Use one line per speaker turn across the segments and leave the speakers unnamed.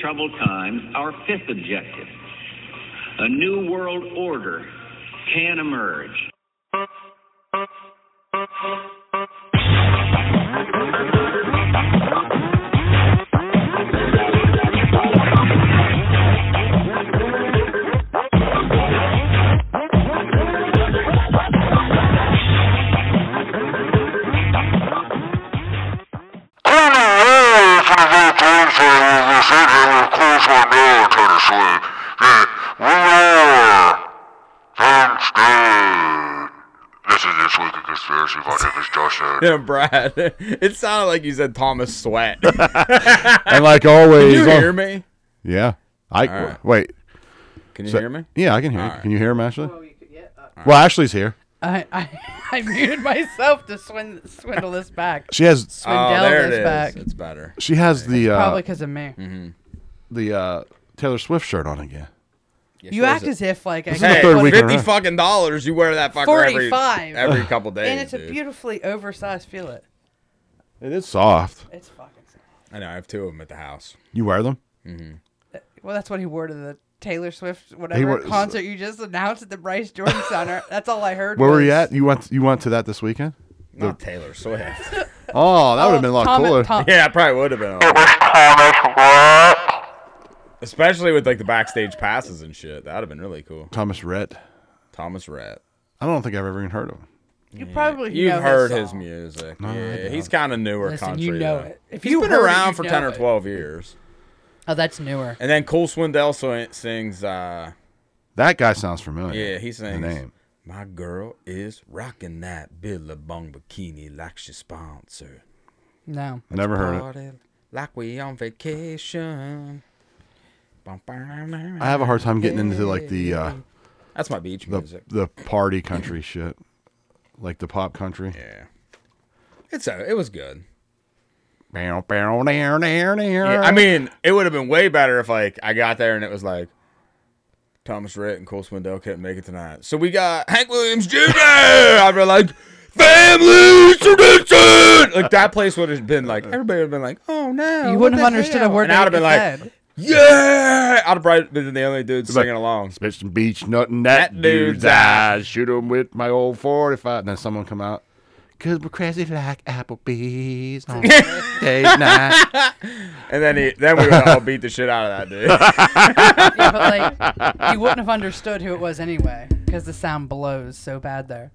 troubled times, our fifth objective a new world order can emerge.
and Brad. It sounded like you said Thomas Sweat.
And like always, uh,
Can you
on-
hear me?
yeah. I
All right.
wait.
Can you
so-
hear me?
Yeah, I can hear.
All
you.
right.
Can you hear him, Ashley?
uh,
Well, Ashley's here.
I, I, I muted myself to swin- swindle this back.
She has.
Swindle
oh, there it
this
is.
back.
It's better. Mm-hmm.
She has the
Probably
uh,
because of me.
the uh, Taylor Swift shirt on again.
You act as if like I
the
hey,
third week in a
fifty
row.
fucking dollars. You wear that fucker every
45.
every couple days.
and it's a
dude.
beautifully oversized fillet.
It is soft.
It's fucking. sick.
I know. I have two of them at the house.
You wear them?
Mm-hmm.
Well, that's what he wore to the Taylor Swift whatever
wore-
concert you just announced at the Bryce Jordan Center. That's all I heard.
Where were you
was-
at? You went. You went to that this weekend?
Not Taylor Swift.
Oh, that would have been a lot
Tom-
cooler.
Tom-
yeah, I probably would have been. on. Especially with like the backstage passes and shit. That would have been really cool.
Thomas Rhett.
Thomas Rhett.
I don't think I've ever even heard of him.
You probably
You've
know
heard
this
his
song.
music. yeah, he's kind of newer
Listen,
country.
you know
though.
it. If
he's
you
been
heard it,
around
you
for
know
ten or
it.
twelve years,
Oh, that's newer.
and then Cool Swindell so- sings. uh
That guy sounds familiar.
Yeah, he
Oh, the
sings.
name.
My girl is rocking that Billabong bikini like she's sponsored.
No.
Never heard it.
Party like we on vacation. Bum, bum, bum, bum.
I have a hard time getting into like the uh,
That's my beach
the
music.
the party country shit, like the pop country.
yeah, it's a, it was good.
Bow, bow, dow, dow, dow.
Yeah, I mean, it would have been way better if like I got there and it was like Thomas Rhett and Cole Swindell couldn't make it tonight. So we got Hank Williams Jr. I'd be like, family tradition. Like that place would have been like everybody would have been like, oh no,
You
what
wouldn't
the
have understood a
hell?"
word
and I'd have
that
been
you
like,
said.
yeah. I'd have probably been the only dude singing along.
Spitch and beach, nothing that,
That dude's
dude's
eye.
eyes. Shoot him with my old 45. And then someone come out. Cause we're crazy like Applebee's on Thursday night.
And then he, then we would all beat the shit out of that dude.
Yeah, but like, you wouldn't have understood who it was anyway because the sound blows so bad there.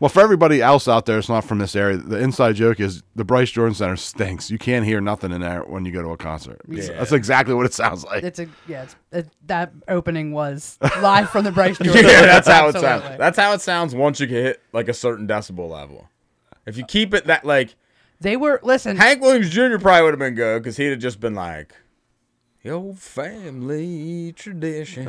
Well, for everybody else out there that's not from this area, the inside joke is the Bryce Jordan Center stinks. You can't hear nothing in there when you go to a concert.
Yeah.
That's exactly what it sounds like.
It's a yeah. It's, it, that opening was live from the Bryce Jordan.
yeah,
Center.
that's how it sounds.
Absolutely.
That's how it sounds once you hit like a certain decibel level. If you keep it that like.
They were listen.
Hank Williams Jr. probably would have been good because he'd have just been like, "Yo, family tradition."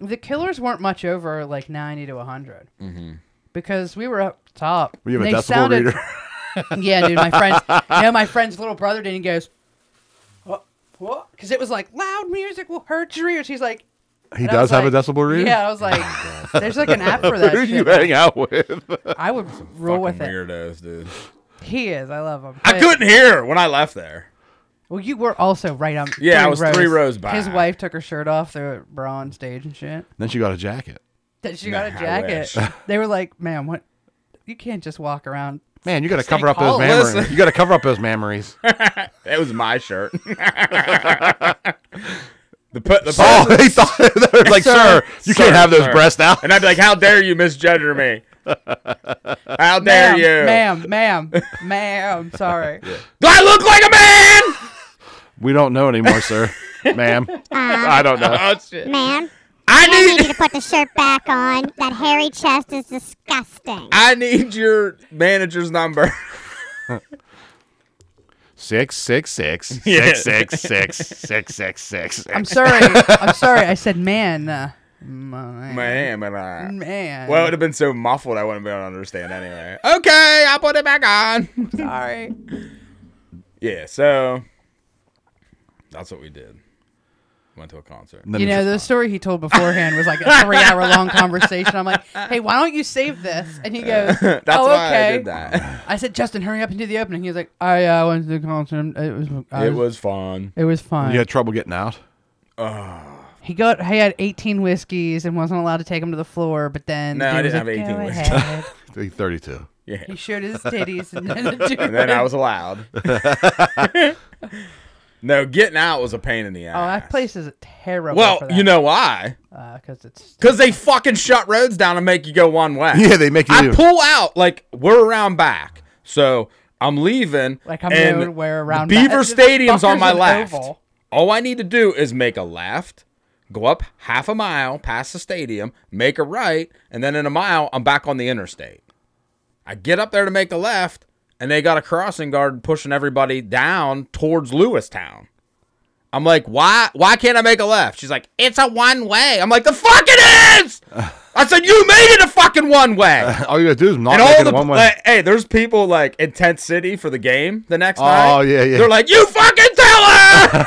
The Killers weren't much over like ninety to hundred mm-hmm. because we were up top.
we have a
They
decibel
sounded-
reader.
Yeah, dude, my friends. you know, my friend's little brother did. And he goes, "What? What?" Because it was like loud music will hurt your ears. He's like,
he
and I
does
was
have a
like-
decibel reader?
Yeah, I was
Oh
like, "There's like an app for that."
Oh, Who do you
shit.
hang out with?
I would roll with
Fucking
it.
weirdos, dude.
He is. I love him.
I
But-
couldn't hear when I left there.
Well, you were also right on.
Yeah, I was three rows back.
His wife took her shirt off. They were bra on stage and shit.
then she got a jacket.
That she got
Nah,
a
I
jacket.
Uh,
wish.
they were like, "Man, what? You can't just walk around."
Man, you got to
Stay
cover up those
calm.
memories.
Listen.
You got to cover up those memories.
It was my shirt. the put the
Oh,
person-
they thought they were like, sir, you
sir,
can't have those
sir."
breasts out.
and I'd be like, "How dare you misgender me? How dare
ma'am,
you?
ma'am, ma'am, ma'am. Sorry.
Do I look like a man?
We don't know anymore, sir, ma'am. I don't know.
Oh shit!
Ma'am, I
I need
need you to put the shirt back on. That hairy chest is disgusting.
I need your manager's number.
Six six six
Yeah.
six six six six six six.
I'm sorry. I'm sorry. I said, "Man, uh, man,
Ma'am, and I.
man."
Well, it would have been so muffled I wouldn't have been able to understand anyway. Okay, I'll put it back on.
sorry.
yeah, so that's what we did. went to a concert.
And then
you
it's
know, the
just
story he told beforehand was like a three hour long conversation. I'm like, hey, why don't you save this? And he goes,
Uh, That's
oh,
why
okay.
I did that.
I said, Justin, hurry up and do the opening. He was like, I uh, went to the concert. It was, I
it was fun.
it was fun.
not- you had trouble getting out.
He got, he had 18 whiskeys and wasn't allowed to take them to the floor. But then,
No,
the
I
dude
didn't have
was like,
18
"Go
whiskeys."
ahead."
Like Thirty-two.
Yeah.
he showed his titties, and then the dude.
And then I was allowed. no, getting out was a pain in the
Oh,
ass.
that place is terrible.
Well,
for that.
you know why?
because it's
Because they fucking shut roads down and make you go one way.
Yeah, they make you
I
leave.
pull out, like, we're around back. So I'm leaving.
like I'm
and
nowhere around.
the
back.
Beaver
It's-
Stadium's on
Bucker's
my
an
left.
oval.
All I need to do is make a left, go up half a mile past the stadium, make a right, and then in a mile, I'm back on the interstate. I get up there to make a left, and they got a crossing guard pushing everybody down towards Lewistown. I'm like, why why can't I make a left? She's like, it's a one way. I'm like, the fuck it is! I said, you made it a fucking one way.
All you gotta do is not
And
make
all
it
the
one way.
like, hey, there's people like in tent city for the game the next
Oh,
night.
yeah, yeah.
They're like, you fucking tell her.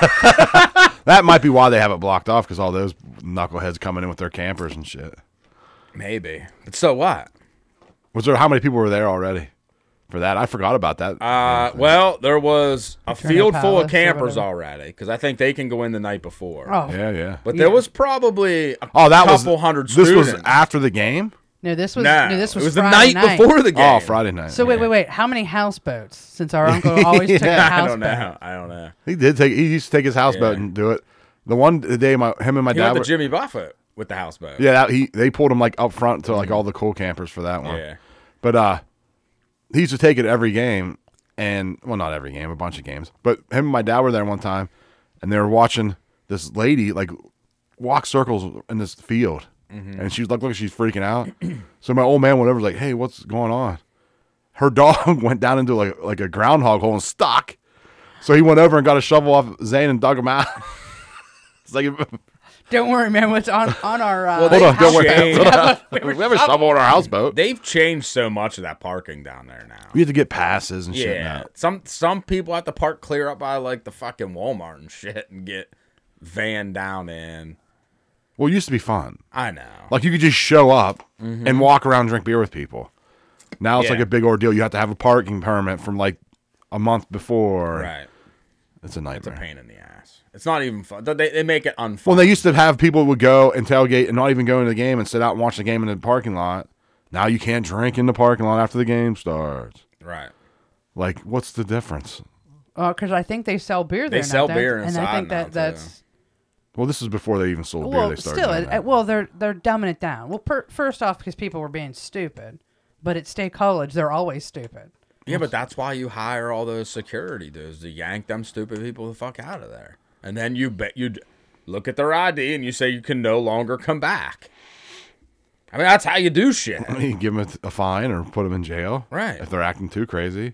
that might be why they have it blocked off because all those knuckleheads coming in with their campers and shit.
Maybe, but so what?
Was there how many people were there already for that? I forgot about that.
Uh, well, there was a field full of
Palace or
campers
whatever.
already because I think they can go in the night before.
Oh
yeah, yeah.
But there was probably a
oh, that
couple
was
hundred
This
students.
was after the game.
no, this was
no,
no, this was,
it was the
Friday
night, before the game.
Oh, Friday night.
So wait,
Yeah.
wait, wait. How many houseboats? Since our uncle always took a
I don't
houseboat.
know. I don't know.
He did take. He used to take his houseboat
Oh, Yeah.
and do it. The one day, my him and my
He
dad.
went
were-
to Jimmy Buffett with the houseboat.
Yeah, that, he they pulled him like up front to like all the cool campers for that one.
Yeah.
But uh he used to take it every game and well not every game, a bunch of games. But him and my dad were there one time and they were watching this lady like walk circles in this field.
Mm-hmm.
And she was like, look, she's freaking out. so my old man went over like, hey, what's going on? Her dog went down into like like a groundhog hole and stuck. So he went over and got a shovel off Zane and dug him out. it's like
Don't worry, man. What's on on our uh,
Well,
hold on, don't
houseboat.
worry.
Shame.
Hold on. We have a shovel on our houseboat.
They've changed so much of that parking down there now.
We had to get passes and shit
Yeah,
now.
some some people have to park clear up by like the fucking Walmart and shit and get van down in.
Well, it used to be fun.
I know. Mm-hmm.
Like you could just show up and walk around, and drink beer with people. Now it's
Yeah.
like a big ordeal. You have to have a parking permit from like a month before.
right,
It's a
it's a
nightmare.
pain in the ass. It's not even fun. They, they make it unfun.
well, they used to have people would go and tailgate and not even go into the game and sit out and watch the game in the parking lot. Now you can't drink in the parking lot after the game starts.
right.
Like, what's the difference?
Because uh, I think they sell beer there. now,
sell
don't
beer
they? and
inside
I think
now,
that
too.
that's
Well, this is before they even sold beer.
well,
They started.
still,
doing
it,
that.
it- well, they're they're dumbing it down. Well, per, first off, because people were being stupid, but at State College, they're always stupid.
Yeah, but that's why you hire all those security dudes to yank them stupid people the fuck out of there, and then you bet you d- look at their ID and you say you can no longer come back. I mean, that's how you do shit.
You give them a, a fine or put them in jail.
Right.
If they're acting too crazy.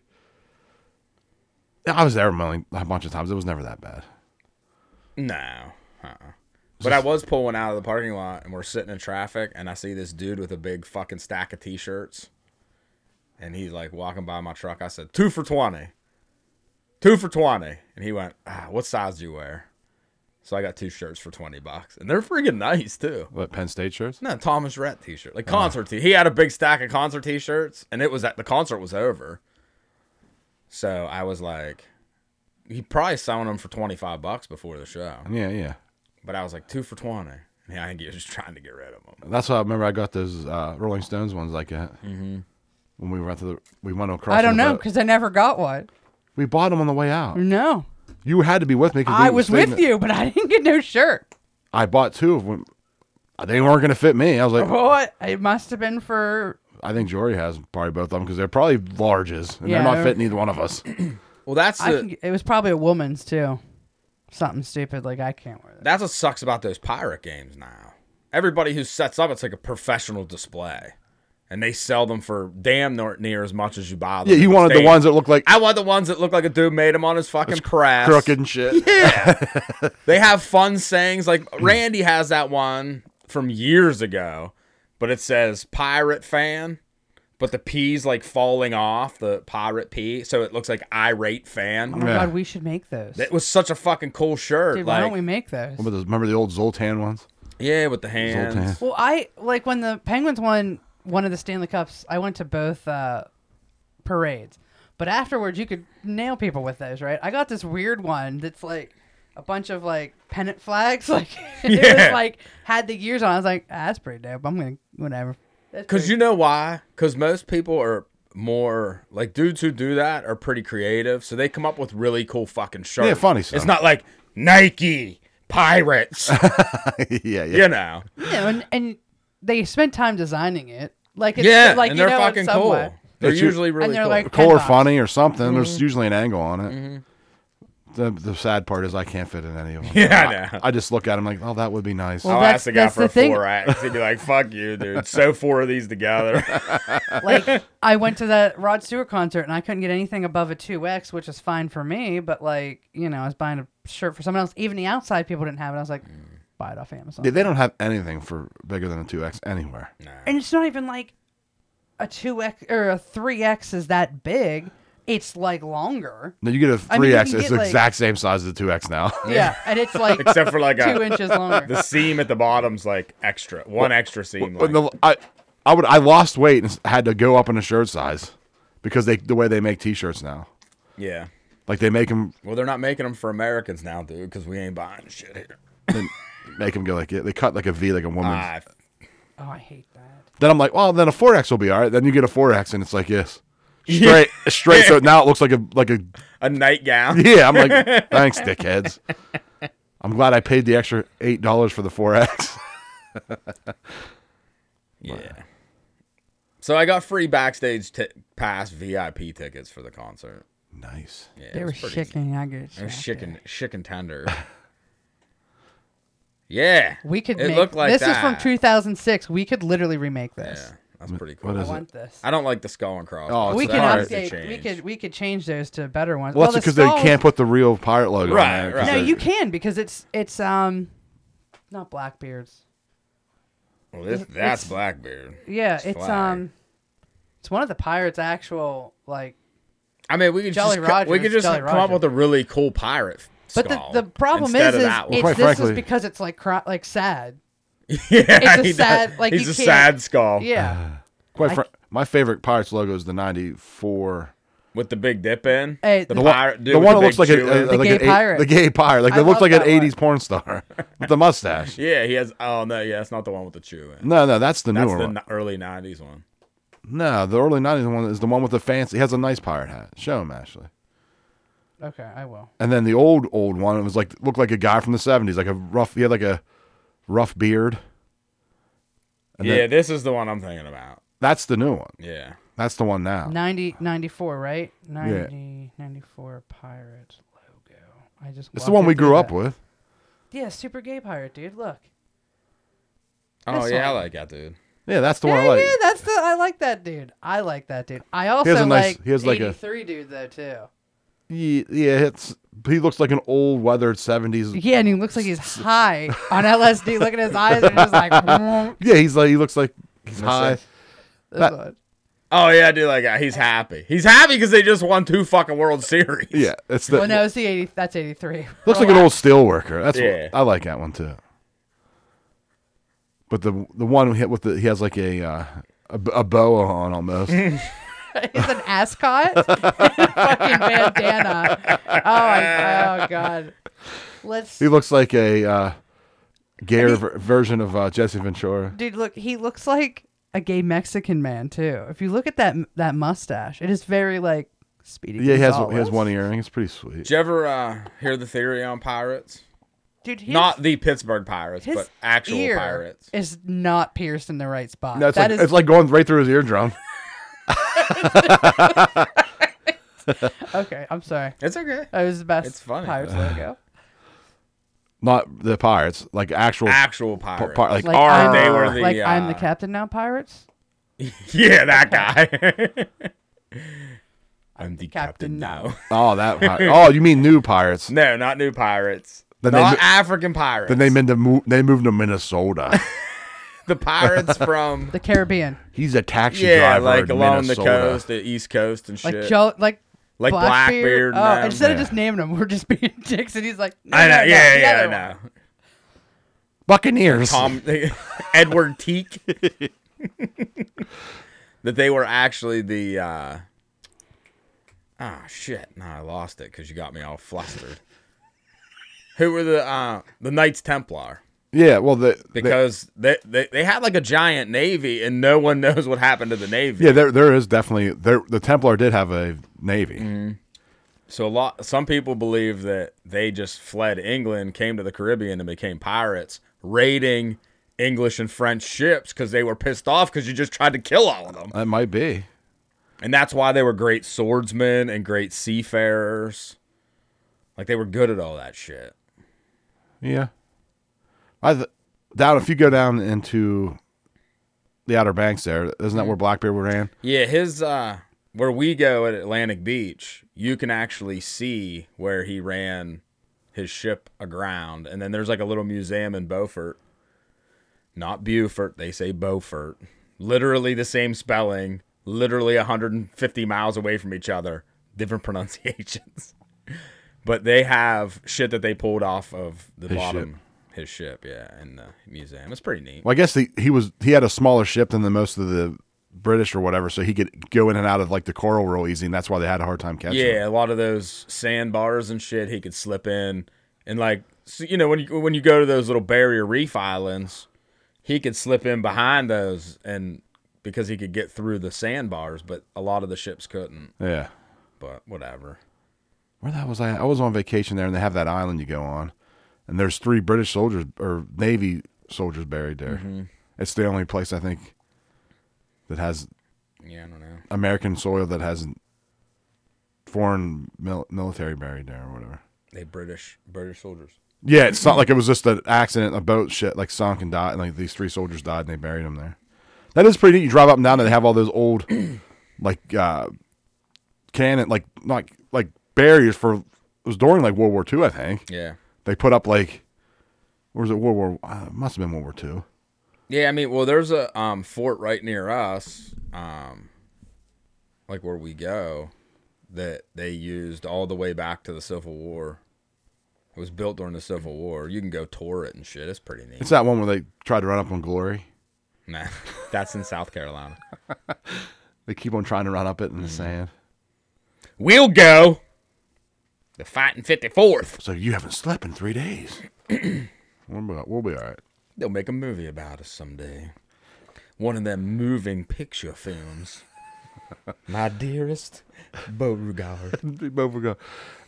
I was there a million- a bunch of times. It was never that bad.
No. Uh-uh. But I was pulling out of the parking lot and we're sitting in traffic and I see this dude with a big fucking stack of t-shirts. And he's like walking by my truck. I said, two for 20. Two for 20. And he went, ah, what size do you wear? So I got two shirts for 20 bucks. And they're freaking nice too.
What, Penn State shirts? Ah.
No, Thomas Rhett t-shirt. Like concert t He had a big stack of concert t-shirts and it was at the concert was over. So I was like, he probably selling them for 25 bucks before the show.
Yeah, yeah.
But I was like two for twenty. Yeah, I think he was just trying to get rid of them.
That's how I remember I got those uh, Rolling Stones ones like that. Mm-hmm. When we went to the, we went across.
I
on
don't
the
know
boat.
because I never got one.
we bought them on the way out.
No,
You had to be with me. 'cause we
I
were
was
staying
with
at-
you, but I didn't get no shirt.
I bought two of them. They weren't going to fit me. I was like,
What? It must have been for.
I think Jory has probably both of them because they're probably larges and
Yeah,
they're not
they're-
fitting either one of us.
Well, that's
I
the
think it was probably a woman's too. Something stupid like I can't wear that.
that's what sucks about those pirate games now. Everybody who sets up, it's like a professional display, and they sell them for damn near, near as much as you buy them.
Yeah,
in
you wanted the
States.
ones that look like
I want the ones that look like a dude made them on his fucking press.
crooked and shit.
They have fun sayings like Randy has that one from years ago, but it says pirate fan. but the P's like falling off the pirate P, so it looks like irate fan.
Oh my
Yeah.
god, we should make those.
That was such a fucking cool shirt.
Dude, why
like,
don't we make those?
What about those? Remember the old Zoltan ones?
yeah, with the hands.
Zoltan.
Well, I like when the Penguins won one of the Stanley Cups. I went to both uh, parades, but afterwards you could nail people with those, right? I got this weird one that's like a bunch of like pennant flags, like it
Yeah.
was like had the years on. I was like, ah, that's pretty dope. I'm gonna whatever. That's
Cause
pretty-
you know why? Cause most people are more like dudes who do that are pretty creative, so they come up with really cool fucking shirts.
Yeah, funny stuff.
It's not like Nike pirates,
yeah, yeah.
you know.
Yeah, and, and they spent time designing it. Like it's
yeah,
like
and
you
they're
know it's
fucking cool.
somewhere.
They're
It's u-
usually really
they're
cool. Mm-hmm.
like- Mm-hmm.
Cool or
Pinbox.
funny or something. There's usually an angle on it. The, the sad part is I can't fit in any of them.
Yeah, I know.
I just look at them like, oh, that would be nice.
Well,
I'll
that's-
ask the guy
that's
for
the
a
thing.
four X. He'd be like, "Fuck you, dude." So four of these together.
like I went to that Rod Stewart concert and I couldn't get anything above a two X, which is fine for me. But like, you know, I was buying a shirt for someone else. Even the outside people didn't have it. I was like, buy it off Amazon.
Dude, they don't have anything for bigger than a two X anywhere.
and it's not even like a two X or a three X is that big. It's like longer.
No, you get a
I mean,
three
you
X.
can
It's
get,
the
like-
exact same size as the two X now.
Yeah, and it's like
Except for like
two
a,
inches longer.
the seam at the bottom's like extra, one extra seam.
When
Like,
the, I, I would I lost weight and s- had to go up in a shirt size because they the way they make T-shirts now,
yeah.
like they make them
Well, they're not making them for Americans now, dude, because we ain't buying shit here.
make them go like they cut like a V like a woman.
Ah,
oh, I hate that.
Then I'm like, well, then a four X will be all right. Then you get a four X and it's like yes, straight straight. So now it looks like a like a
a nightgown.
yeah. I'm like thanks, dickheads. I'm glad I paid the extra eight dollars for the four X.
Yeah. So I got free backstage t- pass VIP tickets for the concert.
nice.
Yeah, it
They were
was pretty-
chicken nuggets.
It was
yeah.
chicken, chicken tender. yeah,
We could
It
make
looked like
this is from
that.
2006. We could literally remake this.
Yeah, that's pretty cool.
What
I
is it?
want this.
I don't like the skull and cross.
Oh,
but
we
it's
that
can
part they
update. We
changed.
could we could change those to better ones.
Well, that's
the
because they
skulls-
can't put the real pirate logo
Right,
on there.
right.
'cause
No,
they're-
you can because it's it's um, not Blackbeard's.
Well, this,
It's-
that's
it's-
Blackbeard.
Yeah, it's,
flag.
um, it's one of the pirates' actual like.
I mean, we could
Jolly
just co-
Roger,
we could
it's
just
Jolly
come up
Roger.
with a really cool pirate.
But the,
skull
the problem
instead
is,
of
is
that one.
it's,
Quite
this
frankly-
is because it's like cro- like sad.
yeah,
a
he does-
sad- like,
he's
you
a
can't-
sad skull.
Yeah.
Ah. Quite fr- my favorite Pirates logo is the '94.
with the big dip in.
Hey,
the
the
one-
pirate, dude
the
with
one that
the
looks
big
like a,
shoe
a-
in.
Uh, The
like
gay
an eight-
pirate.
The gay pirate, like
I
it looks
love
like an
that one.
'80s porn star with the mustache.
yeah, he has. Oh no, yeah, it's not the one with the chew in.
No, no, that's the
That's
newer
the
one.
n- early '90s one.
No, the early '90s one is the one with the fancy. He has a nice pirate hat. Show him, Ashley.
Okay, I will.
And then the old old one, it was like looked like a guy from the '70s, like a rough. He had like a rough beard. And
yeah,
then-
this is the one I'm thinking about.
that's the new one.
Yeah,
That's the one now.
90, 94, right? 90, 94 pirate logo. I just.
It's the one we grew up with.
Yeah, super gay pirate, dude. Look.
oh
This
yeah, I
one.
like that dude.
Yeah, that's the one
Yeah,
I like.
yeah, that's the. I like that dude. I like that dude. I
a
also
nice-
like.
he has like a-
83 dude though too.
Ye- Yeah, it's he looks like an old weathered seventies.
Yeah, and he looks like he's high on LSD. Look at his eyes; they're just like. "Mm."
Yeah, he's like he looks like he's high.
This
That-
one.
Oh yeah, I do like that. He's happy. He's happy because they just won two fucking World Series.
Yeah, it's the
Well, no, it's the eighty. That's eighty-three.
looks like an old steel worker. That's
Yeah.
what, I like that one too. But the the one hit with the he has like a uh, a, b- a boa on almost.
He's an ascot, and a fucking bandana. Oh, I, oh god. Let's,
he looks like a uh, gayer ver- version of uh, Jesse Ventura.
dude. Look, he looks like a gay Mexican man too. If you look at that that mustache, it is very like Speedy.
Yeah, he has he
Gonzales.
has one earring. It's pretty sweet.
Did you ever uh, hear the theory on pirates?
Dude, his,
not the Pittsburgh Pirates,
his
but actual
ear
pirates.
is not pierced in the right spot.
No, it's
That
like
is-
it's like going right through his eardrum.
okay. I'm sorry.
It's okay.
That was the best.
It's funny.
Pirates logo.
Not the pirates, like actual
Actual
pi-
pirates.
pi- like,
Like,
"Arr."
I'm,
they were the,
like I'm the
uh,
captain now, pirates.
yeah, that guy. I'm the
captain
now.
oh that pi- oh you mean new pirates?
no, not new pirates.
Then they
not
mo-
African pirates.
Then they moved to mo- they moved to Minnesota.
the pirates from
the Caribbean,
He's a taxi
yeah,
driver
like
in
along the
Minnesota.
coast, the east coast and shit.
like Joe, like
Like Blackbeard
Blackbeard.
and
oh,
them,
instead of
yeah.
just naming him, we're just being dicks, and he's like, no,
I know,
no, no,
yeah,
the
yeah,
other
I
one.
know.
Buccaneers.
Tom Edward Teak. that they were actually the uh Ah shit. No, I lost it cuz you got me all flustered. Who were the uh the Knights Templar?
Yeah, well, the, the
Because they, they they had like a giant navy and no one knows what happened to the navy.
yeah, there there is definitely there. The Templar did have a navy.
Mm-hmm. So a lot some people believe that they just fled England, came to the Caribbean and became pirates, raiding English and French ships cuz they were pissed off cuz you just tried to kill all of them.
That might be.
And that's why they were great swordsmen and great seafarers. Like they were good at all that shit.
Yeah, I th- doubt if you go down into the Outer Banks. There isn't
Mm-hmm.
that where Blackbeard ran.
Yeah, his uh where we go at Atlantic Beach, you can actually see where he ran his ship aground. And then there's like a little museum in Beaufort. Not Beaufort, they say Beaufort. Literally the same spelling, literally 150 miles away from each other, different pronunciations. but they have shit that they pulled off of the
His
bottom his ship, yeah, in the museum. It's pretty neat.
Well, I guess the, he was he had a smaller ship than the most of the British or whatever, so he could go in and out of like the coral real easy, and that's why they had a hard time catching. him.
Yeah, a lot of those sandbars and shit he could slip in, and like so, you know when you when you go to those little barrier reef islands, he could slip in behind those and because he could get through the sandbars, but a lot of the ships couldn't.
yeah.
But whatever.
Where that was I? I was on vacation there, and they have that island you go on, and there's three British soldiers or Navy soldiers buried there.
Mm-hmm.
It's the only place I think that has
Yeah, I don't know.
American soil that has foreign mil- military buried there or whatever.
They British British soldiers.
Yeah, it's not like it was just an accident. A boat shit like sunk and died, and like these three soldiers died, and they buried them there. That is pretty neat. You drive up and down, and they have all those old, like, uh, cannon, like not like barriers for. It was during like World War II, I think.
Yeah.
They put up like, or was it World War? Uh, it must have been World War Two.
Yeah, I mean, well, there's a um, fort right near us, um, like where we go, that they used all the way back to the Civil War. It was built during the Civil War. You can go tour it and shit. It's pretty neat.
It's that one where they tried to run up on Glory.
nah, that's in South Carolina.
They keep on trying to run up it in the sand.
Mm-hmm. We'll go. The fighting 54th.
It's like you haven't slept in three days. we'll, be, we'll be all right.
They'll make a movie about us someday. One of them moving picture films. My dearest Beauregard.
Big Bo would go,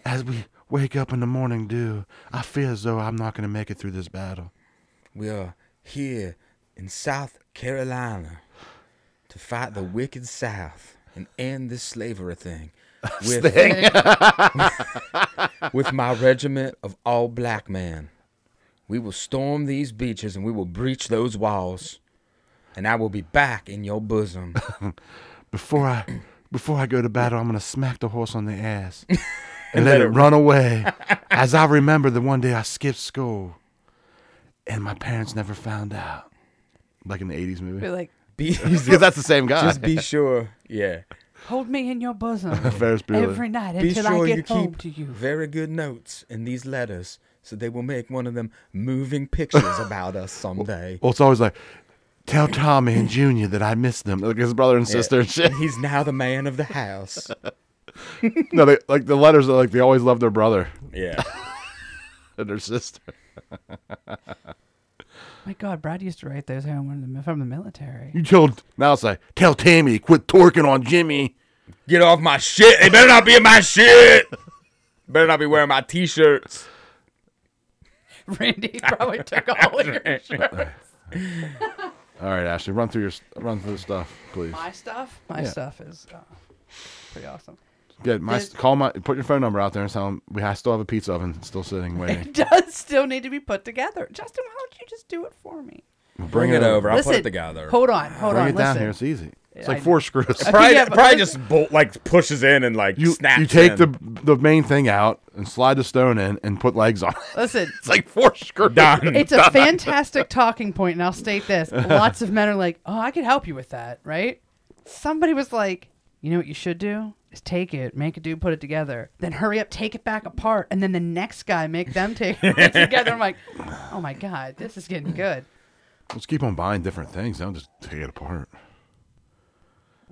As we wake up in the morning dew, I feel as though I'm not going to make it through this battle.
We are here in South Carolina to fight the wicked South and end this slavery thing. With, with my regiment of all black men, we will storm these beaches and we will breach those walls, and I will be back in your bosom.
Hmm. Before I, before I go to battle, I'm going to smack the horse on the ass and, let, it run away. as I remember the one day I skipped school and my parents never found out. Like in the 80s
Be
movie.
like,
Be,
Because that's the same guy.
just be sure, yeah.
hold me in your bosom
Ferris Bueller.
every night
Be
until
sure
I
you
get home
keep
to you.
very good notes in these letters, so they will make one of them moving pictures about us someday.
well, it's always like, tell Tommy and Junior that I miss them. Like his brother and sister and shit.
He's now the man of the house.
No, they, like the letters are like they always love their brother
Yeah.
and their sister.
My God, Brad used to write those home when the- from the military.
You told now it's like tell Tammy to quit twerking on Jimmy.
Get off my shit. They better not be in my shit. Better not be wearing my t shirts.
Randy probably took all of your
All right, Ashley, run through your run through the stuff, please.
my stuff. My
Yeah.
stuff is uh, pretty awesome.
Get my call my put your phone number out there and tell them we I still have a pizza oven still sitting waiting.
It does still need to be put together. Justin, why don't you just do it for me?
Bring it over. I'll put
Listen,
it together.
Hold on, hold
Bring
on.
it down
listen.
here. It's easy. It's like four screws.
Probably,
yeah, but
probably
this-
just bolt, like pushes in and like
You
snaps.
you take
in.
the the main thing out and slide the stone in and put legs on. it.
Listen,
it's like four screws.
done.
it's a fantastic talking point, and I'll state this: lots of men are like, "Oh, I could help you with that," right? Somebody was like, "You know what you should do is take it, make a dude put it together, then hurry up, take it back apart, and then the next guy make them take it together." I'm like, "Oh my god, this is getting good."
Let's keep on buying different things. Don't just take it apart.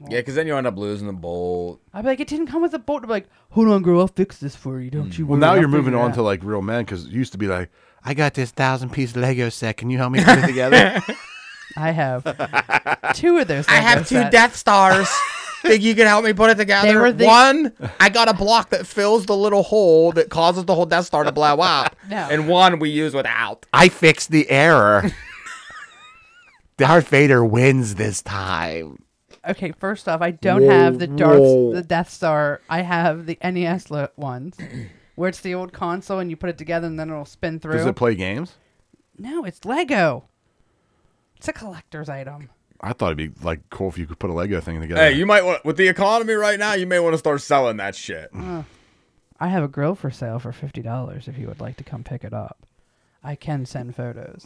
yeah, because then you end up losing the bolt.
I'd be like, "It didn't come with a bolt." I'd be like, "Hold on, girl, I'll fix this for you. Don't you?"
Mm. Well,
worry,
now
I'll
you're moving
figure it
on
out."
to like real men because it used to be like, I got this thousand piece Lego set. Can you help me put it together?
I have two of those. I
Stars. Think you can help me put it
They
together?
were the-
One, I got a block that fills the little hole that causes the whole Death Star to blow up,
No.
and one we use without.
I fixed the error. Darth Vader wins this time.
Okay, first off, I don't have the Darth, the Death Star. I have the NES lo- ones, where it's the old console and you put it together and then it'll spin through.
Does it play games?
no, it's Lego. It's a collector's item.
I thought it'd be like cool if you could put a Lego thing together.
Hey, you might want with the economy right now. You may want to start selling that shit.
I have a grill for sale for fifty dollars if you would like to come pick it up. I can send photos.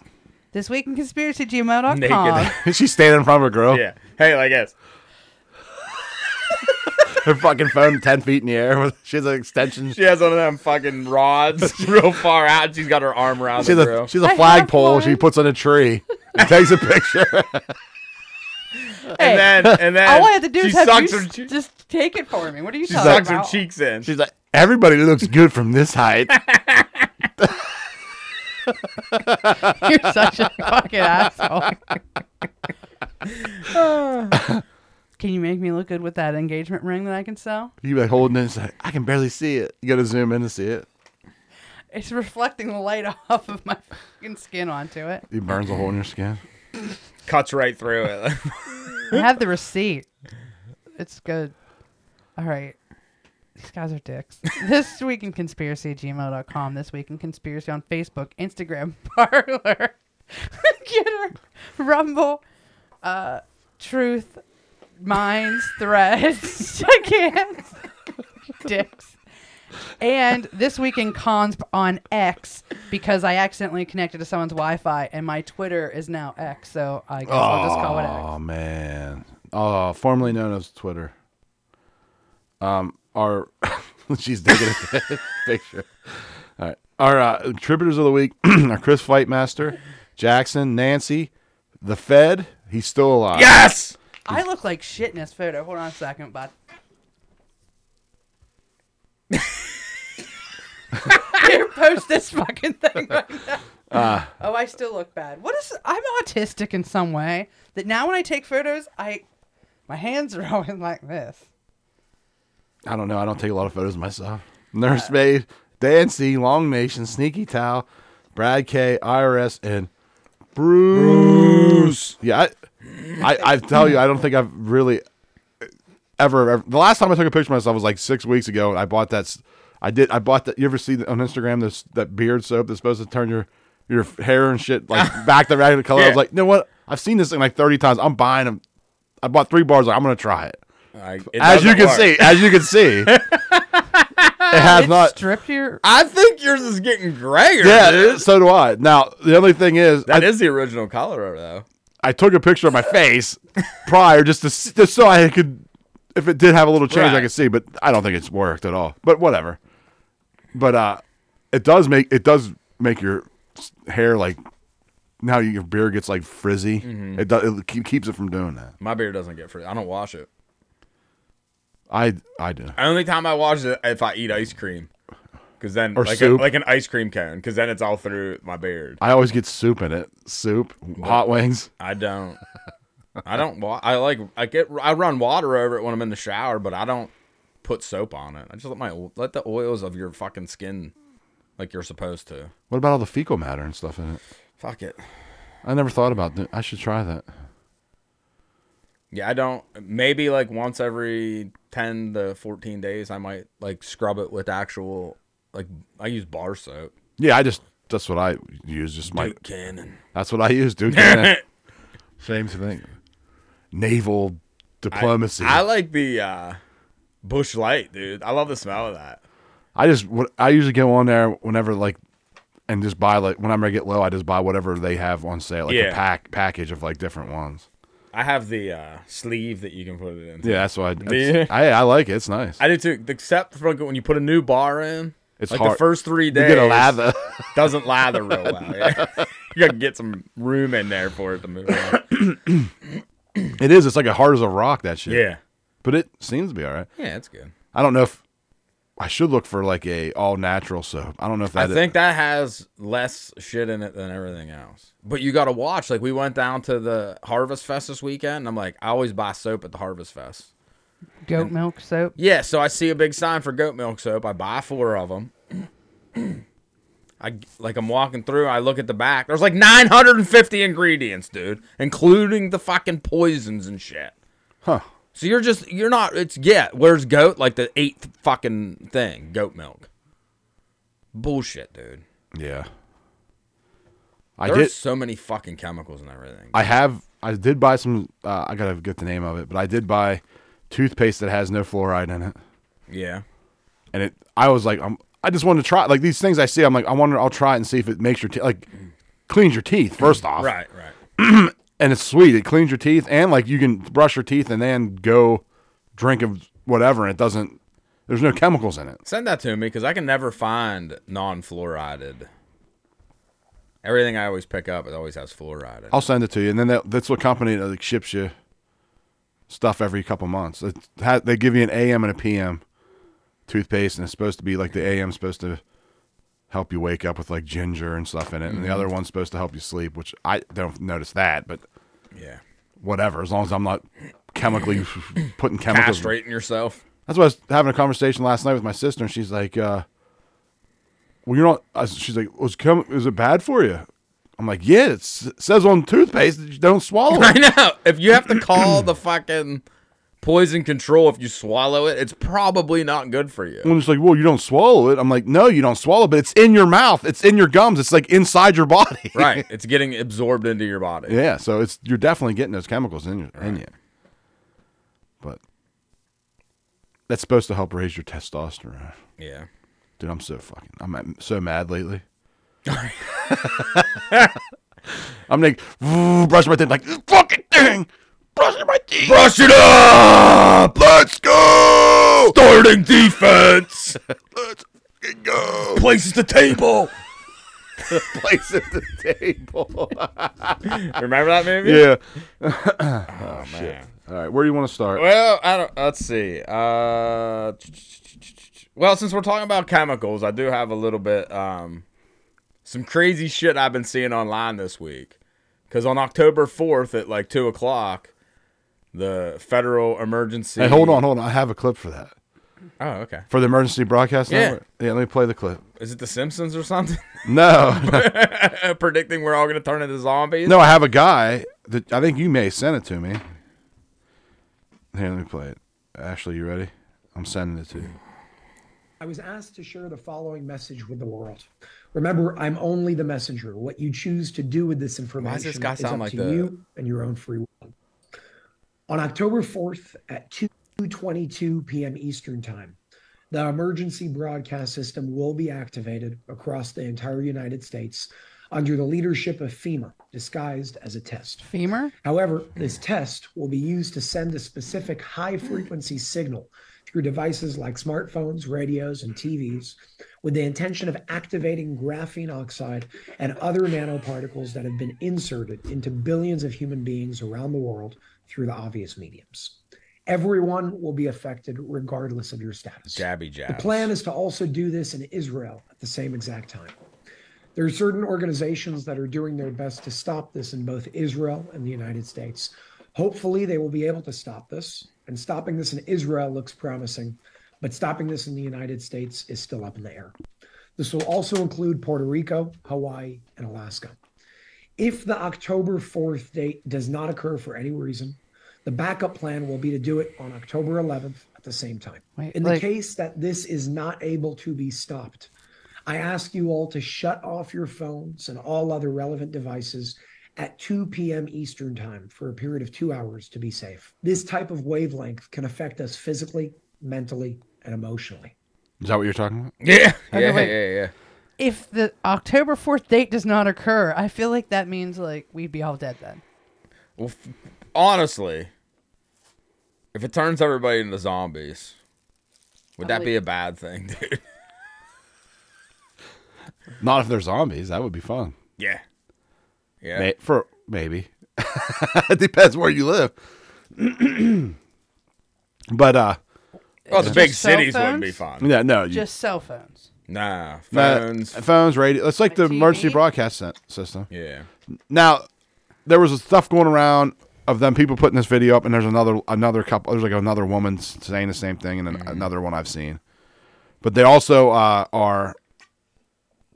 This week in conspiracygmail.com.
Naked.
She's standing in front of a girl.
Yeah. Hey, like this.
Her fucking phone ten feet in the air. with- She has an extension.
She has one of them fucking rods real far out. and She's got her arm around
She
the
has
grill.
a, she has a
have
flagpole she
one.
puts on a tree and takes a picture.
Hey,
and then, and then
all I have to do
she
is have
sucks
you
her,
s-
che-
just take it for me. What are you
she
talking
sucks her
about?
cheeks in.
She's like, everybody looks good from this height.
You're such a fucking asshole. can you make me look good with that engagement ring that I can sell?
You like holding it. It's like, I can barely see it. You got to zoom in to see it.
It's reflecting the light off of my fucking skin onto it.
It burns a hole in your skin.
cuts right through it.
I have the receipt. It's good. All right. These guys are dicks. this week in conspiracy at gmail.com. This week in conspiracy on Facebook, Instagram, Parlor, Getter, Rumble, uh, Truth, Minds, Threads. I can't. Dicks. And this week in cons on X because I accidentally connected to someone's Wi Fi and my Twitter is now X. So I guess I'll just call it X.
Oh man. Oh, formerly known as Twitter. Um, our she's digging a picture. All right, our uh, contributors of the week are Chris Flightmaster, Jackson, Nancy, the Fed. He's still alive.
yes.
I look like shit in this photo. Hold on a second, bud. Here, post this fucking thing right now.
Ah.
oh, I still look bad. What is? I'm autistic in some way. That now when I take photos, I my hands are always like this.
I don't know. I don't take a lot of photos myself. Nursemaid, Dancy, Long Nation, Sneaky Towel, Brad K, IRS, and Bruce. Yeah, I, I, I tell you, I don't think I've really ever, ever. The last time I took a picture of myself was like six weeks ago, and I bought that. s- I did. I bought that. You ever see on Instagram this that beard soap that's supposed to turn your your hair and shit like back the regular color? I
Yeah.
was like, you know what? I've seen this thing like thirty times. I'm buying them. I bought three bars. Like, I'm gonna try it
I, it
as you
doesn't
can
work.
see, as you can see, it has
It
not.
stripped your.
I think yours is getting grayer.
Yeah,
dude.
so do I. Now the only thing is,
That
I,
is the original color, though.
I took a picture of my face prior just to s- just so I could, if it did have a little change, I
Right.
could see. But I don't think it's worked at all. But whatever. But uh, it does make it does make your s- hair like now your beard gets like frizzy.
Mm-hmm.
It does it keep- keeps it from doing that.
My beard doesn't get free. I don't wash it.
I I do.
Only time I wash it if I eat ice cream, because then
Or
like
soup.
A, like an ice cream cone, because then it's all through my beard.
I always get soup in it. Soup, hot wings.
I don't. I don't. Wa- I like. I get. I run water over it when I'm in the shower, but I don't put soap on it. I just let my let the oils of your fucking skin, like you're supposed to.
What about all the fecal matter and stuff in it?
Fuck it.
I never thought about that. I should try that.
Yeah, I don't. Maybe like once every ten to fourteen days, I might like scrub it with actual like I use bar soap,
Yeah, I just that's what I use. Just my
Duke Cannon.
that's what I use, dude. Same thing. Naval diplomacy.
I like the uh, Bush Light, dude. I love the smell of that.
I just what I usually go on there whenever like and just buy like whenever I get low, I just buy whatever they have on sale, like
Yeah.
a pack package of like different ones.
I have the uh, sleeve that you can put it in.
Yeah, that's why I,
Yeah.
that's, I I like it. It's nice.
I do too. Except for when you put a new bar in,
It's
like the
hard.
first three
you
days.
get a lather.
doesn't lather real well. Yeah. you gotta get some room in there for it to move. on.
it is. It's like a hard as a rock. That shit.
yeah,
but it seems to be all right.
yeah, it's good.
I don't know if I should look for like a all natural soap. I don't know if
I
that.
think that has less shit in it than everything else. But you gotta watch. Like we went down to the Harvest Fest this weekend. And I'm like, I always buy soap at the Harvest Fest.
Goat milk soap.
Yeah, so I see a big sign for goat milk soap. I buy four of them. I like I'm walking through. I look at the back. There's like 950 ingredients, dude, including the fucking poisons and shit.
Huh.
So you're just you're not. It's yeah. Where's goat? Like the eighth fucking thing. Goat milk. Bullshit, dude.
Yeah. I
There's
did.
so many fucking chemicals and everything.
I have. I did buy some. Uh, I gotta get the name of it, but I did buy toothpaste that has no fluoride in it.
yeah.
and it I was like I'm, I just wanted to try like these things I see I'm like I wonder I'll try it and see if it makes your teeth like cleans your teeth first off
Right. Right.
and it's sweet it cleans your teeth and like you can brush your teeth and then go drink of whatever and it doesn't there's no chemicals in it
Send that to me because I can never find non-fluoridated. Everything I always pick up, it always has fluoride. in it.
I'll send it to you and then that, that's what company that like, ships you stuff every couple months it ha they give you an AM and a PM toothpaste and it's supposed to be like the AM's supposed to help you wake up with like ginger and stuff in it and the
Mm-hmm.
other one's supposed to help you sleep which I don't notice that but
Yeah.
whatever, as long as I'm not chemically putting chemicals.
Castrating yourself.
That's why I was having a conversation last night with my sister, and she's like, uh, "Well, you're not." I- She's like, "Was chem- is it bad for you?" I'm like, "Yeah, it s- says on toothpaste that you don't swallow."
I
it."
know. If you have to call the fucking poison control if you swallow it, it's probably not good for you.
And she's like, "Well, you don't swallow it." I'm like, "No, you don't swallow, but it's in your mouth. It's in your gums. It's like inside your body."
right. It's getting absorbed into your body.
yeah. So it's you're definitely getting those chemicals in your in you. But that's supposed to help raise your testosterone.
Yeah.
Dude, I'm so fucking. I'm I'm so mad lately. I'm like brush my teeth, like fucking thing, brushing my teeth.
Brush it up!
Let's go.
Starting defense!
Let's fucking go.
Places the table!
Place at the table.
Remember that movie?
yeah.
Oh, man.
All right. Where do you want to start?
Well, I don't. Let's see. Uh, well, since we're talking about chemicals, I do have a little bit um, some crazy shit I've been seeing online this week. Because on October fourth at like two o'clock, the federal emergency.
Hey, hold on, hold on. I have a clip for that
Oh, okay.
for the emergency broadcast
Yeah.
network. Yeah. Let me play the clip.
Is it The Simpsons or something?
No,
Predicting we're all gonna turn into zombies.
no. I have a guy that I think you may send it to me. Here, let me play it. Ashley, you ready? I'm sending it to you.
I was asked to share the following message with the world. Remember, I'm only the messenger. What you choose to do with this information
does this guy
is
sound
up
like
to
the-
you and your own free will. On October 4th at 2:22 p.m. Eastern Time, the emergency broadcast system will be activated across the entire United States under the leadership of FEMA, disguised as a test.
Femur.
However, this test will be used to send a specific high frequency signal through devices like smartphones, radios, and TVs with the intention of activating graphene oxide and other nanoparticles that have been inserted into billions of human beings around the world through the obvious mediums. Everyone will be affected regardless of your status.
Jabby jab.
The plan is to also do this in Israel at the same exact time. There are certain organizations that are doing their best to stop this in both Israel and the United States. Hopefully, they will be able to stop this. And stopping this in Israel looks promising, but stopping this in the United States is still up in the air. This will also include Puerto Rico, Hawaii, and Alaska. If the October 4th date does not occur for any reason, the backup plan will be to do it on October 11th at the same time.
Wait,
In the
like-
case that this is not able to be stopped, I ask you all to shut off your phones and all other relevant devices at 2 p.m. Eastern Time for a period of two hours to be safe. This type of wavelength can affect us physically, mentally, and emotionally.
Is that what you're talking about?
Yeah.
Okay,
yeah,
wait.
yeah, yeah.
If the October 4th date does not occur, I feel like that means like we'd be all dead then.
Well, f- honestly, if it turns everybody into zombies, would that be a bad thing, dude?
Not if they're zombies. That would be fun.
yeah. Yeah.
May- for maybe. it depends where you live. but uh
well, Oh, the big
Just cell
cities wouldn't be
phones?
fun.
yeah, no, you,
Just cell phones.
Nah,
uh,
phones.
phones, radio. It's like the
TV?
emergency broadcast sen- system.
yeah.
Now, there was stuff going around of them people putting this video up, and there's another another couple. There's like another woman s- saying the same thing, and
Mm-hmm.
then another one I've seen. But they also uh, are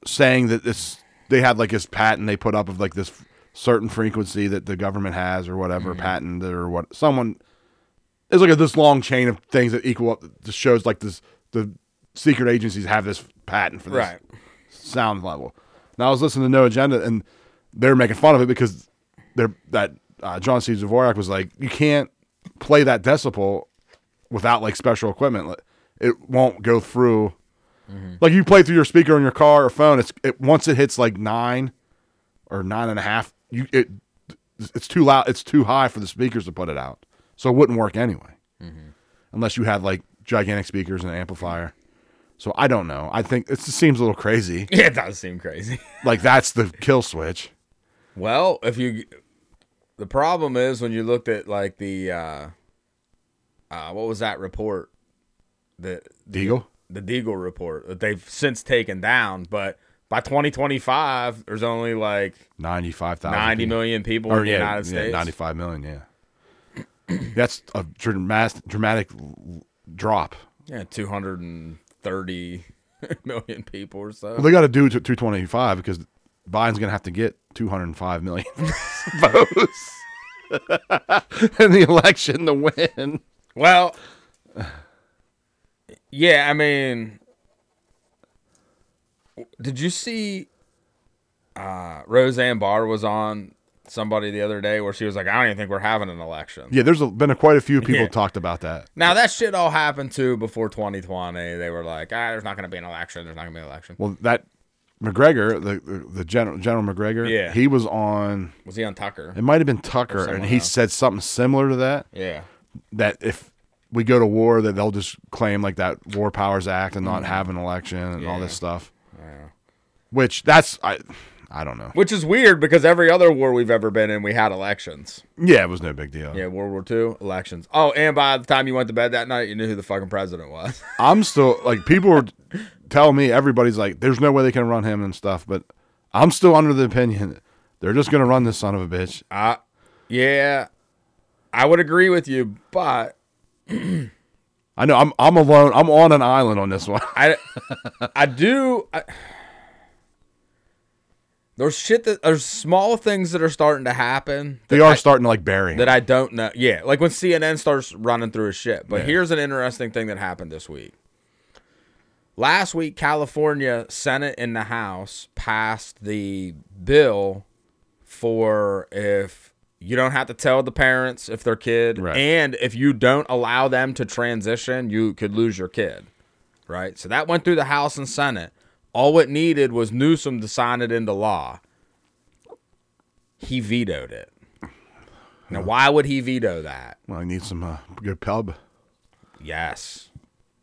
saying that this they had like this patent they put up of like this certain frequency that the government has or whatever patent or what someone it's like a, this long chain of things that equal up that shows like this the secret agencies have this patent for this
Right.
sound level. Now I was listening to No Agenda, and they were making fun of it because they're that uh, John C. Dvorak was like, you can't play that decibel without like special equipment. Like, It won't go through.
Mm-hmm.
Like you play through your speaker on your car or phone. It's it once it hits like nine or nine and a half. You it it's too loud. It's too high for the speakers to put it out, so it wouldn't work anyway,
Mm-hmm.
unless you had like gigantic speakers and an amplifier. So I don't know. I think it just seems a little crazy.
Yeah, it does seem crazy.
like that's the kill switch.
Well, if you, the problem is when you looked at like the, uh, uh, what was that report? The
Deagle.
the Deagle report that they've since taken down, but by 2025, there's only like
Ninety-five thousand.
90 million people in the United States.
Yeah, 95 million, yeah. That's a dramatic, dramatic drop.
Yeah, 230 million people or so.
Well, they got to do it to 225 because Biden's going to have to get 205 million votes in the election to win.
Well, yeah, I mean, did you see uh, Roseanne Barr was on somebody the other day where she was like, I don't even think we're having an election.
Yeah, there's a, been a, quite a few people
Yeah.
talked about that.
Now, that shit all happened too before 2020. They were like, ah, there's not going to be an election. There's not going to be an election.
Well, that McGregor, the the, the general General McGregor,
Yeah.
he was on.
Was he on Tucker?
It might have been Tucker, and
someone
he
else.
said something similar to that.
Yeah.
that if we go to war, that they'll just claim like that War Powers Act and not have an election and all this
Mm-hmm. Yeah.
stuff. Which that's I, I don't know.
Which is weird because every other war we've ever been in, we had elections.
Yeah, it was no big deal.
Yeah, World War II, elections. Oh, and by the time you went to bed that night, you knew who the fucking president was.
I'm still like people were telling me everybody's like, there's no way they can run him and stuff, but I'm still under the opinion they're just gonna run this son of a bitch.
I, yeah, I would agree with you, but
I know I'm I'm alone. I'm on an island on this one.
I, I do. I, there's shit that there's small things that are starting to happen
They are starting to like bury him.
that I don't know. Yeah, like when CNN starts running through his shit. But here's an interesting thing that happened this week. Last week, California Senate and the House passed the bill for if you don't have to tell the parents if their kid,
Right.
and if you don't allow them to transition, you could lose your kid. Right. So that went through the House and Senate. All it needed was Newsom to sign it into law. He vetoed it. Now, why would he veto that?
well, I need some uh, good pub.
Yes.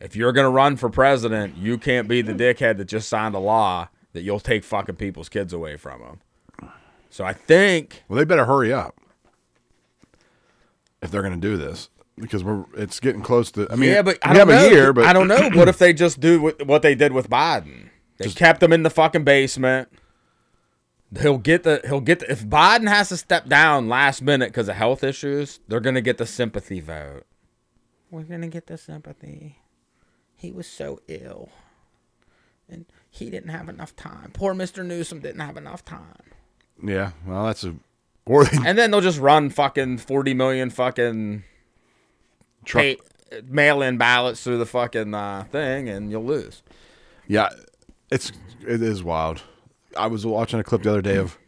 If you're going to run for president, you can't be the dickhead that just signed a law that you'll take fucking people's kids away from them. So I think,
Well, they better hurry up if they're going to do this because we're it's getting close to. I mean,
yeah, but I
we
don't
have
know.
a year, but
I don't know. What if they just do what, what they did with Biden? They kept him in the fucking basement. He'll get the he'll get the, if Biden has to step down last minute because of health issues, they're gonna get the sympathy vote.
We're gonna get the sympathy. He was so ill. And he didn't have enough time. Poor Mr. Newsom didn't have enough time.
Yeah, well, that's a or they
And then they'll just run fucking 40 million fucking
Truck-
mail in ballots through the fucking uh, thing and you'll lose.
Yeah, it's it is wild. I was watching a clip the other day of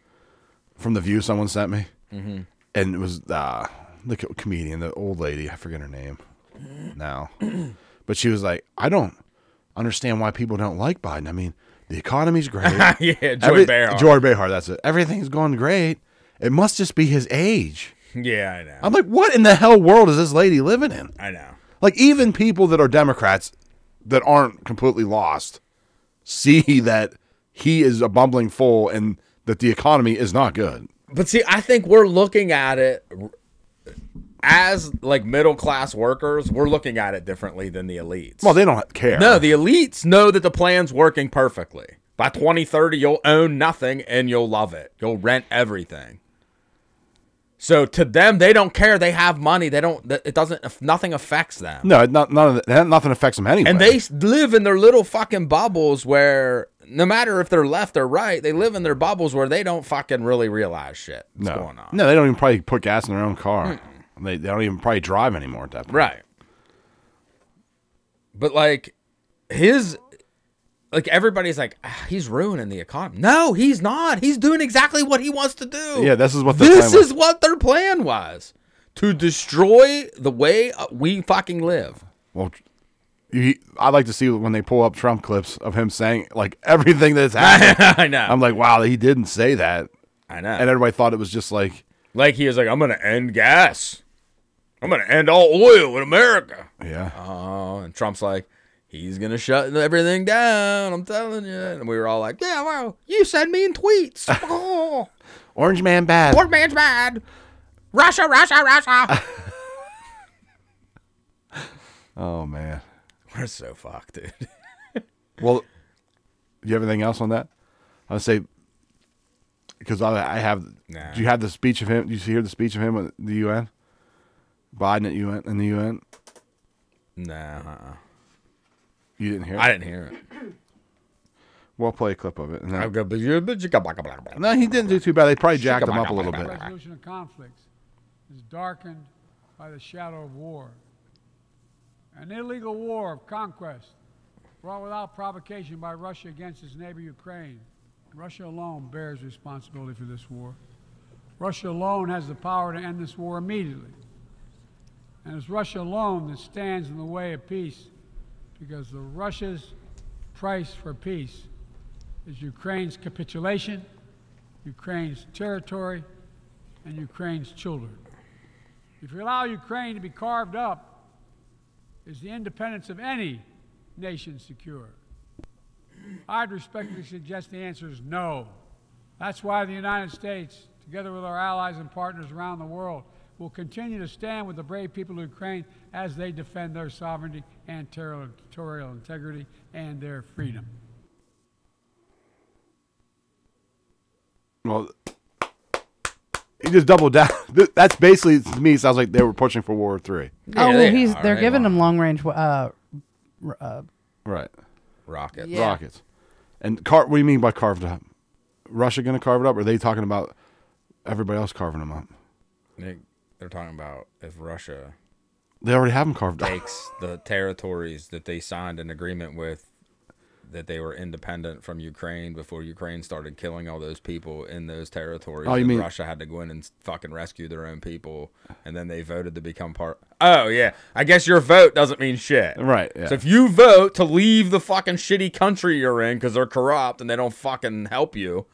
from the view someone sent me,
Mm-hmm.
and it was uh, the co- comedian, the old lady. I forget her name now, but she was like, "I don't understand why people don't like Biden. I mean, the economy's great.
yeah, Joy
Every-
Behar.
Joy Behar. That's it. Everything's going great. It must just be his age."
yeah, I know.
I'm like, what in the hell world is this lady living in?
I know.
Like even people that are Democrats that aren't completely lost see that he is a bumbling fool and that the economy is not good.
But see, I think we're looking at it r- as like middle class workers. We're looking at it differently than the elites.
Well, they don't care.
no, the elites know that the plan's working perfectly. By 2030, you'll own nothing and you'll love it. You'll rent everything. So to them, they don't care. They have money. They don't. th- It doesn't. If nothing affects them.
no, not none of that. Nothing affects them anyway.
And they s- live in their little fucking bubbles where no matter if they're left or right, they live in their bubbles where they don't fucking really realize shit that's
no,
going on. Hmm.
no, they don't even probably put gas in their own car. They, they don't even probably drive anymore at that point.
Right. But like his like everybody's like "Ah, he's ruining the economy. No, he's not. He's doing exactly what he wants to do.
Yeah, this is what their
This
plan was.
is what their plan was. To destroy the way uh, we fucking live.
Well, you, I like to see when they pull up Trump clips of him saying like everything that's happened.
I know.
I'm like, wow, he didn't say that,
I know.
and everybody thought it was just like
like he was like, I'm gonna end gas. I'm gonna end all oil in America.
Yeah.
Oh, and Trump's like, he's gonna shut everything down. I'm telling you. And we were all like, Yeah, well, you send me in tweets. Oh,
Orange man bad.
poor man's bad. Russia, Russia, Russia.
oh man.
we're so fucked, dude.
Well, you have anything else on that? I would say because I, I have.
Nah.
Do you have the speech of him? Do you hear the speech of him at the UN? Biden at UN in the UN.
Nah, uh-uh.
You didn't hear. it?
I didn't hear it.
We'll play a clip of it. and then-
I'll go, "But you- but you got blah, blah, blah, blah."
no, he didn't do too bad. They probably jacked him up a little bit.
resolution of conflicts is darkened by the shadow of war. An illegal war of conquest brought without provocation by Russia against its neighbor Ukraine. Russia alone bears responsibility for this war. Russia alone has the power to end this war immediately. And it's Russia alone that stands in the way of peace because the Russia's price for peace is Ukraine's capitulation, Ukraine's territory, and Ukraine's children. If you allow Ukraine to be carved up, is the independence of any nation secure? I'd respectfully suggest the answer is no. That's why the United States, together with our allies and partners around the world, will continue to stand with the brave people of Ukraine as they defend their sovereignty and territorial integrity and their freedom.
Well, he just doubled down. Th- That's basically to me. it Sounds like they were pushing for World War Three.
oh,
Yeah,
well,
they
he's
are,
they're
right?
giving him long range. Uh,
Right.
Rocket.
Yeah.
Rockets. And car- what do you mean by carved up? Russia going to carve it up? Or are they talking about everybody else carving them up?
They- They're talking about if Russia
They already have them carved up.
takes the territories that they signed an agreement with that they were independent from Ukraine before Ukraine started killing all those people in those territories.
Oh, you
and
mean-
Russia had to go in and fucking rescue their own people, and then they voted to become part. Oh yeah, I guess your vote doesn't mean shit,
Right, yeah.
So if you
Oh,
vote to leave the fucking shitty country you're in because they're corrupt and they don't fucking help you,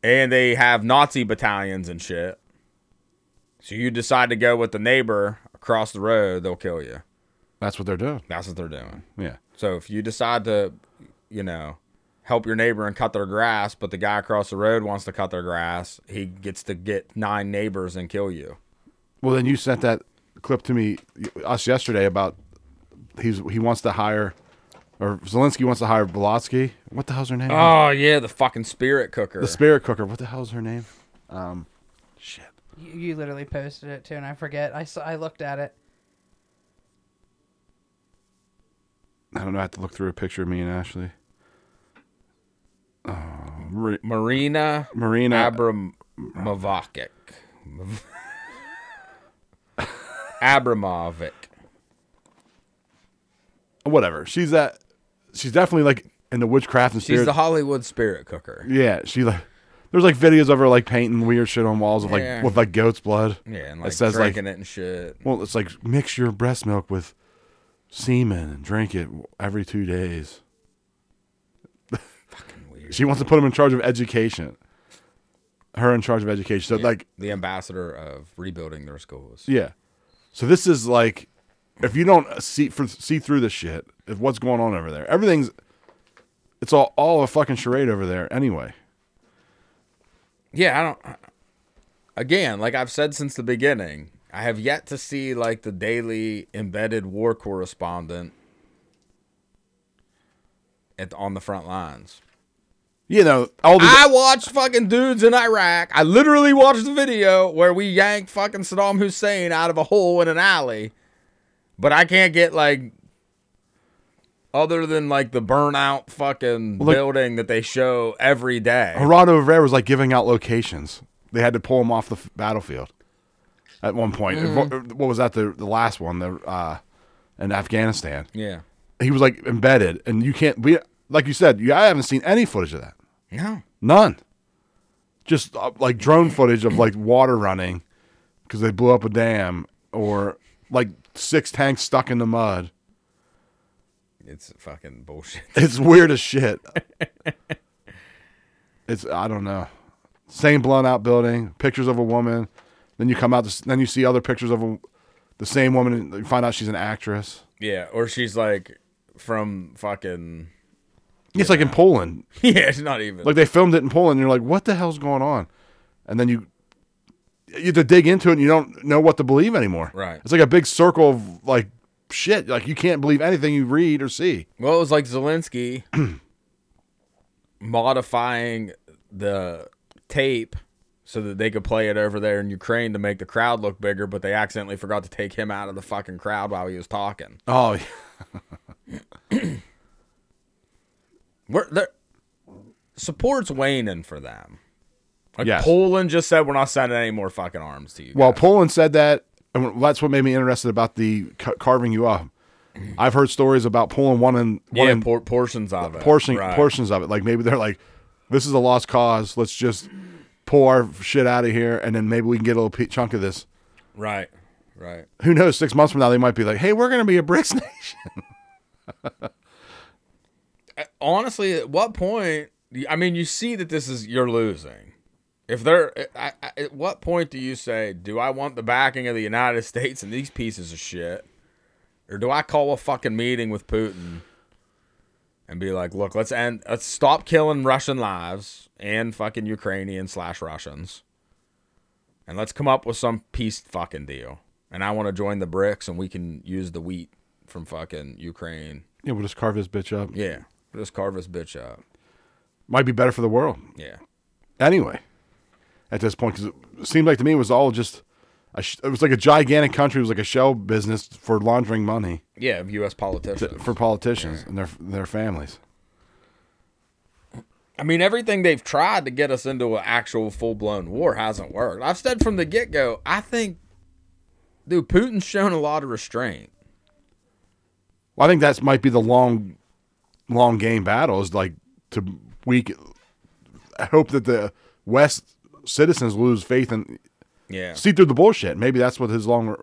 and they have Nazi battalions and shit. So you decide to go with the neighbor across the road, they'll kill you.
That's what they're doing.
That's what they're doing.
Yeah.
So if you decide to, you know, help your neighbor and cut their grass, but the guy across the road wants to cut their grass, he gets to get nine neighbors and kill you.
Well, then you sent that clip to me us yesterday about he's he wants to hire or Zelensky wants to hire Bolotsky. What the hell's her name?
Oh yeah, the fucking spirit cooker.
the spirit cooker. What the hell's her name? Um, shit.
you, you literally posted it too, and I forget. I saw, I looked at it.
I don't know. I have to look through a picture of me and Ashley. Oh, Mar-
Marina
Marina.
Abramovic. Abramovic.
whatever. She's that. She's definitely like in the witchcraft and
She's
spirit.
the Hollywood spirit cooker.
yeah, she like There's like videos of her like painting weird shit on walls with like
Yeah.
with like goat's blood.
Yeah, and like
it says like
drinking it and shit.
well, it's like mix your breast milk with semen and drink it every two days. She wants to put him in charge of education. Her in charge of education. So
Yeah,
like
the ambassador of rebuilding their schools.
yeah. So this is like if you don't see for, see through this shit, if what's going on over there. Everything's it's all all a fucking charade over there anyway.
Yeah, I don't. I- Again, like I've said since the beginning, I have yet to see like the daily embedded war correspondent at on the front lines.
You know, all these
I watched fucking dudes in Iraq. I literally watched the video where we yanked fucking Saddam Hussein out of a hole in an alley. But I can't get like other than like the burnout fucking
like-
building that they show every day.
Gerardo Rivera was like giving out locations. They had to pull him off the f- battlefield at one point.
Mm.
What, what was that? The, the last one, the uh, in Afghanistan.
Yeah.
He was like embedded, and you can't. We like you said, you I haven't seen any footage of that.
No.
None. Just uh, like drone footage of like water running because they blew up a dam, or like six tanks stuck in the mud.
It's fucking bullshit.
It's weird as shit. it's I don't know. Same blown out building, pictures of a woman. Then you come out, to, s- then you see other pictures of a, the same woman. And you find out she's an actress.
Yeah, or she's like from fucking
It's like in Poland.
Yeah, it's not even
Like they filmed it in Poland. And you're like, what the hell's going on? And then you you have to dig into it, and you don't know what to believe anymore.
Right.
It's like a big circle of like shit. Like you can't believe anything you read or see.
Well, it was like Zelensky modifying the tape so that they could play it over there in Ukraine to make the crowd look bigger, but they accidentally forgot to take him out of the fucking crowd while he was talking.
Oh, yeah.
We're, they're- support's waning for them. Like
Yes.
Poland just said, we're not sending any more fucking arms to you.
Well,
guys."
Poland said that, and that's what made me interested about the ca- carving you up. I've heard stories about Poland wanting,
yeah,
wanting
por- portions of it.
portion,
right.
portions of it. Like maybe they're like, this is a lost cause. Let's just pull our shit out of here, and then maybe we can get a little pe- chunk of this.
Right, right.
Who knows? Six months from now, they might be like, hey, we're going to be a BRICS nation.
honestly, at what point? I mean, you see that this is you're losing. If they're, I, I, at what point do you say, "Do I want the backing of the United States and these pieces of shit," or do I call a fucking meeting with Putin and be like, "Look, let's end, let's stop killing Russian lives and fucking Ukrainian slash Russians, and let's come up with some peace fucking deal." And I want to join the BRICS, and we can use the wheat from fucking Ukraine.
yeah, we'll just carve this bitch up.
Yeah, just carve this bitch up.
Might be better for the world.
Yeah.
anyway at this point because it seemed like to me it was all just a sh- it was like a gigantic country it was like a shell business for laundering money
Yeah, of U.S.
to,
politicians.
for politicians and their their families
I mean, everything they've tried to get us into an actual full blown war hasn't worked. I've said from the get go, I think, dude, Putin's shown a lot of restraint.
well, i think that's might be the long long game battle is like to weak i hope that the west citizens lose faith and
Yeah.
see through the bullshit maybe that's what his long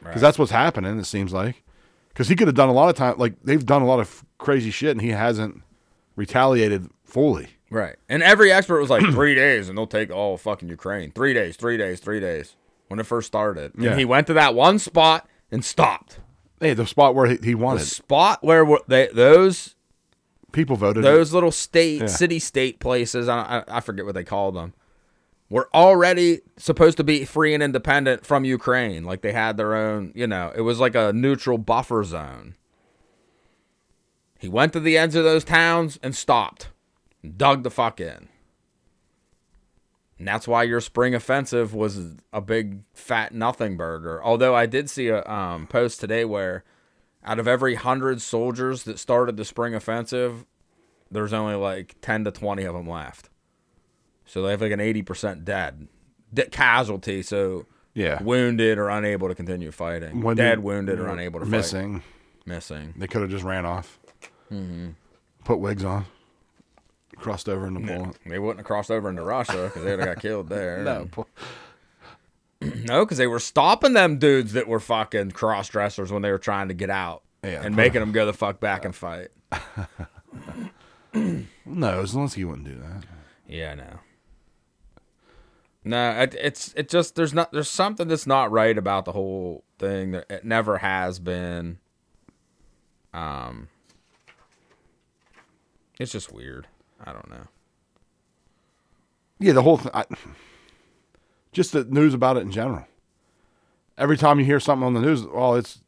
because that's what's happening it seems like because he could have done a lot of time like they've done a lot of crazy shit and he hasn't retaliated fully
Right. And every expert was like, three days and they'll take all of fucking Ukraine. Three days, three days, three days. When it first started.
Yeah.
And he went to that one spot and stopped.
Hey, the spot where he, he
The
wanted.
spot where were they, those
People voted.
those little state
Yeah.
city state places I, I, I forget what they call them were already supposed to be free and independent from ukraine like they had their own you know it was like a neutral buffer zone he went to the ends of those towns and stopped dug the fuck in and that's why your spring offensive was a big fat nothing burger although i did see a um, post today where out of every hundred soldiers that started the spring offensive there's only like 10 to 20 of them left. So they have like an 80% dead de- casualty. So
Yeah.
wounded or unable to continue fighting.
When
dead,
they-
wounded, or unable to fight.
missing.
Missing. Mm-hmm.
They could have just ran off. Put wigs on. crossed over into Poland.
They wouldn't have crossed over into Russia because they would have got killed there.
No, Po-
No, because they were stopping them dudes that were fucking cross dressers when they were trying to get out
Yeah,
and
put-
making them go the fuck back and fight.
no, Zelensky wouldn't do that.
Yeah, I know. No, it, it's it just there's not there's something that's not right about the whole thing. That it never has been. Um, it's just weird. I don't know.
Yeah, the whole thing. Just the news about it in general. Every time you hear something on the news, well, it's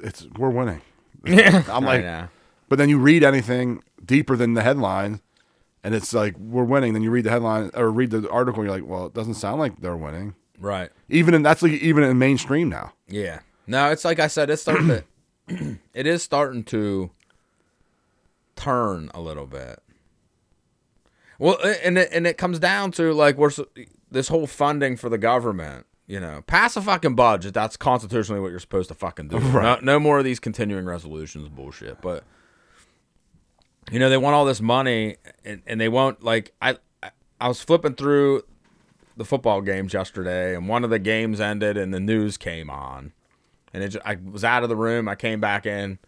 it's we're winning.
Yeah,
I'm like-
know.
But then you read anything deeper than the headline, and it's like we're winning. Then you read the headline or read the article, you're like, well, it doesn't sound like they're winning.
right.
Even in that's like even in mainstream now.
Yeah. No, it's like I said, it's starting to it is starting to turn a little bit. Well, a- and it, and it comes down to like we're s- this whole funding for the government, you know, pass a fucking budget. That's constitutionally what you're supposed to fucking do.
Right.
No, no more of these continuing resolutions bullshit. But you know, they want all this money, and, and they won't like I. I- I was flipping through the football games yesterday, and one of the games ended, and the news came on, and it just, I was out of the room. I came back in,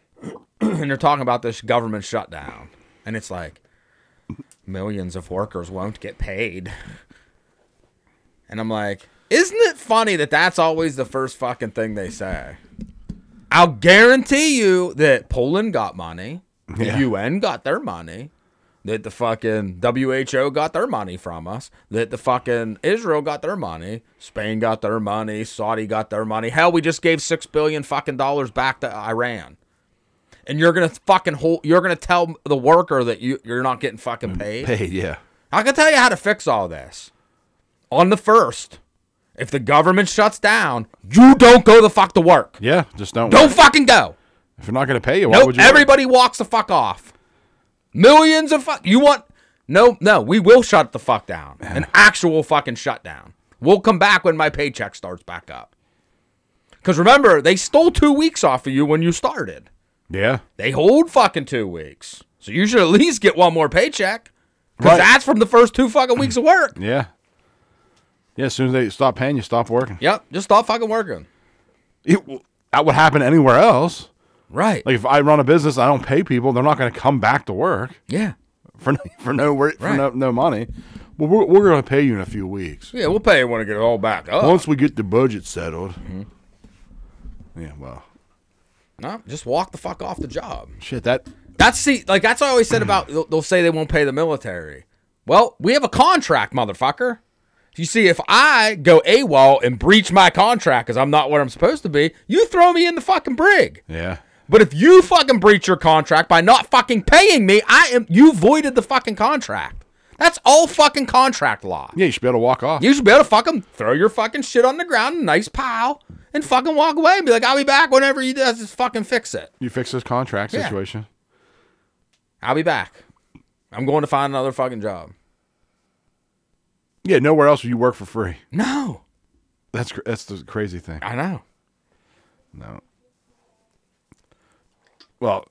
and they're talking about this government shutdown, and it's like millions of workers won't get paid, and I'm like, isn't it funny that that's always the first fucking thing they say? I'll guarantee you that Poland got money, the
Yeah.
UN got their money, that the fucking WHO got their money from us, that the fucking Israel got their money, Spain got their money, Saudi got their money. Hell, we just gave six billion fucking dollars back to Iran. And you're gonna fucking hold. You're gonna tell the worker that you you're not getting fucking paid.
Mm, Paid, yeah.
I can tell you how to fix all this. On the first, if the government shuts down, you don't go the fuck to work.
Yeah, just don't.
Don't fucking go.
If you're not going to pay you, why
Nope.
would you?
Everybody walks the fuck off. Millions of fuck. You want? No, no. We will shut the fuck down. An actual fucking shutdown. We'll come back when my paycheck starts back up. Because remember, they stole two weeks off of you when you started.
Yeah.
They hold fucking two weeks, so you should at least get one more paycheck. Because
Right.
that's from the first two fucking weeks of work.
Yeah. Yeah, as soon as they stop paying, you stop working.
Yep, just stop fucking working.
It, w- that would happen anywhere else.
Right.
Like if I run a business, I don't pay people, they're not going to come back to work
yeah.
for no, for no wor- for
Right.
no, no money. Well, we're, we're going to pay you in a few weeks
Yeah, we'll pay you when I get it all back up.
once we get the budget settled.
Mm-hmm.
Yeah, well,
no, just walk the fuck off the job.
shit. That
That's see, like that's what I always said about they'll, they'll say they won't pay the military. Well, we have a contract, motherfucker. You see, if I go AWOL and breach my contract because I'm not what I'm supposed to be, you throw me in the fucking brig.
yeah.
But if you fucking breach your contract by not fucking paying me, I am you voided the fucking contract. That's all fucking contract law.
Yeah, you should be able to walk off.
You should be able to fucking throw your fucking shit on the ground, in a nice pile, and fucking walk away and be like, I'll be back whenever you does just fucking fix it.
You fix this contract
Yeah.
situation.
I'll be back. I'm going to find another fucking job.
Yeah, nowhere else will you work for free.
No.
That's cr- that's the crazy thing.
I know.
No. Well,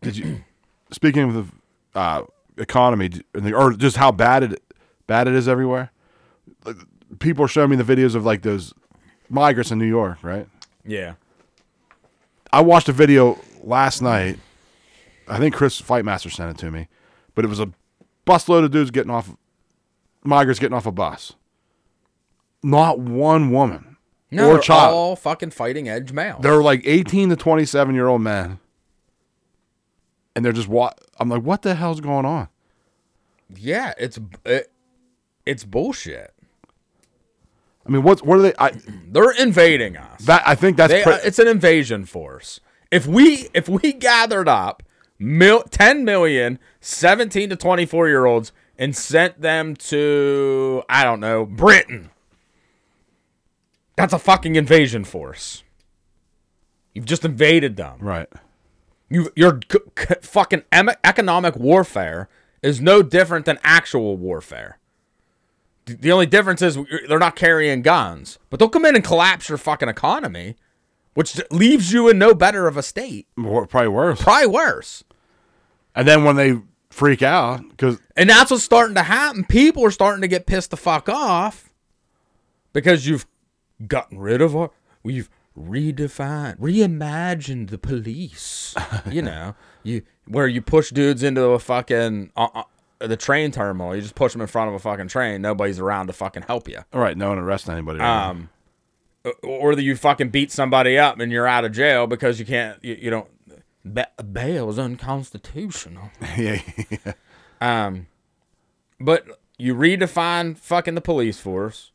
did you? speaking of the uh, economy d- and the, or just how bad it bad it is everywhere, like, people are showing me the videos of like those migrants in New York, right?
Yeah.
I watched a video last night. I think Chris Fightmaster sent it to me, but it was a busload of dudes getting off, migrants getting off a bus. Not one woman
No,
or
they're
child.
all fucking fighting edge male.
They're like 18 to 27 year old men. And they're just wa- I'm like, what the hell's going on?
yeah, it's it, it's bullshit.
I mean, what's what are they? I
They're invading us.
that I think that's
They,
pre-
uh, it's an invasion force. If we if we gathered up mil- 10 million 17 to 24 year olds and sent them to I don't know, Britain. That's a fucking invasion force. You've just invaded them.
right.
You your c- c- fucking em- economic warfare is no different than actual warfare. The- The only difference is you're- they're not carrying guns, but they'll come in and collapse your fucking economy, which leaves you in no better of a state,
Wor- Probably worse.
probably worse.
And then when they freak out because
And that's what's starting to happen. People are starting to get pissed the fuck off.
because you've gotten rid of our. We've
Redefined, reimagined the police.
you know you where you push dudes into a fucking uh, uh, the train terminal. You just push them in front of a fucking train. Nobody's around to fucking help you.
all right, no one arresting anybody. right now.
Um, or that you fucking beat somebody up and you're out of jail because you can't. You, you don't. Ba- bail is unconstitutional.
yeah,
Um, but you redefine fucking the police force.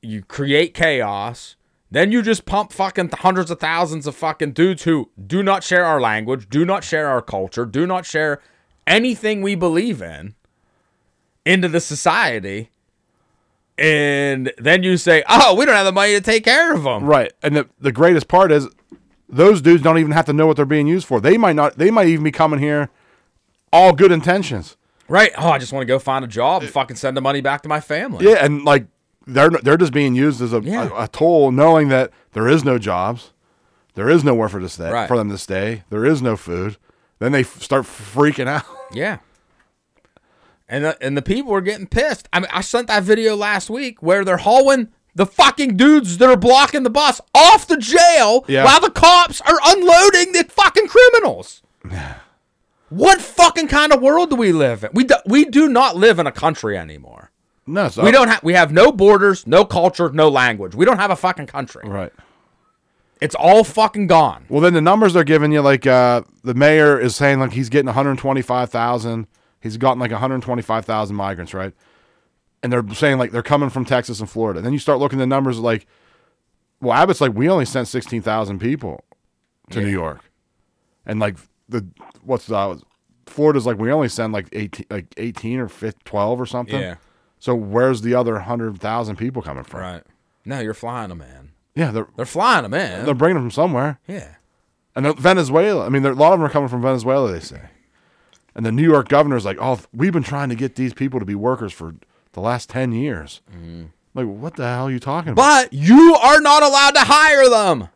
You create chaos. Then you just pump fucking hundreds of thousands of fucking dudes who do not share our language, do not share our culture, do not share anything we believe in into the society. And then you say, oh, we don't have the money to take care of them.
right. And the the greatest part is those dudes don't even have to know what they're being used for. They might not. They might even be coming here all good intentions.
Right. Oh, I just want to go find a job and fucking send the money back to my family.
Yeah, and like they're they're just being used as a,
Yeah.
a, a tool, knowing that there is no jobs, there is nowhere for to stay
Right.
for them to stay, there is no food. Then they f- start freaking out.
Yeah. And the, and the people are getting pissed. I mean, I sent that video last week where they're hauling the fucking dudes that are blocking the bus off the jail
Yeah.
while the cops are unloading the fucking criminals. what fucking kind of world do we live in? We do, we do not live in a country anymore.
No, so
We don't have we have no borders, no culture, no language. We don't have a fucking country.
right.
It's all fucking gone.
Well, then the numbers they're giving you, like uh, the mayor is saying, like he's getting 125,000. He's gotten like 125,000 migrants, right? And they're saying like they're coming from Texas and Florida. then you start looking at the numbers, like, well, Abbott's like we only sent 16,000 people to New York, and like the what's the Florida's like we only send like 18, like 18 or 15, 12 or something.
Yeah.
So where's the other 100,000 people coming from?
Right. No, you're flying them in.
Yeah, they're
They're flying them in.
they're bringing them from somewhere.
yeah.
And they're- Venezuela. I mean, there- a lot of them are coming from Venezuela, they say. And the New York governor's like, oh, we've been trying to get these people to be workers for the last 10 years. Like, what the hell are you talking about?
Mm-hmm. But you are not allowed to hire them,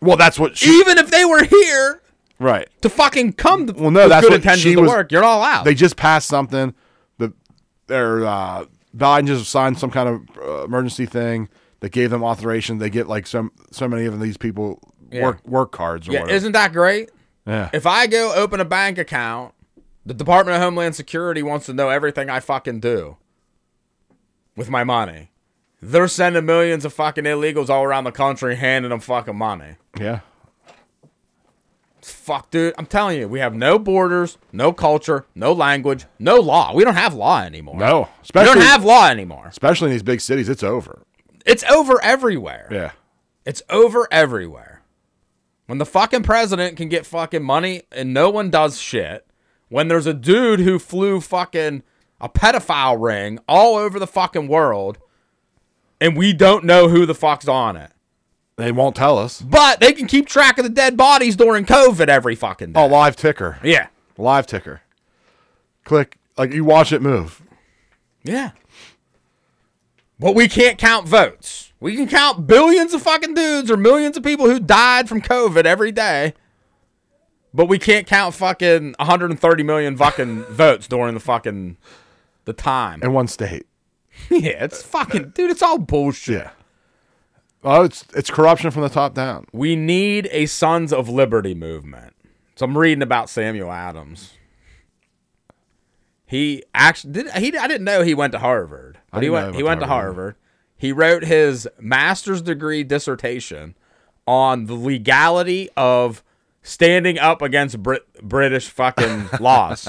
Well, that's what she.
even if they were here
Right.
to fucking come. To,
Well, no,
with
that's
good
what
intentions
she
to
was-
work. You're not allowed.
They just passed something. The, their, uh, Biden just signed some kind of uh, emergency thing that gave them authorization. They get like some so many of these people
Yeah.
work work cards or
yeah,
whatever.
isn't that great?
yeah.
If I go open a bank account, the Department of Homeland Security wants to know everything I fucking do with my money. They're sending millions of fucking illegals all around the country, handing them fucking money.
yeah.
Fuck, dude. I'm telling you, we have no borders, no culture, no language, no law. We don't have law anymore.
No.
we
Especially,
don't have law anymore.
especially in these big cities. It's over.
It's over everywhere.
Yeah.
It's over everywhere. When the fucking president can get fucking money and no one does shit, when there's a dude who flew fucking a pedophile ring all over the fucking world and we don't know who the fuck's on it.
They won't tell us.
But they can keep track of the dead bodies during COVID every fucking day.
Oh, live ticker.
yeah.
Live ticker. Click. Like you watch it move.
Yeah. But we can't count votes. We can count billions of fucking dudes or millions of people who died from COVID every day. But we can't count fucking 130 million fucking votes during the fucking the time.
In one state.
Yeah, it's fucking dude, it's all bullshit.
Yeah. Oh, it's it's corruption from the top down.
We need a Sons of Liberty movement. So I'm reading about Samuel Adams. He actually did. He I didn't know he went to Harvard, but he
didn't know
went.
he
He went
went
to
to
Harvard. He wrote his master's degree dissertation on the legality of standing up against Brit- British fucking laws.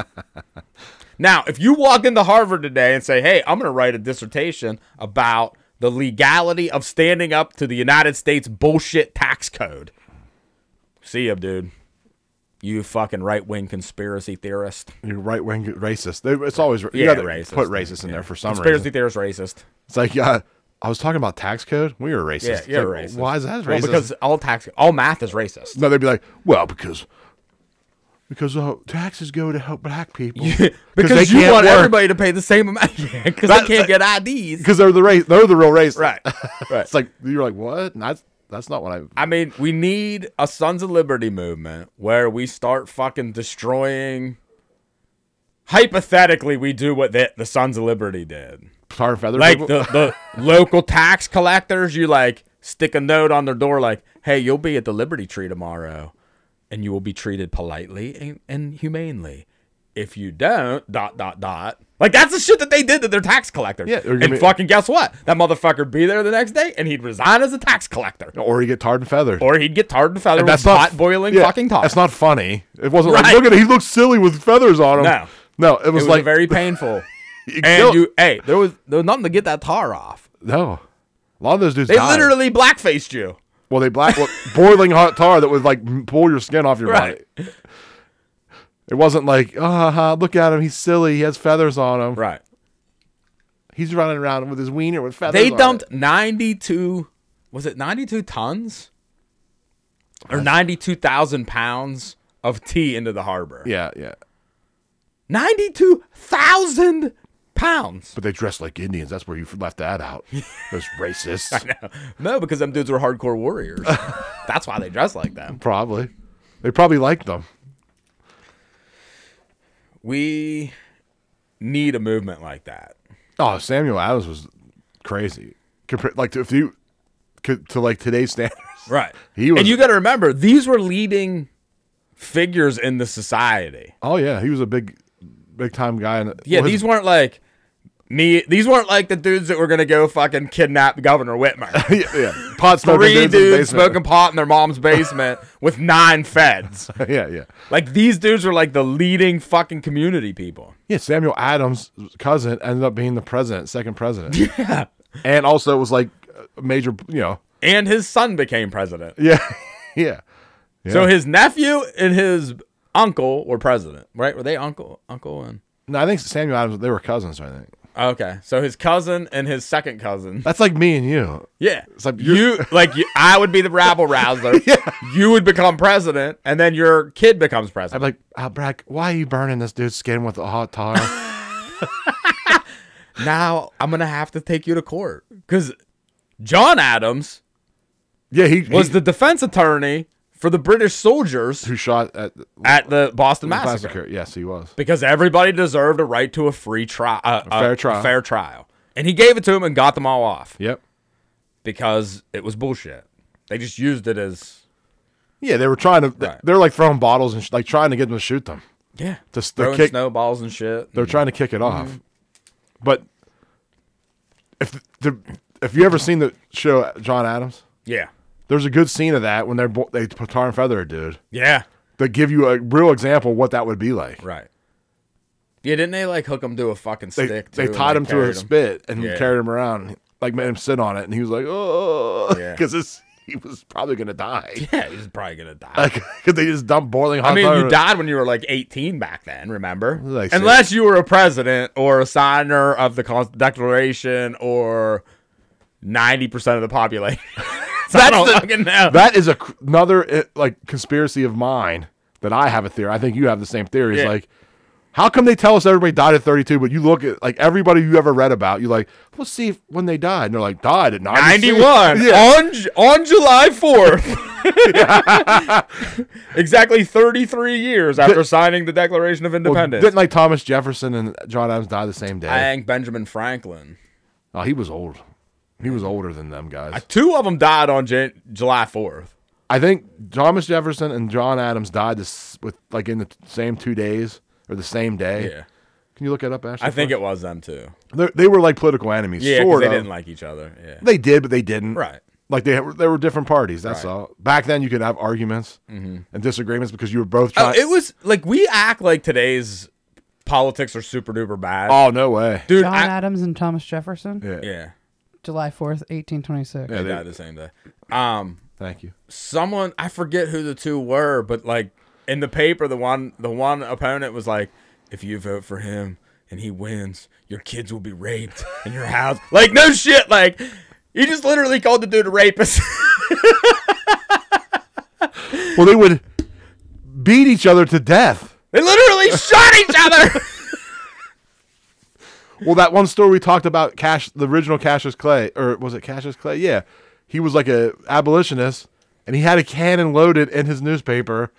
Now, if you walk into Harvard today and say, "Hey, I'm going to write a dissertation about the legality of standing up to the United States bullshit tax code," see ya, dude. You fucking right wing conspiracy theorist.
You're right wing racist. They, it's always you
Yeah,
gotta
racist.
put racist in there for some
conspiracy
reason.
theorist racist.
It's like uh, I was talking about tax code. We were racist.
Yeah,
It's
you're
like,
racist.
Why is that racist?
Well, because all tax, all math is racist.
no, they'd be like, well, because because uh, taxes go to help black people. they
Because you
can't
want
work.
everybody to pay the same amount. Because
That-
they can't get IDs.
Because they're the race. They're the real race.
Right. Right.
It's like you're like what? That's that's not what I.
I mean, we need a Sons of Liberty movement where we start fucking destroying hypothetically we do what the, the Sons of Liberty did.
Tar and feather
Like
people?
the, the local tax collectors, you like stick a note on their door like, hey, you'll be at the Liberty Tree tomorrow and you will be treated politely and, and humanely. If you don't, dot, dot, dot. Like that's the shit that they did to their tax collectors.
Yeah, or you
and
mean-
fucking guess what? That motherfucker'd be there the next day and he'd resign as a tax collector.
or you get tarred and feathered.
Or he'd get tarred and feathered with pot boiling
yeah,
fucking tar.
That's not funny. It wasn't
Right.
like look at it, he looks silly with feathers on him.
No.
No, it
it was
was, like
very painful.
you
and
killed-
you hey, there was there was nothing to get that tar off.
No. A lot of those dudes
They
died.
literally blackfaced you.
Well, they black well, boiling hot tar that would like m- pull your skin off your
Right.
body. It wasn't like, oh, ha, ha, look at him. He's silly. He has feathers on him.
Right.
He's running around with his wiener with feathers.
They
on
dumped
it."
92 was it 92 tons or 92,000 pounds of tea into the harbor.
Yeah, yeah.
92,000 pounds.
But they dressed like Indians. That's where you left that out. Those racists.
No, because them dudes were hardcore warriors. That's why they dress like them.
Probably. They probably liked them.
We need a movement like that.
Oh, Samuel Adams was crazy. Compar- like if you could to like today's standards.
Right.
He was-
and you got to remember, these were leading figures in the society.
Oh yeah, he was a big, big time guy. And
Yeah,
well, his-
these weren't like me. These weren't like the dudes that were gonna go fucking kidnap Governor Whitmer.
yeah, yeah. pot smoking
Three
dudes, in the
dudes
basement.
smoking pot in their mom's basement with nine feds.
yeah, yeah,
Like these dudes are like the leading fucking community people.
yeah. Samuel Adams' cousin ended up being the president, second president. Yeah, and also was like a major. You know,
And his son became president.
yeah, yeah.
So
Yeah.
his nephew and his uncle were president, right? Were they uncle, uncle and?
No, I think Samuel Adams. They were cousins. I think
Okay, so his cousin and his second cousin.
that's like me and you.
Yeah,
It's like
you
you're-
like you, I would be the rabble rouser. you would become president, and then your kid becomes president.
I'm like, oh, Brack, why are you burning this dude's skin with a hot tar?
now I'm gonna have to take you to court because John Adams
Yeah, he
was
he-
the defense attorney for the British soldiers
who shot at the
at the Boston
massacre.
massacre,
Yes, he was.
because everybody deserved a right to a free trial, uh, a
fair trial.
fair trial, and he gave it to him and got them all off
Yep.
because it was bullshit. They just used it as
Yeah, they were trying to.
Right.
They're like throwing bottles and sh- like trying to get them to shoot them.
yeah,
Just the
throwing Mm-hmm.
kick-
snowballs and shit.
They're trying to kick it off. But if the if you ever seen the show John Adams,
yeah,
there's a good scene of that when they're bo- they put tar and feather a dude.
yeah.
They give you a real example of what that would be like.
Right. Yeah, didn't they like hook him to a fucking
They
stick?
they
too,
tied
and
him to a
carried
spit and
Yeah.
carried him around, like made him sit on it, and he was like, oh,
Yeah.
because this he was probably gonna die.
Yeah, he's probably gonna die.
Like, 'cause they just dumped boiling hot
I mean,
tar-
you died when you were like 18 back then, remember?
Like,
Unless you were a president or a signer of the Const- Declaration or 90% of the population. so I don't fucking know.
That is a, cr- another uh, like conspiracy of mine that I have a theory. I think you have the same theory. It's
Yeah.
like, how come they tell us everybody died at 32, but you look at like everybody you ever read about, you like, let's see if, when they died. And they're like, died at 96.
91
Yeah.
on J- on July 4th. exactly 33 years after signing the Declaration of
Well,
Independence.
didn't like Thomas Jefferson and John Adams die the same
I
day?
think Benjamin Franklin.
oh, he was old. He was older than them guys. I,
Two of them died on Jan- July 4th.
think Thomas Jefferson and John Adams died this with like in the t- same two days or the same day.
Yeah.
Can you look it up, Ashley?
I think it was them too.
They're- they were like political enemies.
Yeah, 'cause
sort
they
of.
didn't like each other. Yeah.
They did, but they didn't.
Right.
Like they they were different parties. That's
Right. Mm-hmm.
all. Back then, you could have arguments and disagreements because you were both
Oh,
trying.
it was like we act like today's politics are super duper bad.
Oh no way!
Dude,
John
I-
Adams and Thomas Jefferson,
Yeah.
yeah,
July 4th, 1826.
they
they-
died the same day. Um,
Thank you.
someone I forget who the two were, but like in the paper, the one the one opponent was like, if you vote for him and he wins, your kids will be raped in your house. Like no shit, like. He just literally called the dude a rapist.
Well, they would beat each other to death.
they literally shot each other.
Well, that one story we talked about, Cash, the original Cassius Clay, or was it Cassius Clay? Yeah, he was like a abolitionist, and he had a cannon loaded in his newspaper,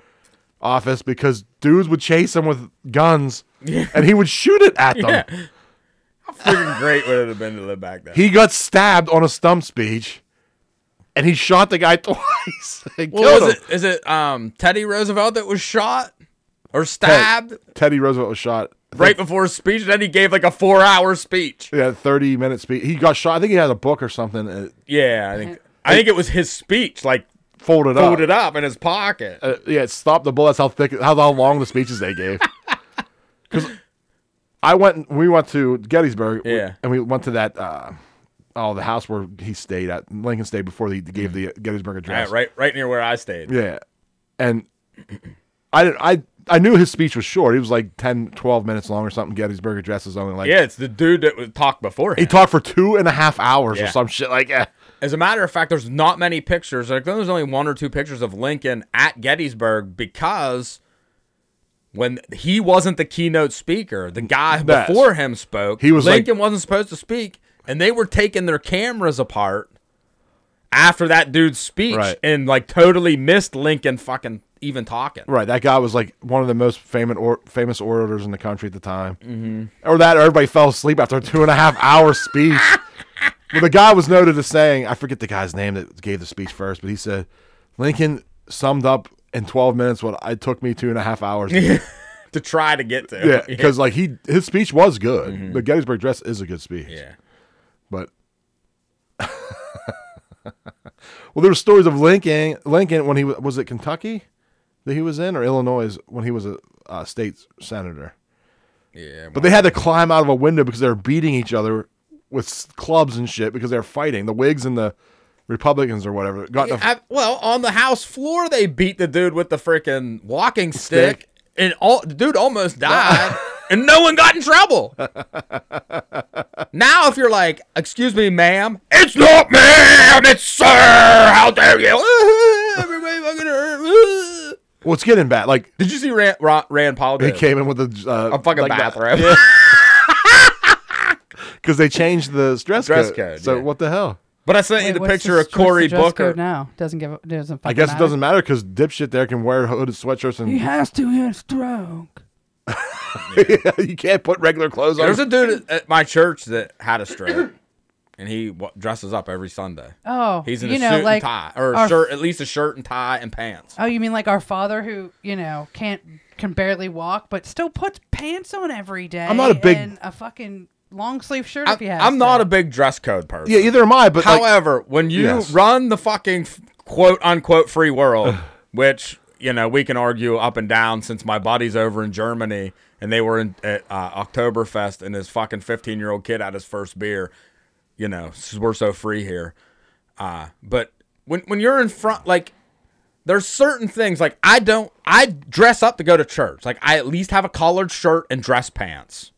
office because dudes would chase him with guns and he would shoot it at them.
Freaking great would it have been to live back then.
He got stabbed on a stump speech and he shot the guy twice. They
Well,
killed
was
him.
it? Is it um, Teddy Roosevelt that was shot or stabbed
Teddy Roosevelt was shot. I think-
right before his speech? Then he gave like a four-hour speech.
Yeah, 30 minute speech. He got shot. I think he had a book or something uh,
Yeah, I think I think it was his speech, like
folded up.
folded up in his pocket.
Uh, yeah, it stopped the bullets. How thick? How, how long the speeches they gave? Because I went. We went to Gettysburg. w-
Yeah.
and we went to that. Uh, oh, the house where he stayed at Lincoln stayed before they gave the Gettysburg
Right,
address.
Mm-hmm. right, right near where I stayed.
Yeah, and I didn't. I I knew his speech was short. He was like 10, 12 minutes long or something. Gettysburg address is only like
Yeah, it's the dude that would talk before
He
him.
talked for two and a half hours or
Yeah.
some shit like that.
As a matter of fact, there's not many pictures. Like there's only one or two pictures of Lincoln at Gettysburg because when he wasn't the keynote speaker, the guy
That's-
before him spoke.
He was like-
Lincoln wasn't supposed to speak, and they were taking their cameras apart after that dude's speech
Right.
and like totally missed Lincoln fucking even talking.
Right, that guy was like one of the most famous or famous orators in the country at the time, mm-hmm. or that or everybody fell asleep after a two and a half hour speech. well, the guy was noted as saying, I forget the guy's name that gave the speech first, but he said Lincoln summed up in twelve minutes what it took me two and a half hours. to do."
To try to get to.
yeah, because like he his speech was good. The Gettysburg Address is a good speech.
Yeah.
But well, there were stories of Lincoln. Lincoln when he wa- was it Kentucky that he was in or Illinois when he was a uh, state senator.
Yeah.
But they had to climb out of a window because they were beating each other with s- clubs and shit because they were fighting the Whigs and the Republicans or whatever. Got in a-
I- well, on the house floor, they beat the dude with the freaking walking stick,
Stick.
and all the dude almost died, and no one got in trouble. now, if you're like, "Excuse me, ma'am," it's not ma'am, it's sir. How dare you? Everybody fucking hurt.
well, it's getting bad. Like
Did you see Rand, Ra- Rand Paul?
they
Did?
came in with a, uh,
a fucking
like that-
bathrobe.
because they changed the dress,
Dress
code.
code,
So
yeah.
what the hell?
But I sent you
Wait,
the
what's
picture
this-
of
what's the
Cory
dress
Booker.
code now doesn't give. a- Doesn't.
I
fucking
guess it
matter.
doesn't matter because dipshit there can wear hooded sweatshirts
He
and
has to. He's stroke.
you can't put regular clothes on.
There's a dude at my church that had a stroke, and he w- dresses up every Sunday.
Oh,
He's in
you
a
know,
suit
like
and tie, or a
our-
shirt, at least a shirt and tie and pants.
Oh, you mean like our father who you know can't can barely walk, but still puts pants on every day.
I'm not a big-
and a fucking long sleeve shirt
I'm,
if you have.
I'm not a big dress code person.
yeah, either am I. But like,
However, when you
Yes.
run the fucking f- quote unquote free world, which you know we can argue up and down since my buddy's over in Germany and they were in at uh, Oktoberfest and his fucking 15 year old kid had his first beer. You know, s- we're so free here. Uh, but when when you're in front, like there's certain things like I don't I dress up to go to church. Like I at least have a collared shirt and dress pants.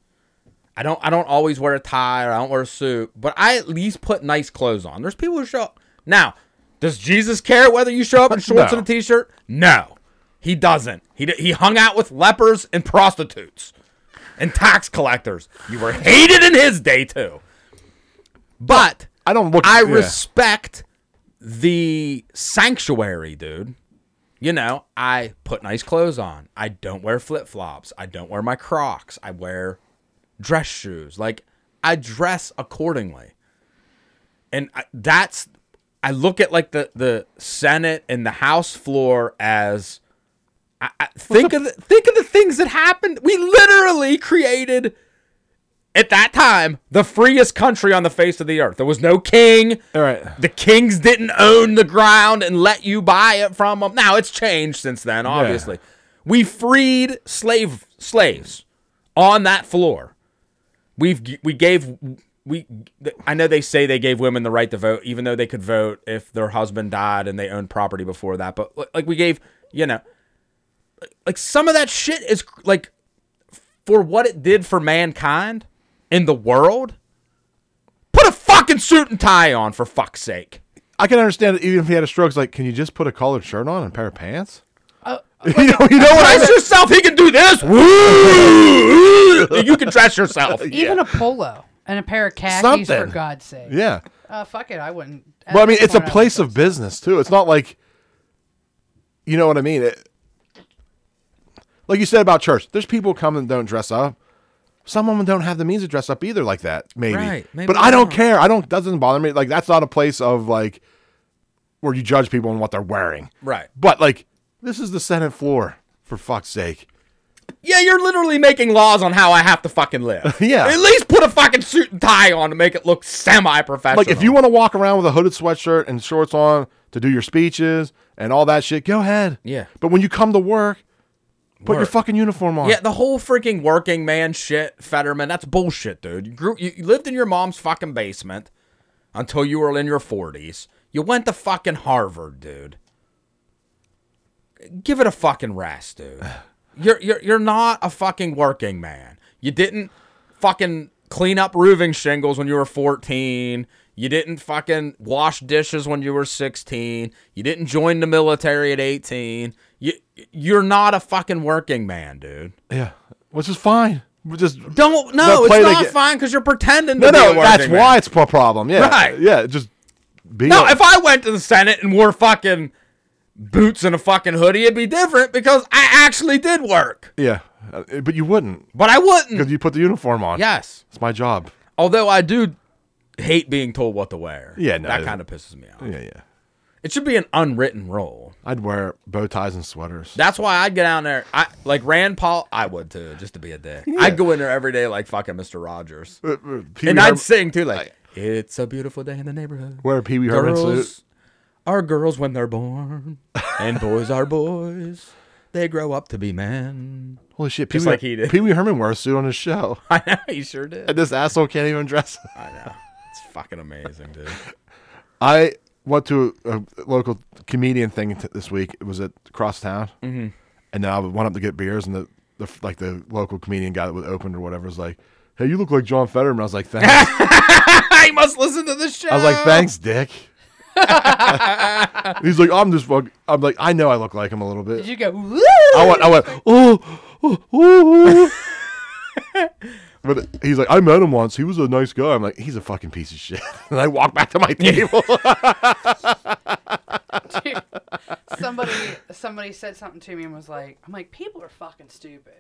I don't I don't always wear a tie or I don't wear a suit, but I at least put nice clothes on. There's people who show up. Now, does Jesus care whether you show up in shorts
No.
and a t-shirt? No. He doesn't. He d- he hung out with lepers and prostitutes and tax collectors. You were hated in his day too. But
I don't look.
I
yeah.
respect the sanctuary, dude. You know, I put nice clothes on. I don't wear flip flops. I don't wear my Crocs. I wear dress shoes. Like, I dress accordingly. And I, that's, I look at like the, the Senate and the House floor as, I, I, think of the, think of the things that happened. We literally created at that time the freest country on the face of the earth. There was no king.
All right.
The kings didn't own the ground and let you buy it from them. Now it's changed since then, obviously. We freed slave slaves on that floor. We've g- we gave we th- I know they say they gave women the right to vote even though they could vote if their husband died and they owned property before that, but li- like we gave, you know, like some of that shit is like for what it did for mankind in the world. Put a fucking suit and tie on for fuck's sake.
I can understand it even if he had a stroke. It's like, can you just put a collared shirt on and a pair of pants?
Uh,
you know, you know what I
Dress
mean?
yourself. He can do this. Woo! you can dress yourself.
Even a polo and a pair of khakis, for
Something.
God's sake.
Yeah,
Uh, fuck it, I wouldn't. at
but I mean,
this
it's a
point, I
place
wouldn't.
of business too. It's not like, you know what I mean. It, like you said about church, there's people come and don't dress up. Some women don't have the means to dress up either, like that. Maybe,
Right, maybe
but
they
I don't
don't.
care. I don't. That doesn't bother me. Like that's not a place of like where you judge people on what they're wearing.
Right.
But like this is the Senate floor. For fuck's sake.
Yeah, you're literally making laws on how I have to fucking live.
Yeah.
At least put a fucking suit and tie on to make it look semi professional.
Like, if you want to walk around with a hooded sweatshirt and shorts on to do your speeches and all that shit, go ahead.
Yeah.
But when you come to work, put your
Work.
fucking uniform on.
Yeah, the whole freaking working man shit, Fetterman, that's bullshit, dude. You grew you you lived in your mom's fucking basement until you were in your 40s. You went to fucking Harvard, dude. Give it a fucking rest, dude. You're you're you're not a fucking working man. You didn't fucking clean up roofing shingles when you were 14. You didn't fucking wash dishes when you were 16. You didn't join the military at 18. You you're not a fucking working man, dude.
Yeah. Which is fine. We just
Don't no,
Don't
it's
play the
not
ga-
fine because you're pretending.
no,
to
no.
be a
That's
working man.
why it's a problem. Yeah.
Right.
Yeah. Just be.
No,
a-
if I went to the Senate and wore fucking boots and a fucking hoodie, it'd be different because I actually did work,
yeah. Uh, But you wouldn't
but I
because
wouldn't.
you put the uniform on.
Yes,
It's my job.
although I do hate being told what to wear.
Yeah, no,
that
it-
kind of pisses me off.
Yeah. Yeah.
It should be an unwritten rule.
I'd wear bow ties and sweaters.
That's why I'd get down there. I like Rand Paul. I would too, just to be a dick. I'd go in there every day like fucking Mister Rogers,
Uh, uh, Pee Wee
and I'd
Herman-
sing too, like it's a beautiful day in the neighborhood.
wear a Pee Wee Herman suit.
girls are girls when they're born, and boys are boys. They grow up to be men.
Holy shit! Pee
Just
Wee
like he did.
Pee Wee Herman wore a suit on his show,
I know he sure did.
and this asshole can't even dress.
It's fucking amazing, dude.
I went to a, a local comedian thing t- this week. It was at across town, mm-hmm. and then I went up to get beers, and the, the f- like the local comedian guy that was opened or whatever was like, "Hey, you look like John Fetterman." I was like, "Thanks."
I must listen to the show.
I was like, "Thanks, Dick." He's like, "I'm just fuck." I'm like, "I know I look like him a little
Did
bit."
you go? Woo!
I went, I went, oh, oh, oh. But he's like, I met him once. He was a nice guy. I'm like, he's a fucking piece of shit. And I walked back to my table.
Dude, somebody somebody said something to me and was like, I'm like, people are fucking stupid.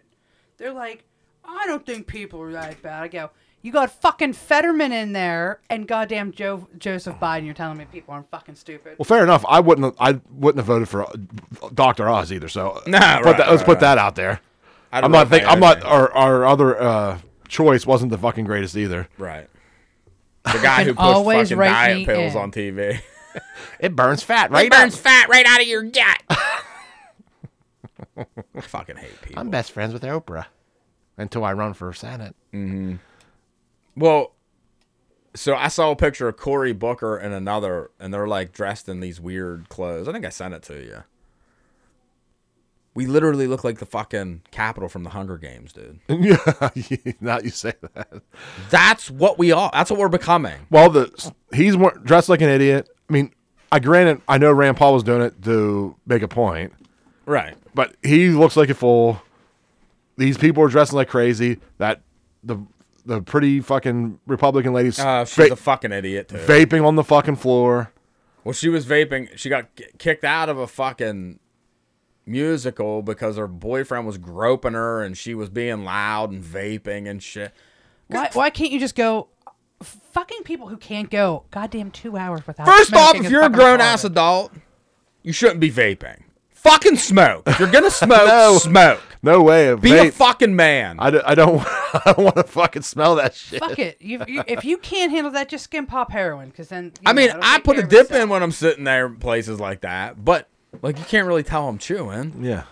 They're like, I don't think people are that bad. I go, you got fucking Fetterman in there and goddamn Joe Joseph Biden. You're telling me people aren't fucking stupid.
Well, fair enough. I wouldn't. I wouldn't have voted for uh, Doctor Oz either. So
Nah,
put that,
right,
let's
right,
put
right.
that out there.
I
I'm
don't
not
know if
think.
I
I'm not.
agree.
Our, our other uh, choice wasn't the fucking greatest either.
Right. The guy who puts
always
fucking
write
diet
me
pills
in.
on TV.
It burns fat, right? up.
fat right out of your gut. I fucking hate people.
I'm best friends with Oprah until I run for Senate.
Mm-hmm. Well, so I saw a picture of Cory Booker and another, and they're like dressed in these weird clothes. I think I sent it to you. We literally look like the fucking capital from the Hunger Games, dude.
yeah. now you say that.
That's what we are. That's what we're becoming.
Well, the he's wa- dressed like an idiot. I mean, I granted, I know Rand Paul was doing it to make a point,
Right.
but he looks like a fool. These people are dressing like crazy. That the the pretty fucking Republican lady's
Uh, she's
va-
a fucking idiot, too.
vaping on the fucking floor.
well, she was vaping. She got ki- kicked out of a fucking musical because her boyfriend was groping her and she was being loud and vaping and shit.
Why, why can't you just go? Fucking people who can't go goddamn two hours without.
First off,
smoking
if
is
you're a
fucking
grown ass
retarded.
adult, you shouldn't be vaping. Fucking smoke. If you're gonna smoke,
No.
smoke.
No way. A
Be
vape.
a fucking man.
I, d- I don't I don't want to fucking smell that shit.
Fuck it. You, you, if you can't handle that, just skin pop heroin. Because then. you
I mean,
know, it'll
I
take
put a
care of
dip
itself.
in when I'm sitting there in places like that, but like you can't really tell I'm chewing.
Yeah.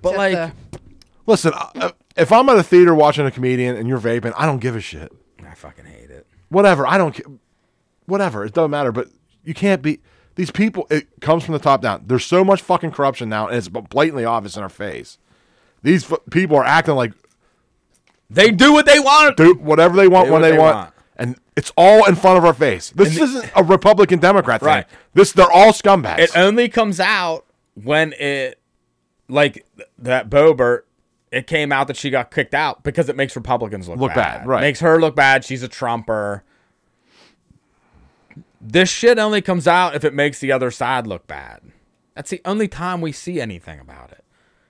But
Except
like,
Listen, I- I- if I'm at a theater watching a comedian and you're vaping, I don't give a shit.
I fucking hate it.
Whatever. I don't. ca- Whatever. It doesn't matter. But you can't be. These people. It comes from the top down. There's so much fucking corruption now, and it's blatantly obvious in our face. These f- people are acting like
They do what they want.
do whatever they want
Do
when
what
they,
they
want.
want.
And it's all in front of our face. This isn't a Republican Democrat thing.
Right.
This they're all scumbags.
It only comes out when it, like th- that Bobert, it came out that she got kicked out because it makes Republicans look,
Look bad, right.
Makes her look bad. She's a Trumper. This shit only comes out if it makes the other side look bad. That's the only time we see anything about it.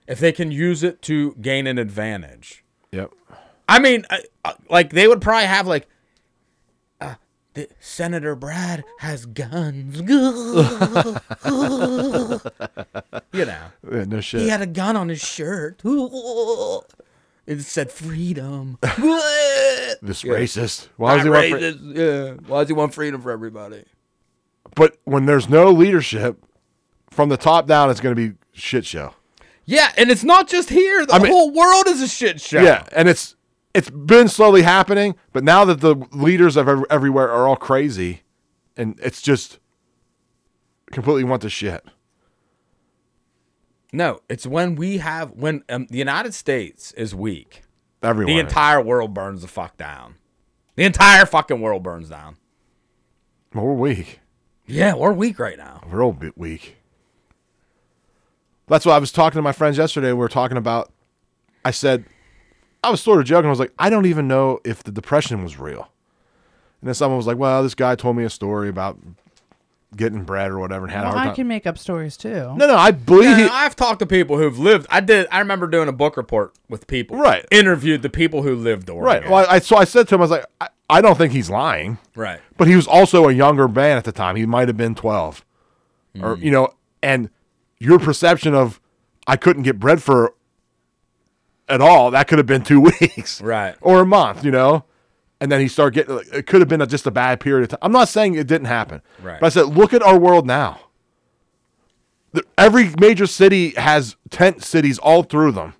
if they can use it to gain an advantage.
Yep.
I mean, I, I- like they would probably have like, uh, the, Senator Brad has guns. you know,
Yeah, no shit.
He had a gun on his shirt.
it said freedom.
This racist. Why does he want? Free-
yeah. Why does he want freedom for everybody?
but when there's no leadership from the top down, it's going to be shit show.
Yeah, and it's not just here. The
mean-
whole world is a shit show.
Yeah, and it's it's been slowly happening, but now that the leaders of ev- everywhere are all crazy, and it's just completely want the shit.
No, it's when we have when um, the United States is weak.
Everyone.
The entire world burns the fuck down. The entire fucking world burns down.
Well, we're weak.
Yeah, we're weak right now.
We're all bit weak. That's why I was talking to my friends yesterday. We were talking about. I said, I was sort of joking. I was like, I don't even know if the depression was real. And then someone was like, Well, this guy told me a story about getting bread or whatever and had a
Well,
hard
I
time.
can make up stories too.
No, no, I believe
Yeah,
it.
I've talked to people who've lived. I did. I remember doing a book report with people.
Right.
Interviewed the people who lived Oregon.
Right. Well, I, so I said to him, I was like, I, I don't think he's lying,
right.
but he was also a younger man at the time. He might have been 12 or,
Hmm.
you know, and your perception of I couldn't get bread for at all, that could have been two weeks.
Right.
Or a month, you know? And then he started getting, like, it could have been a, just a bad period of time. I'm not saying it didn't happen.
Right.
But I said, look at our world now. The- Every major city has tent cities all through them.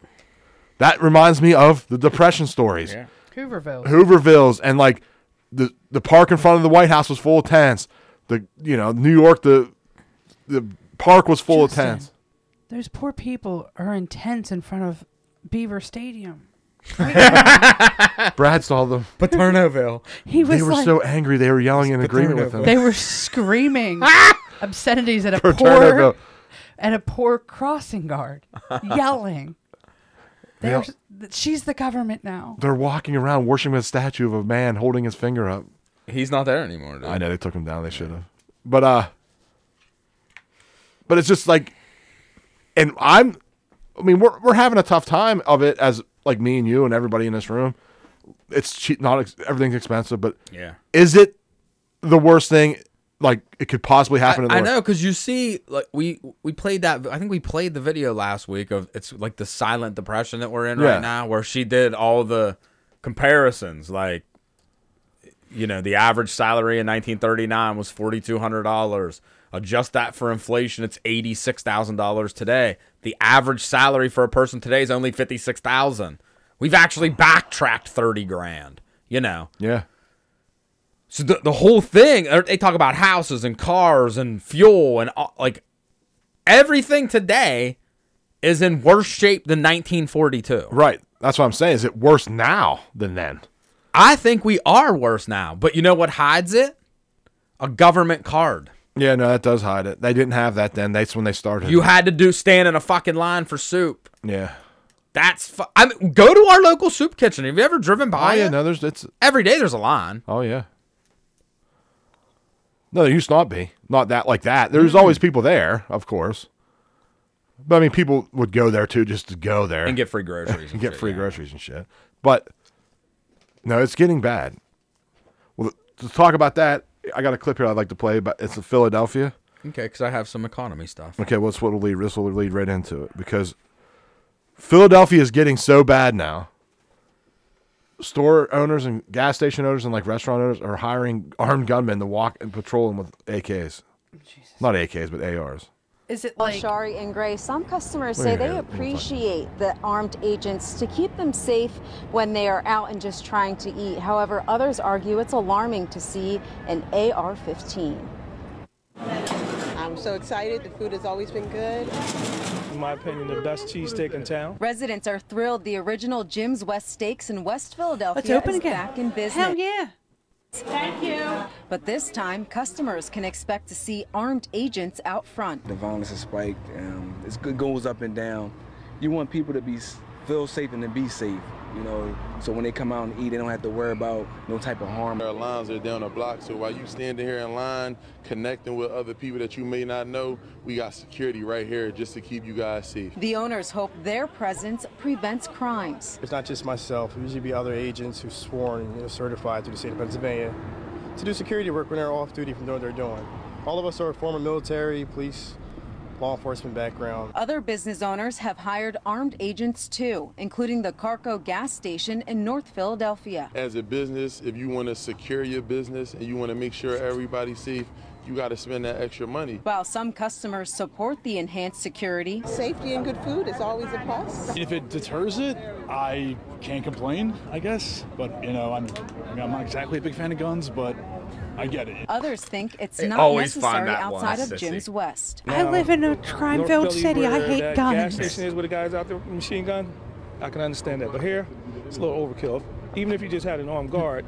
That reminds me of the depression stories.
Hooverville.
Hoovervilles and like the the park in front of the White House was full of tents. The you know New York the the park was full
Justin.
of tents.
Those poor people are in tents in front of Beaver Stadium.
Brad saw them.
Paternaville.
He was
They were
like,
so angry. They were yelling in agreement with him.
they were screaming
Ah!
obscenities at a
Paternaville.
poor at a poor crossing guard, yelling. They are, she's the government now.
They're walking around worshiping a statue of a man holding his finger up.
He's not there anymore. Dude.
I know they took him down. They should have. But uh, but it's just like, and I'm, I mean, we're we're having a tough time of it as like me and you and everybody in this room. It's cheap. Not ex- everything's expensive, but
Yeah.
is it the worst thing like it could possibly happen? to the
I, I
world?
know because you see, like we we played that. I think we played the video last week of it's like the silent depression that we're in
Yeah.
right now, where she did all the comparisons. Like, you know, the average salary in 1939 was forty two hundred dollars. Adjust that for inflation, it's eighty six thousand dollars today. The average salary for a person today is only fifty six thousand. We've actually backtracked thirty grand. You know,
Yeah,
so the, the whole thing, uh, they talk about houses and cars and fuel and all, like everything today is in worse shape than 1942.
right. That's what I'm saying. Is it worse now than then?
I think we are worse now, but you know what hides it? A government card.
Yeah, no, that does hide it. They didn't have that then. That's when they started.
You had to do stand in a fucking line for soup.
yeah.
That's fu- I mean, go to our local soup kitchen. Have you ever driven
Oh
by?
yeah,
it?
no, there's it's
Every day there's a line.
Oh yeah. No, there used to not be. Not that like that.
Mm-hmm. Mm.
There's always people there, of course. But I mean, people would go there too, just to go there
And get free groceries.
and
and
get
shit,
free
yeah.
groceries and shit. But no, it's getting bad. Well, to talk about that, I got a clip here I'd like to play, but it's in Philadelphia.
Okay, because I have some economy stuff.
Okay, well, this will lead. This will lead right into it because Philadelphia is getting so bad now. Store owners and gas station owners and like restaurant owners are hiring armed gunmen to walk and patrol them with AKs. Not AKs, but ARs.
Is it like
Shari and Gray, some customers
Wait a
say
minute,
they
let me find it.
appreciate the armed agents to keep them safe when they are out and just trying to eat. However, others argue it's alarming to see an AR 15.
I'm so excited. The food has always been good. In my opinion, the best cheesesteak in town.
Residents are thrilled the original Jim's West Steaks in West Philadelphia
let's open
is
again?
back in business.
Hell yeah!
But this time, customers can expect to see armed agents out front.
The violence has spiked. Um, it's, it goes up and down. You want people to be s-
feel safe and to be safe. You know, so when they come out and eat, they don't have to worry about no type of harm.
There are lines that are down the block, so while you standing here in line, connecting with other people that you may not know, we got security right here just to keep you guys safe.
The owners hope their presence prevents crimes.
It's not just myself. It usually be other agents who sworn and you know, certified through the state of Pennsylvania to do security work when they're off duty from doing what they're doing. All of us are former military, police, law enforcement background.
Other business owners have hired armed agents too, including the Carco gas station in North Philadelphia.
As a business, if you want to secure your business and you want to make sure everybody's safe, you got to spend that extra money.
While some customers support the enhanced security,
Safety and good food is always a plus.
If it deters it, I can't complain, I guess. But you know, I'm I mean, I'm not exactly a big fan of guns, but I get it.
others think it's
They
not
always
necessary
find that one,
outside of
sissy.
Jim's West.
I live
in a
North Philly, where that Gas station is with the guys out there with a machine gun. I can understand that, but here it's a little overkill. Even if you just had an armed guard,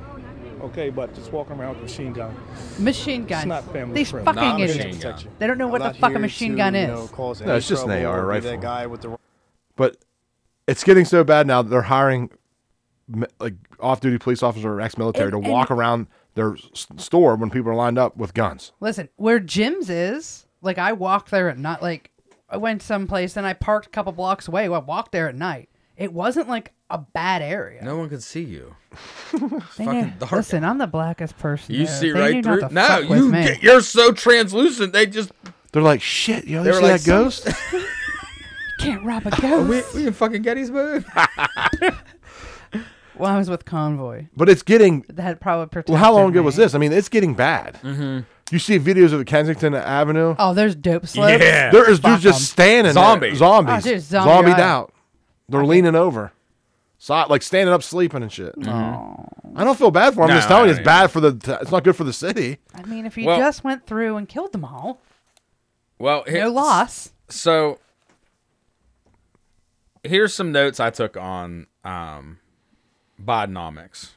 okay, but just walking around with a machine gun.
Machine guns.
not family
These
friendly.
fucking
Not
idiots.
machine gun.
They don't know what
I'm
the
not
fuck a
here
machine
to,
gun
you
is.
know, cause
No, it's just an
trouble,
AR
or be
rifle.
that guy with the-
But it's getting so bad now. They're hiring me- like off-duty police officers or ex-military
And-
to walk
and-
around their s- store when people are lined up with guns.
Listen, where Jim's is, like I walked there at night. Like I went someplace and I parked a couple blocks away. I walked there at night. It wasn't like a bad area.
No one could see you.
They
fucking
knew-
dark
Listen, I'm the blackest person.
You
there.
see
They
right
knew not
through.
to
No,
fuck with
you
me.
get, you're so translucent. They just
They're like, shit, yo,
They
you
were
see
like,
that ghost?
can't rob a ghost.
we, we in fucking Gettysburg.
well, I was with convoy.
But it's getting.
That probably protected
Well, how long ago
me.
was this? I mean, it's getting bad.
Mm-hmm.
You see videos of Kensington Avenue.
Oh, there's dope slopes.
There is
Fuck
dudes just
'em.
standing There.
Zombies.
Zombies.
Oh, dude, zombie
Zombied
aisle.
out. They're leaning over. So, like standing up, sleeping and shit. I don't feel bad for them. I'm
No,
just telling
I
you, it's
don't
bad for the. t- It's not good for the city.
I mean, if you
Well-
just went through and killed them all,
Well, here-
no loss.
So here's some notes I took on um Bidenomics.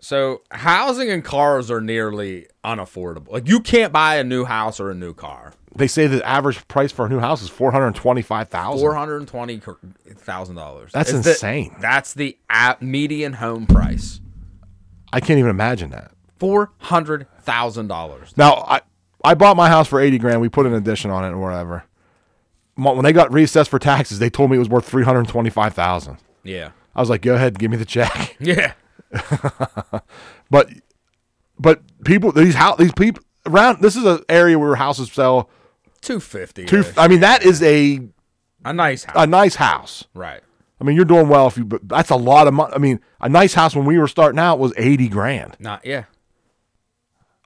So housing and cars are nearly unaffordable. Like you can't buy a new house or a new car.
They say the average price for a new house is four hundred twenty-five
Four
thousand.
hundred and twenty thousand dollars.
That's
the-
insane.
that's the a- median home price.
I can't even imagine that.
Four hundred thousand dollars.
Now, I I bought my house for eighty grand. We put an addition on it or whatever. Mo- When they got reassessed for taxes, they told me it was worth three hundred twenty-five thousand.
Yeah.
I was like, go ahead, give me the check.
Yeah.
but but people these house these people around this is an area where houses sell
Two fifty.
two. I mean, that is a
a nice house.
a nice house.
Right.
I mean, you're doing well if you. But that's a lot of money. I mean, a nice house when we were starting out was eighty grand.
Not yeah.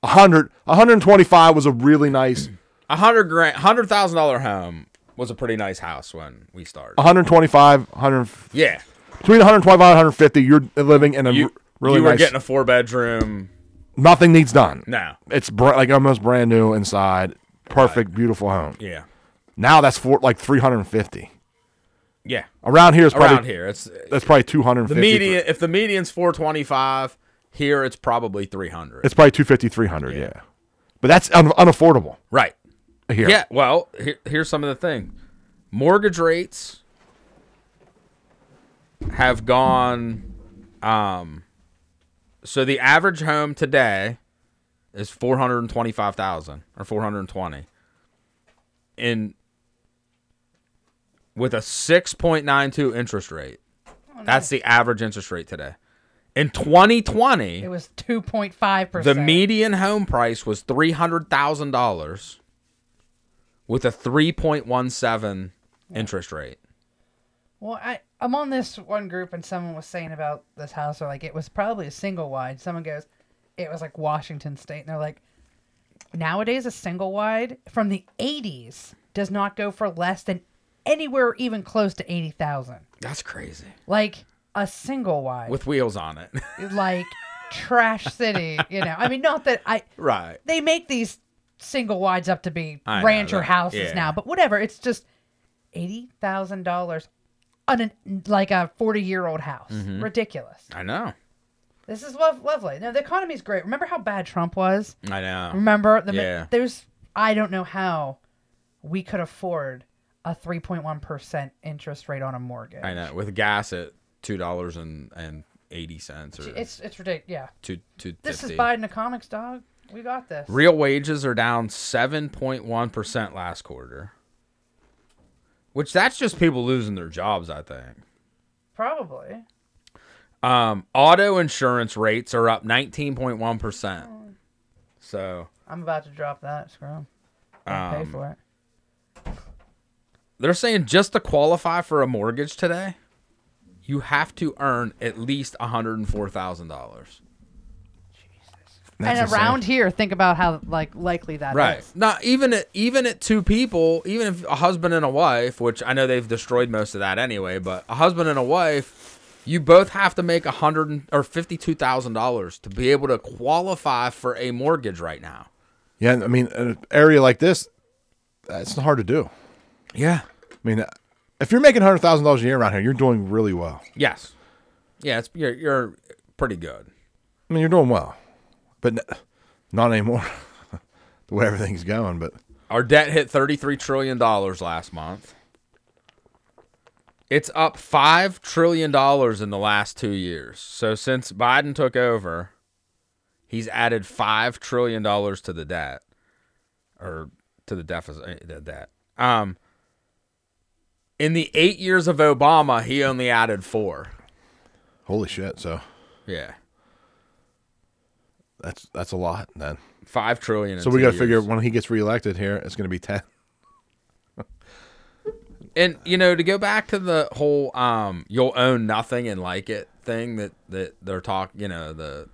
A hundred, a hundred and twenty-five was a really nice.
A hundred grand, hundred thousand dollar home was a pretty nice house when we started.
A hundred twenty-five, hundred.
Yeah.
Between 125 and 150, you're living in a r- really
you were
nice.
getting a four bedroom.
nothing needs done.
No.
it's br- like almost brand new inside. Perfect, beautiful home.
Yeah.
Now that's for like 350.
Yeah.
Around here is probably
Around here, it's-
that's probably
The
250.
median, if the median's four twenty five, here it's probably three hundred.
It's probably 250, 300. Yeah, but that's un- unaffordable.
Right.
Here.
Yeah. Well, here, here's some of the thing. Mortgage rates have gone. Um, so the average home today is four hundred and twenty-five thousand or four hundred and twenty. In with a six point nine two interest rate, that's the average interest rate today. In twenty twenty,
It was 2.5
the
percent.
median home price was three hundred thousand dollars, with a three point one seven interest rate.
Well, I I'm on this one group and someone was saying about this house or like it was probably a single wide. Someone goes, it was like Washington State, and they're like, nowadays a single wide from the 80s does not go for less than anywhere even close to eighty thousand.
That's crazy.
Like a single wide,
With wheels on it,
like trash city. You know, I mean, not that I.
right?
they make these single wides up to be
I know,
rancher
right,
houses
yeah.
now, but whatever. It's just eighty thousand dollars on a like a forty year old house.
Mhm.
Ridiculous.
I know.
This is lov- lovely. No, the economy's great. Remember how bad Trump was?
I know.
Remember the
yeah.
there's I don't know how we could afford a 3.1% interest rate on a mortgage.
I know with gas at two dollars and and eighty cents or
It's it's ridiculous. Yeah.
two two.
This is
fifty.
Biden economics, dog. We got this.
Real wages are down 7.1% last quarter. Which that's just people losing their jobs, I think.
Probably.
Um, auto insurance rates are up
Oh.
19.1%. So,
I'm about to drop that. Screw 'em. I'll pay for
um,
it.
they're saying just to qualify for a mortgage today, you have to earn at least $104,000.
And around here, think about how like likely that is.
right now even at even at two people even if a husband and a wife which i know they've destroyed most of that anyway but a husband and a wife you both have to make a hundred and- or fifty two thousand dollars to be able to qualify for a mortgage right now
Yeah, and I mean, in an area like this, it's hard to do.
Yeah,
I mean, if you're making hundred thousand dollars a year around here, you're doing really well.
yes yeah it's you're, you're pretty good
I mean, you're doing well, but n- not anymore. the way everything's going, but
our debt hit thirty three trillion dollars last month it's up five trillion dollars in the last two years so since biden took over he's added five trillion dollars to the debt or to the deficit eh, the debt um in the eight years of obama he only added four
holy shit! So
yeah
that's that's a lot. Then
five trillion in
So we
two
got to figure
years.
when he gets reelected here, it's going to be ten.
and you know to go back to the whole um you'll own nothing and like it thing that that they're talk you know the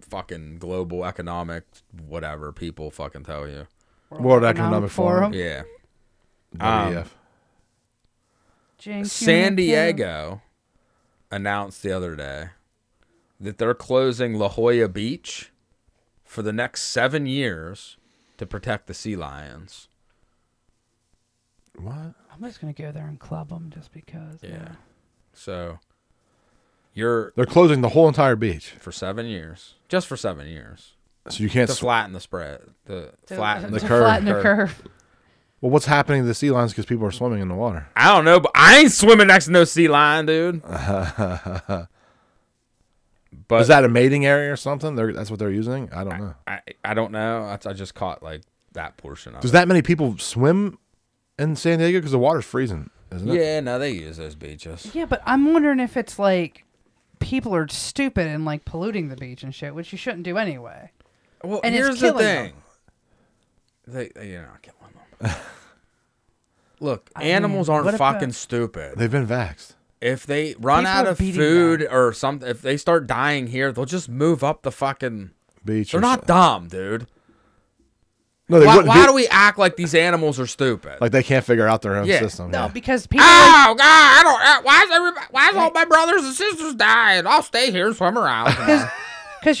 fucking global economic whatever people fucking tell you
World Economic Economic Forum. E Forum.
yeah Um,
WEF.
Jinx,
San
you wanna kill-
Diego announced the other day that they're closing La Jolla Beach for the next seven years to protect the sea lions.
What?
I'm just gonna go there and club them just because. Yeah.
So you're
They're closing the whole entire beach.
for seven years, just for seven years.
So you can't
to
sw-
flatten the spread, the
To-
flatten
to flatten the curve.
Well, what's happening to the sea lions because people are swimming in the water?
I don't know, but I ain't swimming next to no sea lion, dude. But-
Uh-huh. is that a mating area or something? They're, that's what they're using. I don't know.
I, I don't know. I, I just caught like that portion of
Does
it.
that many people swim in San Diego because the water's freezing? Isn't it?
Yeah, no, they use those beaches.
Yeah, but I'm wondering if it's like people are stupid and like polluting the beach and shit, which you shouldn't do anyway.
Well,
and
here's
it's
the
killing
thing.
them.
They, they, you're not killing them. Look, animals aren't
uh,
uh,
fucking stupid.
They've been vaxxed.
If they run
People
out
are
of
beating
food or something, if they start dying here, they'll just move up the fucking
Beach
They're
or
not dumb, dude.
No, they
why
wouldn't
why
be-
do we act like these animals are stupid?
Like they can't figure out their own
Yeah.
system.
No,
yeah.
because people.
Oh God! I don't. uh, Why is everybody? Why is all my brothers and sisters dying? I'll stay here and swim around.
Because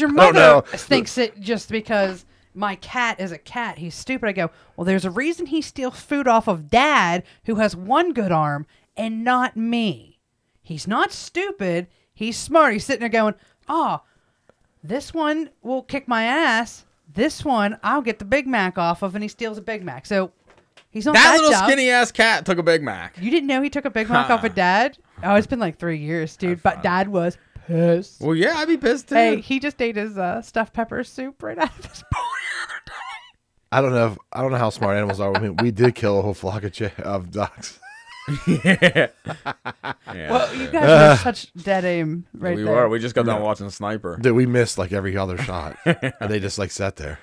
your
don't
mother
know.
thinks it just because my cat is a cat, he's stupid. I go, well, there's a reason he steals food off of dad, who has one good arm, and not me. He's not stupid. He's smart. He's sitting there going, oh, this one will kick my ass. This one I'll get the Big Mac off of, and he steals a Big Mac. So he's not
that
that,
little
dumb.
skinny ass cat took a Big Mac.
You didn't know he took a Big Mac off
Huh.
of dad? Oh, it's been like three years, dude. But dad was pissed.
Well, yeah, I'd be pissed too.
Hey, he just ate his uh, stuffed pepper soup right out of his
I don't know. If, I don't know how smart animals are. I mean, we did kill a whole flock of ch- of ducks.
yeah.
Well, you guys
Uh,
are such dead aim right
we
there.
were. We just got done watching Sniper.
Dude, we missed like every other shot, and they just like sat there.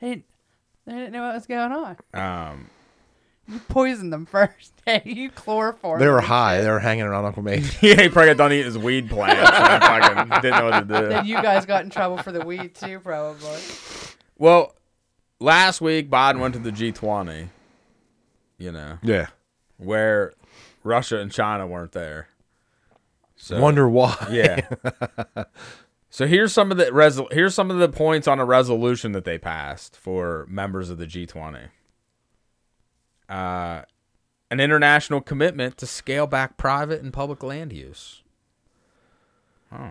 They didn't, they didn't know what was going on.
Um,
You poisoned them first. Hey, you chloroform.
they were high. They were hanging around Uncle Mate.
yeah, he probably got done eating his weed plants. and fucking didn't know what to do.
Then you guys got in trouble for the weed too, probably.
Well, last week Biden went to the G20. You know.
Yeah.
Where Russia and China weren't there.
Wonder why.
Yeah. so here's some of the resol- here's some of the points on a resolution that they passed for members of the G20. Uh an international commitment to scale back private and public land use. Oh.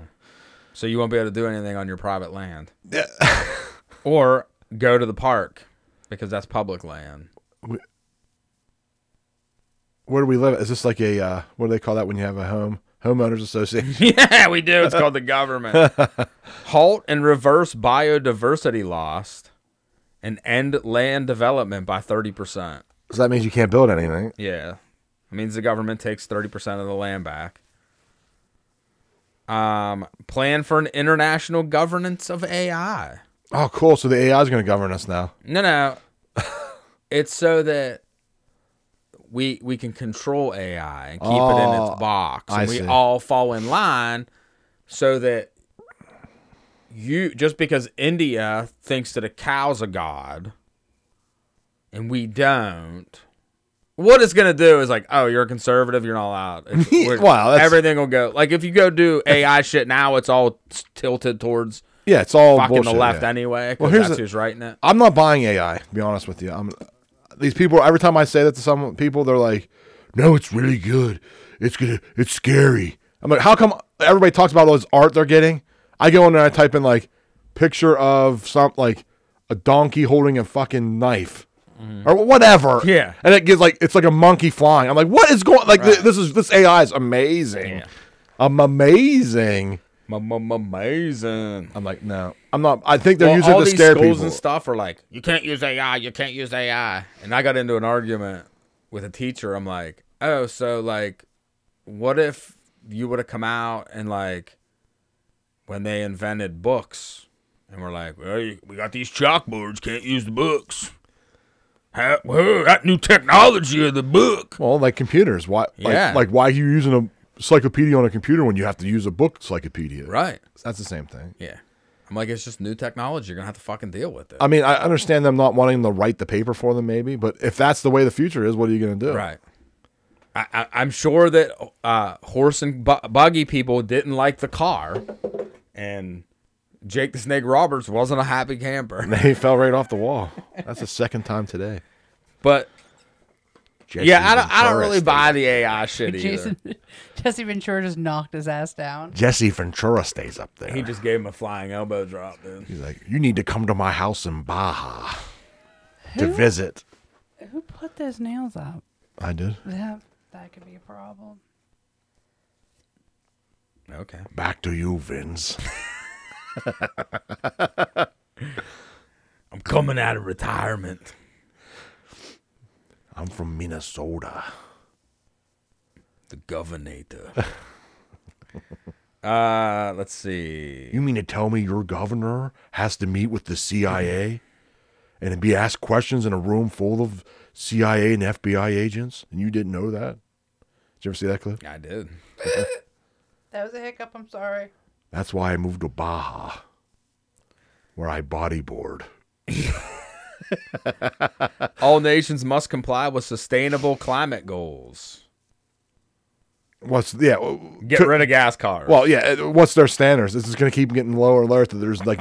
So you won't be able to do anything on your private land. or go to the park because that's public land.
where do we live? Is this like a uh, what do they call that when you have a home homeowners association?
yeah, we do. It's called the government. Halt and reverse biodiversity loss and end land development by 30%.
so that means you can't build anything.
Yeah. It means the government takes 30% of the land back. Um, plan for an international governance of AI.
Oh, cool. So the AI is going to govern us now.
No, no. it's so that we we can control AI and keep it in
Oh,
its box, and
I
we
see.
all fall in line, so that you just because India thinks that a cow's a god, and we don't. What it's gonna do is like, oh, you're a conservative, you're not allowed. It's- we're-
Wow, that's-
everything will go like if you go do AI shit now, it's all tilted towards
Yeah, it's all
fucking
bullshit,
the left
yeah.
anyway. 'cause
Well, here's
that's
the-
who's writing it.
I'm not buying AI. To be honest with you, I'm. These people. Every time I say that to some people, they're like, "No, it's really good. It's gonna. It's scary." I'm like, "How come everybody talks about all this art they're getting?" I go in there and I type in like picture of some like a donkey holding a fucking knife.
Mm-hmm.
Or whatever,
Yeah.
and it gives like it's like a monkey flying. I'm like, what is going? Like thi- this is this AI is amazing. I'm amazing.
Amazing.
I'm like, no, I'm not. I think they're
Well,
using
all
it to
these
scare
schools
people.
and stuff are like, you can't use AI, you can't use AI. And I got into an argument with a teacher. I'm like, oh, so like, what if you would have come out and like, when they invented books, and we're like, well, you- we got these chalkboards, can't use the books. How, whoa, that new technology of the book.
Well, like computers. Why?
Yeah.
Like, like why are you using a encyclopedia on a computer when you have to use a book encyclopedia?
Right.
That's the same thing.
Yeah. I'm like, it's just new technology. You're going to have to fucking deal with it.
I mean, I understand them not wanting to write the paper for them, maybe, but if that's the way the future is, what are you going to do?
Right. I, I, I'm sure that uh, horse and bu- buggy people didn't like the car, and Jake the Snake Roberts wasn't a happy camper.
They fell right off the wall. That's the second time today.
But
Jesse's
yeah, I don't, I don't
embarrassed.
really buy the AI shit either.
Jason, Jesse Ventura just knocked his ass down.
Jesse Ventura stays up there.
He just gave him a flying elbow drop, dude.
He's like, you need to come to my house in Baja to visit.
Who put those nails up?
I did.
That that could be a problem.
Okay.
Back to you, Vince.
I'm coming out of retirement.
I'm from Minnesota.
The governator. uh, let's see.
You mean to tell me your governor has to meet with the CIA and be asked questions in a room full of CIA and FBI agents and you didn't know that? Did you ever see that clip?
I did.
That was a hiccup. I'm sorry.
That's why I moved to Baja, where I bodyboard.
All nations must comply with sustainable climate goals.
What's yeah? w-
Get
could-
rid of gas cars.
Well, yeah. uh, What's their standards? This is going to keep getting lower and lower. Till there's like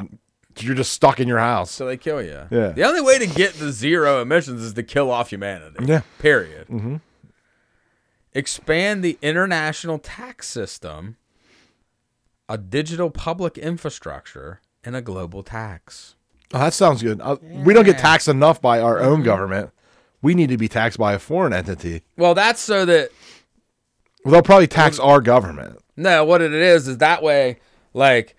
you're just stuck in your house.
So they kill you.
Yeah.
The only way to get to zero emissions is to kill off humanity.
Yeah.
Period.
Mhm.
Expand the international tax system, a digital public infrastructure, and a global tax.
Oh, that sounds good. Uh, We don't get taxed enough by our own government. We need to be taxed by a foreign entity.
Well, that's so that
Well, they'll probably tax our government.
No, what it is is that way. Like,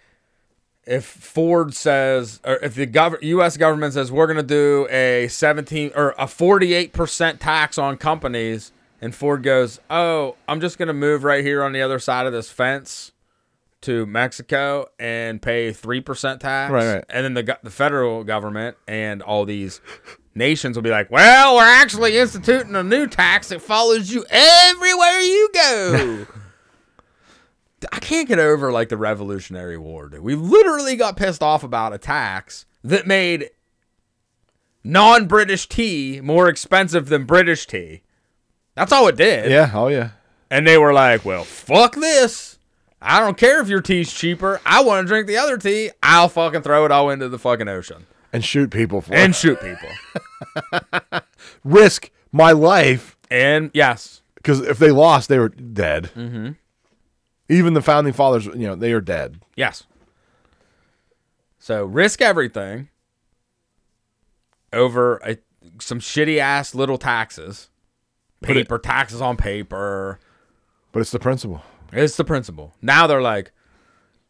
if Ford says, or if the gov- U.S. government says we're going to do a seventeen or a forty-eight percent tax on companies, and Ford goes, "Oh, I'm just going to move right here on the other side of this fence to Mexico and pay three percent tax,"
Right, right.
and then the go- the federal government and all these nations will be like, "Well, we're actually instituting a new tax that follows you everywhere you go." I can't get over like the Revolutionary War, dude. We literally got pissed off about a tax that made non-British tea more expensive than British tea. That's all it did.
Yeah. Oh yeah.
And they were like, "Well, fuck this. I don't care if your tea's cheaper. I want to drink the other tea. I'll fucking throw it all into the fucking ocean
And shoot people for
and
and
shoot people."
risk my life
and yes.
because if they lost, they were dead.
Mhm.
Even the founding fathers, you know, they are dead.
Yes. So risk everything over a, some shitty ass little taxes
But it-
paper taxes on paper.
But it's the principle.
It's the principle. Now they're like,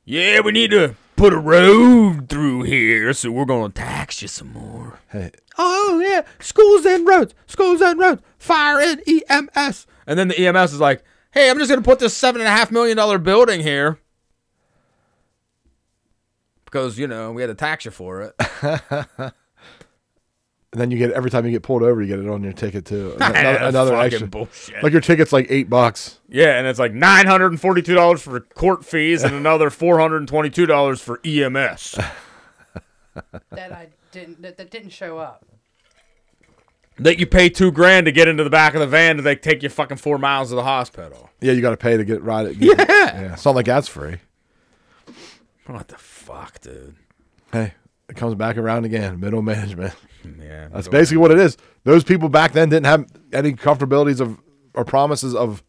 yeah, we need to put a road through here, so we're gonna tax you some more.
Hey,
Oh yeah, schools and roads, schools and roads, fire and E EMS.
And then the EMS is like, hey, I'm just gonna put this seven and a half million dollar building here. Because, you know, we had to tax you for it.
And then you get every time you get pulled over, you get it on your ticket too. Another,
That's
another
fucking
extra.
bullshit.
Like your ticket's like eight bucks.
yeah, and it's like nine hundred and forty two dollars for court fees and another four hundred and twenty two dollars for E EMS.
that I didn't that, that didn't show up.
that you pay two grand to get into the back of the van to like take you fucking four miles to the hospital.
Yeah, you got to pay to get ride it. Yeah. yeah, it's not like that's free.
What the fuck, dude?
Hey, it comes back around again. Middle management.
Yeah,
that's
middle
basically what it is. Those people back then didn't have any comfortabilities of or promises of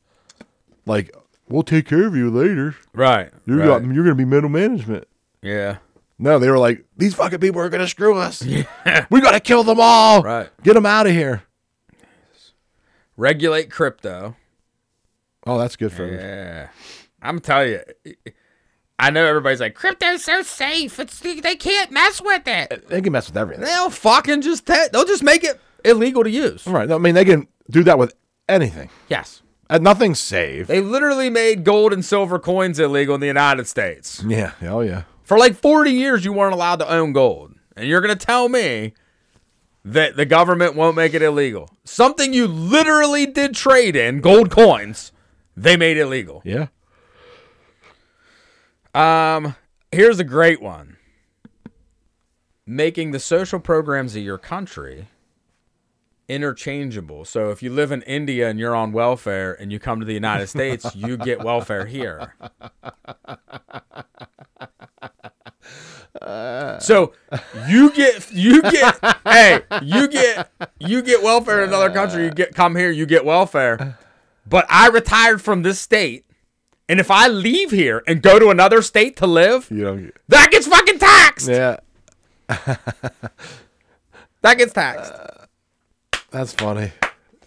like we'll take care of you later.
Right,
You got, you're going to be middle management.
Yeah.
No, they were like these fucking people are going to screw us. we got to kill them all.
Right.
Get them out of here.
Regulate crypto.
Oh, that's good for everybody.
Yeah. I'm telling you. I know everybody's like,
Crypto's so safe. It's they can't mess with
Uh,
it.
They can mess with everything.
they'll fucking just ta- they'll just make it illegal to use.
All right. No, I mean, they can do that with anything.
Yes.
And nothing's safe.
They literally made gold and silver coins illegal in the United States.
Yeah. Hell yeah.
For like 40 years you weren't allowed to own gold. And you're going to tell me that the government won't make it illegal. Something you literally did trade in, gold coins, they made illegal.
Yeah.
Um, here's a great one. Making the social programs of your country interchangeable. So if you live in India and you're on welfare and you come to the United States, you get welfare here. So you get you get hey, you get you get welfare in another country, you get come here, you get welfare. But I retired from this state, and if I leave here and go to another state to live,
You don't.
that gets fucking taxed.
Yeah.
That gets taxed.
That's funny.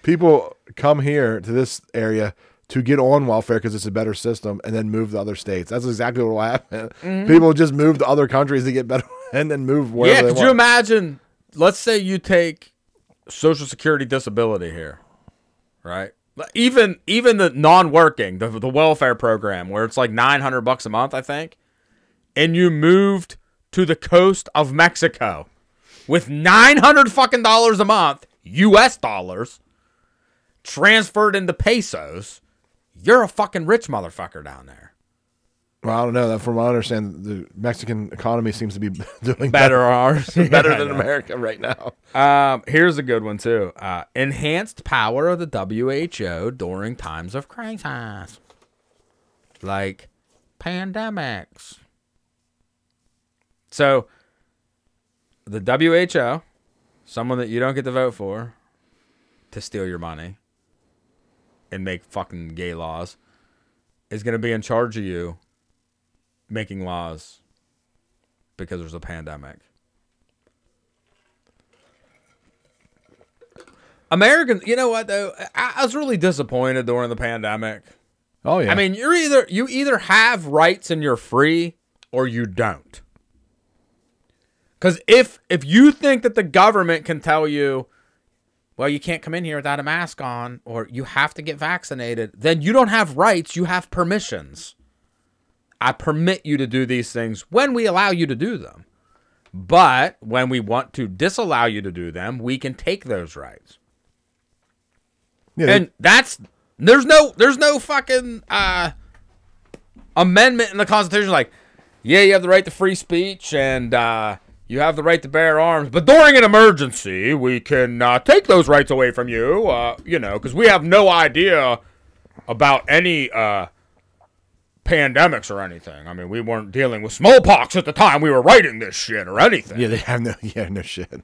People come here to this area to get on welfare because it's a better system and then move to other states. That's exactly what will happen.
Mhm.
People just move to other countries to get better and then move wherever
yeah,
they
could
want.
you imagine? Let's say you take Social Security disability here, right? Like, Even even the non-working, the the welfare program where it's like nine hundred bucks a month, I think, and you moved to the coast of Mexico with nine hundred fucking dollars a month, U.S. dollars, transferred into pesos. You're a fucking rich motherfucker down there.
well, I don't know. That from what I understand, the Mexican economy seems to be doing
Better ours.
better
Yeah, I
than
know.
America right now.
Um, here's a good one too. Uh, enhanced power of the WHO during times of crisis, like pandemics. So, the WHO, someone that you don't get to vote for, to steal your money and make fucking gay laws, is going to be in charge of you making laws because there's a pandemic. Americans, you know what though? I, I was really disappointed during the pandemic.
Oh yeah.
I mean, you're either you either have rights and you're free or you don't. Cuz if if you think that the government can tell you well, you can't come in here without a mask on or you have to get vaccinated, then you don't have rights, you have permissions. I permit you to do these things when we allow you to do them. But when we want to disallow you to do them, we can take those rights.
Yeah,
and that's there's no there's no fucking uh amendment in the constitution like yeah, you have the right to free speech and uh you have the right to bear arms, but during an emergency, we can uh, take those rights away from you, uh, you know, because we have no idea about any uh, pandemics or anything. I mean, we weren't dealing with smallpox at the time we were writing this shit or anything.
Yeah, they have no. Yeah, no shit.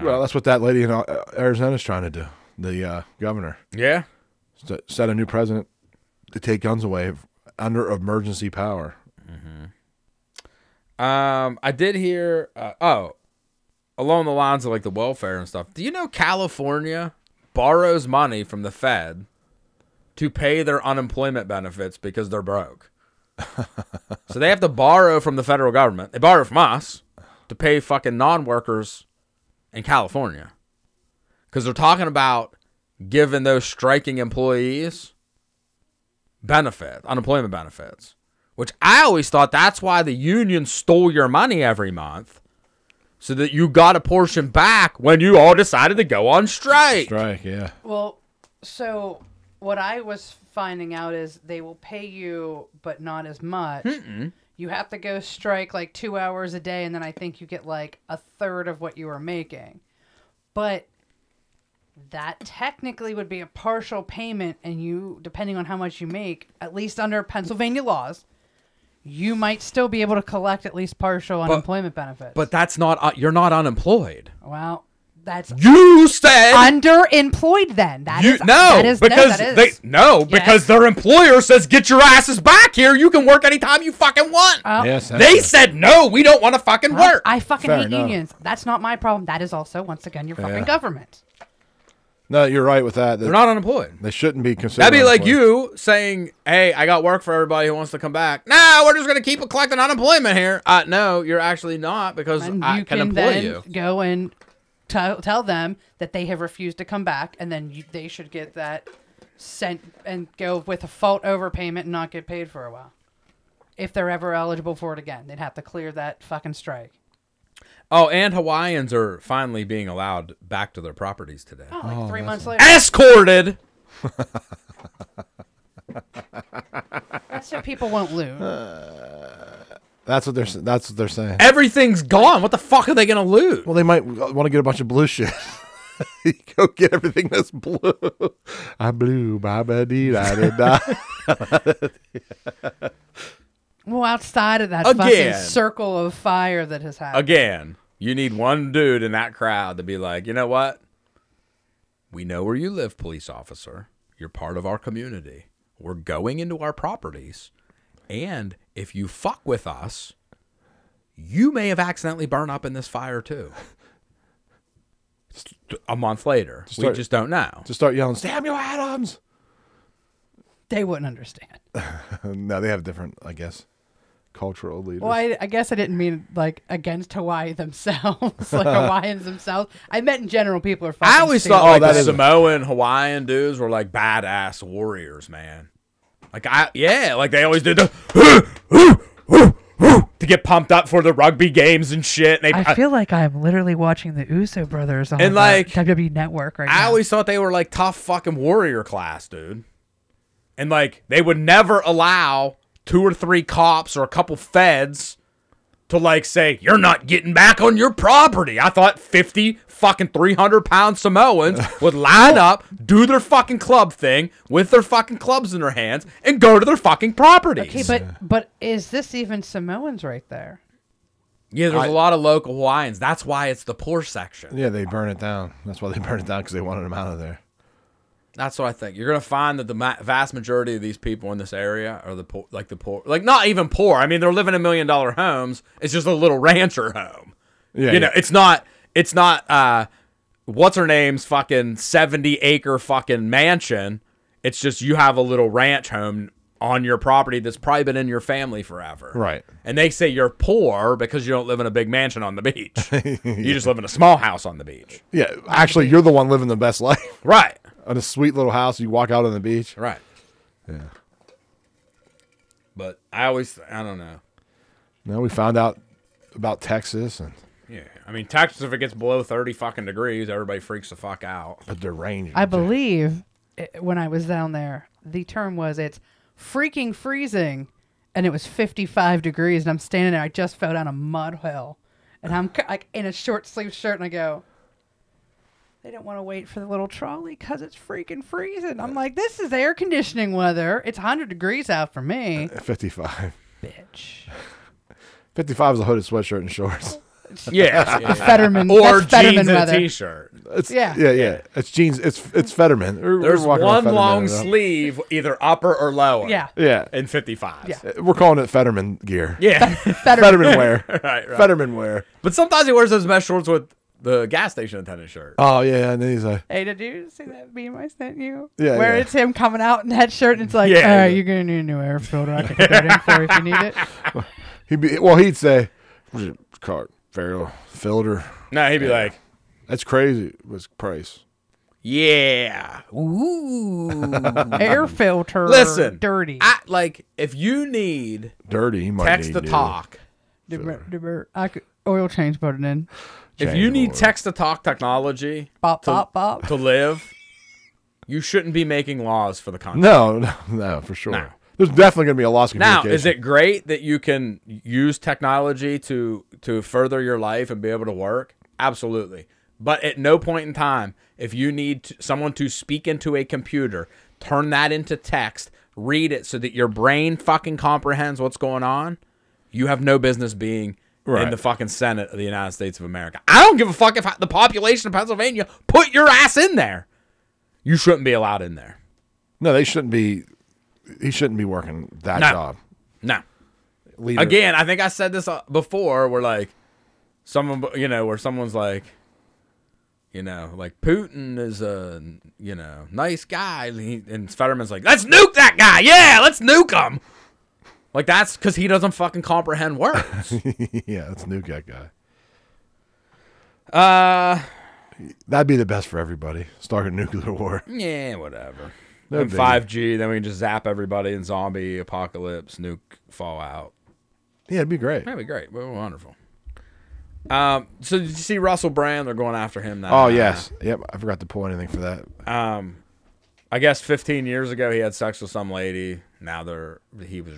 Well, that's what that lady in uh, Arizona's trying to do. The uh, governor.
Yeah.
to set a new president to take guns away under emergency power.
Mm-hmm. Um, I did hear. Uh, oh, along the lines of like the welfare and stuff. Do you know California borrows money from the Fed to pay their unemployment benefits because they're broke. so they have to borrow from the federal government. They borrow from us to pay fucking non workers in California. Because they're talking about giving those striking employees benefit, unemployment benefits, which I always thought that's why the union stole your money every month so that you got a portion back when you all decided to go on strike.
Strike, yeah.
Well, so what I was finding out is they will pay you, but not as much.
Mm-mm.
You have to go strike like two hours a day, and then I think you get like a third of what you were making. But that technically would be a partial payment, and you, depending on how much you make, at least under Pennsylvania laws, you might still be able to collect at least partial unemployment benefits.
But that's not, uh, you're not unemployed.
Well, that's
You said.
underemployed. Then that
You,
is-
no,
that is-
because
that is.
they no, because their employer says get your asses back here. You can work anytime you fucking want.
Yes, that's
Oh. they
right.
said no, we don't want to fucking
Well,
work.
I fucking
Fair
hate
enough.
unions. That's not my problem. That is also, once again, your fucking
Yeah.
government.
No, you're right with that.
They're not unemployed.
They shouldn't be considered.
That'd be like
unemployed.
you saying, "Hey, I got work for everybody who wants to come back." Nah, we're just gonna keep collecting unemployment here. Uh, no, you're actually not because
And
I
you
can,
can,
employ
then
you.
go and tell tell them that they have refused to come back, and then you, they should get that sent and go with a fault overpayment and not get paid for a while. If they're ever eligible for it again, they'd have to clear that fucking strike.
Oh, and Hawaiians are finally being allowed back to their properties today.
Oh, like
three
Oh, three that's months nice. later.
Escorted.
That's so people won't lose.
That's what they're. s- That's what they're saying.
Everything's gone. What the fuck are they gonna lose?
Well, they might want to get a bunch of blue shit. Go get everything that's blue. I blue, baba dee da da da.
Well, outside of that fucking
Again.
circle of fire that has happened.
Again, you need one dude in that crowd to be like, you know what? We know where you live, police officer. You're part of our community. We're going into our properties. And if you fuck with us, you may have accidentally burned up in this fire too. A month later, we
start-
just don't know.
To start yelling, Samuel Adams.
They wouldn't understand.
no, they have different, I guess, cultural leaders.
Well, I, I guess I didn't mean like against Hawaii themselves, like Hawaiians themselves. I meant in general, people are. Fucking
I always
stupid.
thought like the Samoan Hawaiian dudes were like badass warriors, man. Like I yeah, like they always did the to get pumped up for the rugby games and shit. And they,
I feel like I'm literally watching the Uso brothers on
And,
the
like,
WWE Network right
I
now.
always thought they were like tough fucking warrior class, dude. And like they would never allow two or three cops or a couple feds to like say, You're not getting back on your property. I thought fifty fucking three hundred pound Samoans would line up, do their fucking club thing with their fucking clubs in their hands, and go to their fucking properties.
Okay, but but is this even Samoans right there?
Yeah, there's
I-
a lot of local Hawaiians. That's why it's the poor section.
yeah, they burn it down. That's why they burn it down because they wanted them out of there.
That's what I think. You're gonna find that the ma- vast majority of these people in this area are the poor, like the poor, like not even poor. I mean, they're living in million dollar homes. It's just a little rancher home.
Yeah,
you know,
yeah.
it's not, it's not. uh What's her name's fucking seventy acre fucking mansion. It's just you have a little ranch home on your property that's probably been in your family forever.
Right.
And they say you're poor because you don't live in a big mansion on the beach. You just live in a small house on the beach.
Yeah, actually, you're the one living the best life.
Right.
On a sweet little house, you walk out on the beach.
Right.
Yeah.
But I always, I don't know.
Now we found out about Texas, and
Yeah, I mean Texas. If it gets below thirty fucking degrees, everybody freaks the fuck out.
But they're rangers.
I believe i when I was down there, the term was it's freaking freezing, and it was 55 degrees, and I'm standing there. I just fell down a mud hill, and I'm c- like in a short sleeve shirt, and I go. They don't want to wait for the little trolley because it's freaking freezing. I'm like, this is air conditioning weather. It's 100 degrees out for me.
55.
Bitch.
55 is a hooded sweatshirt and shorts.
Yeah.
Yeah. Fetterman- Or that's Fetterman jeans and weather.
t-shirt.
It's,
Yeah.
yeah. Yeah, It's jeans. It's it's Fetterman. We're- we're
There's
walking around
one long
Fetterman, though.
sleeve, either upper or lower.
Yeah.
Yeah.
In fifty five.
Uh, We're calling it Fetterman gear.
Yeah.
Fetterman wear.
right, right.
Fetterman wear.
But sometimes he wears those mesh shorts with
the gas station attendant shirt.
Oh yeah, and then he's like,
Hey, did you see that meme I sent you?
Yeah,
Where
yeah.
it's him coming out in that shirt and it's like,
Yeah,
"Uh,
yeah.
you're going to need a new air filter. I can put that in for you if you need it.
he'd be well, he'd say, "What's it called? Feral filter."
No, he'd be like,
"That's crazy." Was price?
Yeah.
Ooh.
Air filter.
Listen,
Dirty.
I, like if you need
Dirty. He might
text
need
to
new.
talk,
Demur- demur- I could oil change button in.
if you need text to talk technology
Bop,
to,
bop, bop.
to live, you shouldn't be making laws for the country.
No, no, no, for sure.
No.
There's definitely gonna be a loss of
Now,
communication.
is it great that you can use technology to to further your life and be able to work? Absolutely. But at no point in time, if you need to, someone to speak into a computer, turn that into text, read it so that your brain fucking comprehends what's going on, you have no business being in
Right.
the fucking Senate of the United States of America. I don't give a fuck if the population of Pennsylvania put your ass in there. You shouldn't be allowed in there.
No, they shouldn't be. He shouldn't be working that
No.
job.
No.
Leader.
Again, I think I said this uh, before. Where like someone, you know, where someone's like, you know, like Putin is a you know nice guy, and, he, and Fetterman's like, let's nuke that guy. Yeah, let's nuke him. Like that's because he doesn't fucking comprehend words.
yeah, that's new guy guy.
uh,
That'd be the best for everybody. Start a nuclear war.
yeah, whatever.
No
Then
biggie.
five G, then we can just zap everybody in zombie apocalypse, nuke fallout.
Yeah, it'd be great.
That'd be great. Well, wonderful. Um, so did you see Russell Brand? They're going after him now.
Oh yes, yep. I forgot to pull anything for that.
Um, I guess 15 years ago he had sex with some lady. Now they're he was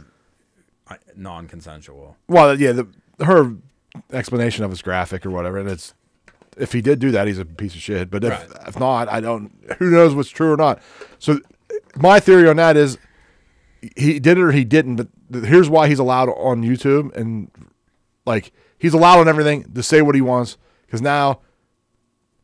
uh, non-consensual.
Well, yeah, the, her explanation of his graphic or whatever, and it's if he did do that, he's a piece of shit. But if
Right.
if not, I don't. Who knows what's true or not? So my theory on that is he did it or he didn't. But th- here's why he's allowed on YouTube and like he's allowed on everything to say what he wants because now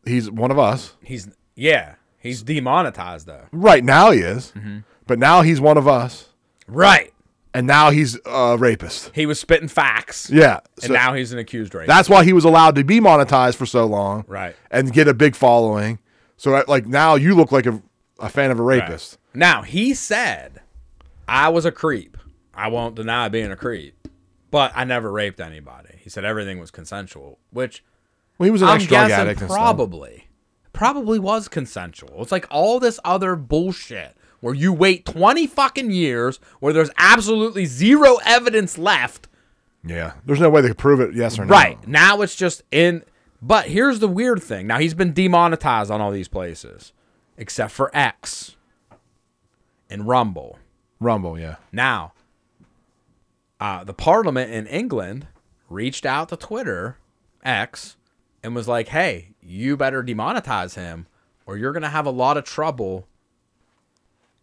he's one of us.
He's yeah, he's demonetized though.
Right now he is,
Mhm.
but now he's one of us.
Right.
And now he's a rapist.
He was spitting facts.
Yeah,
and
so-
now he's an accused rapist.
That's why he was allowed to be monetized for so long,
Right.
And get a big following. So uh, like now you look like a, a fan of a rapist.
Now he said, "I was a creep. I won't deny being a creep, but I never raped anybody." He said everything was consensual, which
Well, he was an
I'm
ex-drug
guessing
addict and stuff.
Probably, probably was consensual. It's like all this other bullshit where you wait twenty fucking years where there's absolutely zero evidence left.
Yeah, there's no way they could prove it, yes or no.
Right now, it's just in. But here's the weird thing. Now he's been demonetized on all these places, except for X and Rumble.
Rumble, yeah.
Now, uh, the parliament in England reached out to Twitter, X, and was like, hey, you better demonetize him or you're going to have a lot of trouble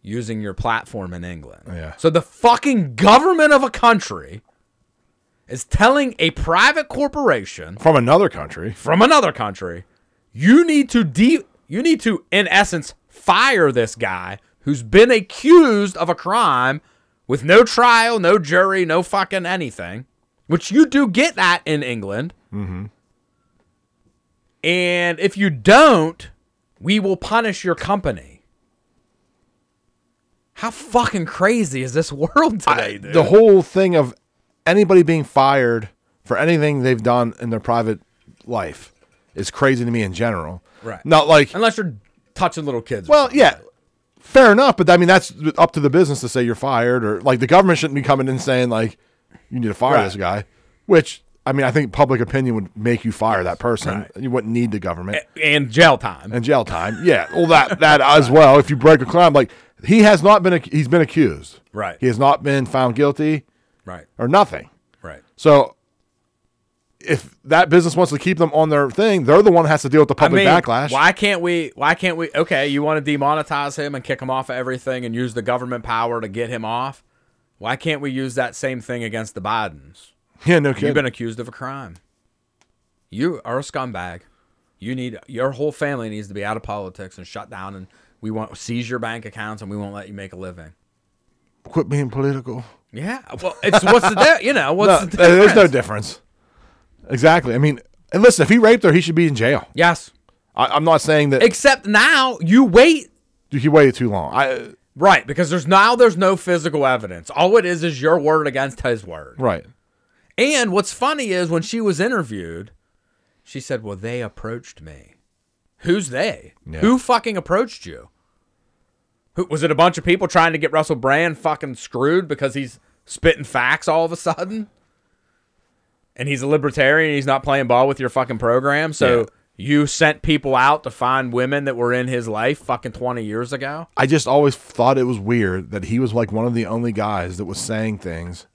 using your platform in England.
Yeah.
So the fucking government of a country is telling a private corporation
From another country.
from another country, you need to de- you need to in essence fire this guy who's been accused of a crime with no trial, no jury, no fucking anything, which you do get that in England.
Mm-hmm.
And if you don't, we will punish your company. How fucking crazy is this world today, dude?
The whole thing of anybody being fired for anything they've done in their private life is crazy to me in general.
Right.
Not like
unless you're touching little kids. or
Well, yeah, fair enough. But I mean, that's up to the business to say you're fired, or like the government shouldn't be coming in saying like you need to fire
Right.
this guy. Which I mean, I think public opinion would make you fire that person. You wouldn't need the government
and jail time
and jail time. Yeah, all that that as well. If you break a crime, like he has not been, ac- he's been accused.
Right.
He has not been found guilty.
Right.
Or nothing.
Right.
So. If that business wants to keep them on their thing, they're the one that has to deal with the public backlash.
Why can't we? Why can't we? Okay, you want to demonetize him and kick him off of everything and use the government power to get him off? Why can't we use that same thing against the Bidens?
Yeah, no kidding.
You've been accused of a crime. You are a scumbag. You need your whole family needs to be out of politics and shut down, and we won't seize your bank accounts and we won't let you make a living.
Quit being political.
Yeah, well, it's what's the di- you know what's
No,
the
there- There's
difference?
no difference. Exactly. I mean, And listen, if he raped her, he should be in jail.
Yes.
I, I'm not saying that.
Except now you wait.
Dude, he waited too long. I
Right, because there's now there's no physical evidence. All it is is your word against his word.
right.
And what's funny is when she was interviewed, she said, "Well, they approached me." Who's they?
Yeah.
Who fucking approached you? Who was it? A bunch of people trying to get Russell Brand fucking screwed because he's spitting facts all of a sudden, and he's a libertarian. He's not playing ball with your fucking program, so.
Yeah.
You sent people out to find women that were in his life fucking 20 years ago?
I just always thought it was weird that he was like one of the only guys that was saying things.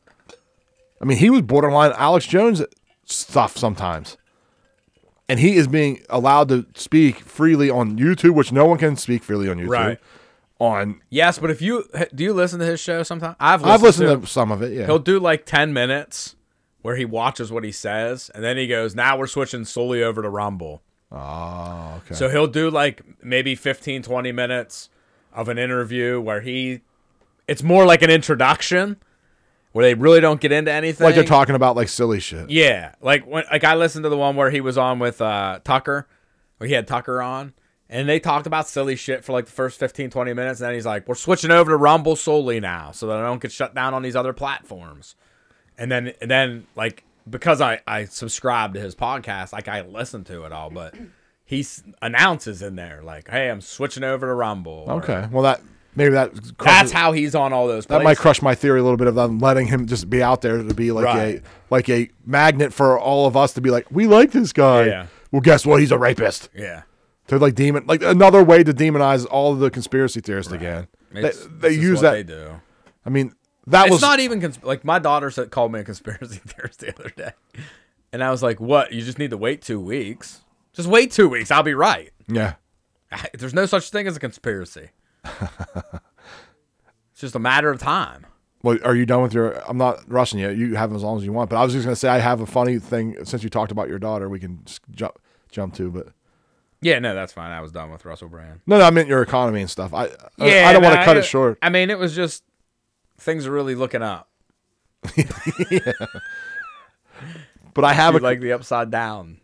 I mean, he was borderline Alex Jones stuff sometimes. And he is being allowed to speak freely on YouTube, which no one can speak freely on YouTube.
Right.
On
Yes, but if you do you listen to his show sometimes? I've listened
I've
to,
listened
it.
to some of it, yeah.
He'll do like 10 minutes where he watches what he says and then he goes, now we're switching solely over to Rumble.
Oh, okay.
So he'll do like maybe 15, 20 minutes of an interview where he, it's more like an introduction where they really don't get into anything.
like they're talking about like silly shit.
Yeah, like when like I listened to the one where he was on with uh Tucker, where he had Tucker on, and they talked about silly shit for like the first 15, 20 minutes, and then he's like, "We're switching over to Rumble solely now, so that I don't get shut down on these other platforms." And then and then like because I I subscribe to his podcast, like I listen to it all, but he s- announces in there like, "Hey, I'm switching over to Rumble." or-
Okay. Well, that maybe that
that's how he's on all those.
that might
places.
crush my theory a little bit of them letting him just be out there to be like
Right.
a like a magnet for all of us to be like, we like this guy.
Yeah.
Well, guess what? He's a rapist.
Yeah.
To like demon like another way to demonize all of the conspiracy theorists again. They,
It's-
they
this is
use
what
that.
they do.
I mean, that
it's
was
not even consp- like my daughter said, called me a conspiracy theorist the other day, and I was like, "What? You just need to wait two weeks. Just wait two weeks. I'll be right.
yeah.
There's no such thing as a conspiracy. it's just a matter of time."
Well, are you done with your? I'm not rushing you. You have as long as you want. But I was just gonna say I have a funny thing since you talked about your daughter. We can just jump jump to, but
Yeah, no, that's fine. I was done with Russell Brand.
no, no, I meant your economy and stuff. I I- I don't want
no,
to cut it short.
I mean, it was just things are really looking up.
But I have
You
a
like the upside down.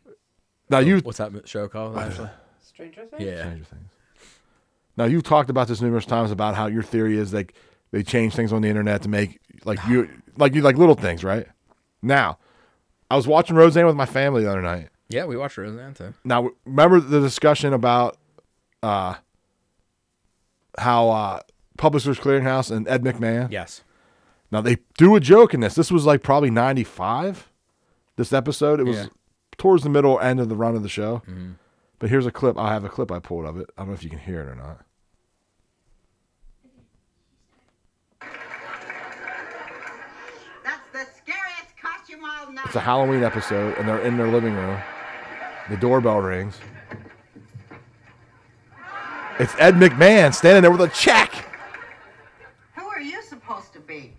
now you
What's that show called? Actually, Stranger Things. Yeah,
Stranger Things. Now you've talked about this numerous times about how your theory is like they change things on the internet to make like you like you like little things, right? Now, I was watching Roseanne with my family the other night.
yeah. We watched Roseanne too.
Now remember the discussion about uh how uh Publishers Clearinghouse and Ed McMahon?
Yes.
Now they do a joke in this. This was like probably 95 this episode. It was
Yeah. Mm-hmm.
towards the middle end of the run of the show. But here's a clip. I have a clip I pulled of it. I don't know if you can hear it or not.
That's the scariest costume I'll know.
It's a Halloween episode, and they're in their living room. The doorbell rings. It's Ed McMahon standing there with a check.
Who are you supposed to be?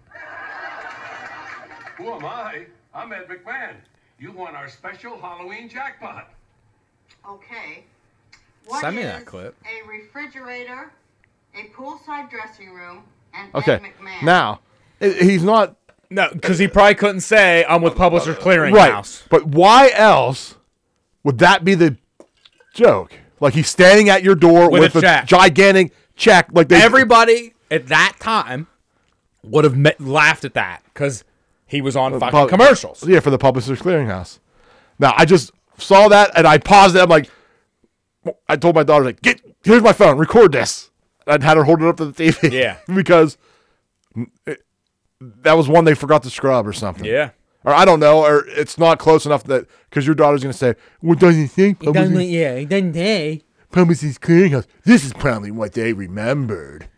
Who am I? I'm Ed McMahon. You won our special Halloween jackpot.
Okay. What
Send me
is
that clip.
A refrigerator, a poolside dressing room, and
Okay,
Ed McMahon.
now i- he's not
No, because he probably couldn't say I'm with Publishers Clearinghouse.
right. But why else would that be the joke? Like he's standing at your door with,
With a
a,
check.
gigantic check. Like they,
Everybody at that time would have met, laughed at that because he was on fucking
pub-
commercials.
Yeah, for the Publishers Clearinghouse. Now I just saw that and I paused it. I'm like, I told my daughter like, get here's my phone, record this. I had her hold it up to the TV.
Yeah.
because it, that was one they forgot to scrub or something.
Yeah.
Or I don't know, or it's not close enough that because your daughter's gonna say, "What do you think?" Publishers-
yeah, it doesn't take.
Publishers Clearinghouse. This is probably what they remembered.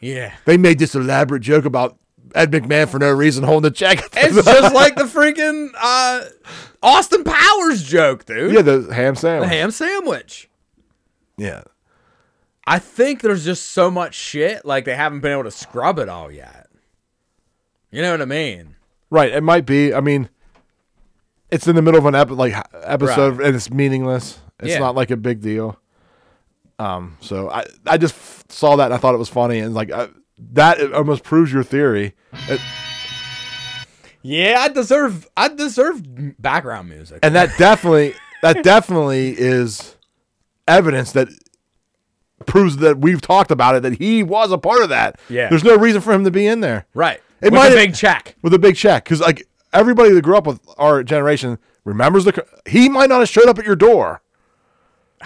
Yeah.
They made this elaborate joke about Ed McMahon for no reason holding the check.
It's just like the freaking uh, Austin Powers joke, dude.
yeah, the ham
the
sandwich.
ham sandwich.
Yeah.
I think there's just so much shit, like they haven't been able to scrub it all yet. You know what I mean?
Right. It might be. I mean, it's in the middle of an epi- like h- episode, and it's meaningless. It's
Yeah.
not like a big deal. Um. So I I just f- saw that and I thought it was funny and like I, that it almost proves your theory. It-
Yeah, I deserve I deserve background music.
and that definitely that definitely is evidence that proves that we've talked about it that he was a part of that.
Yeah.
There's no reason for him to be in there.
Right.
It
With a
might
big check.
With a big check cuz like everybody that grew up with our generation remembers the cr- he might not have showed up at your door.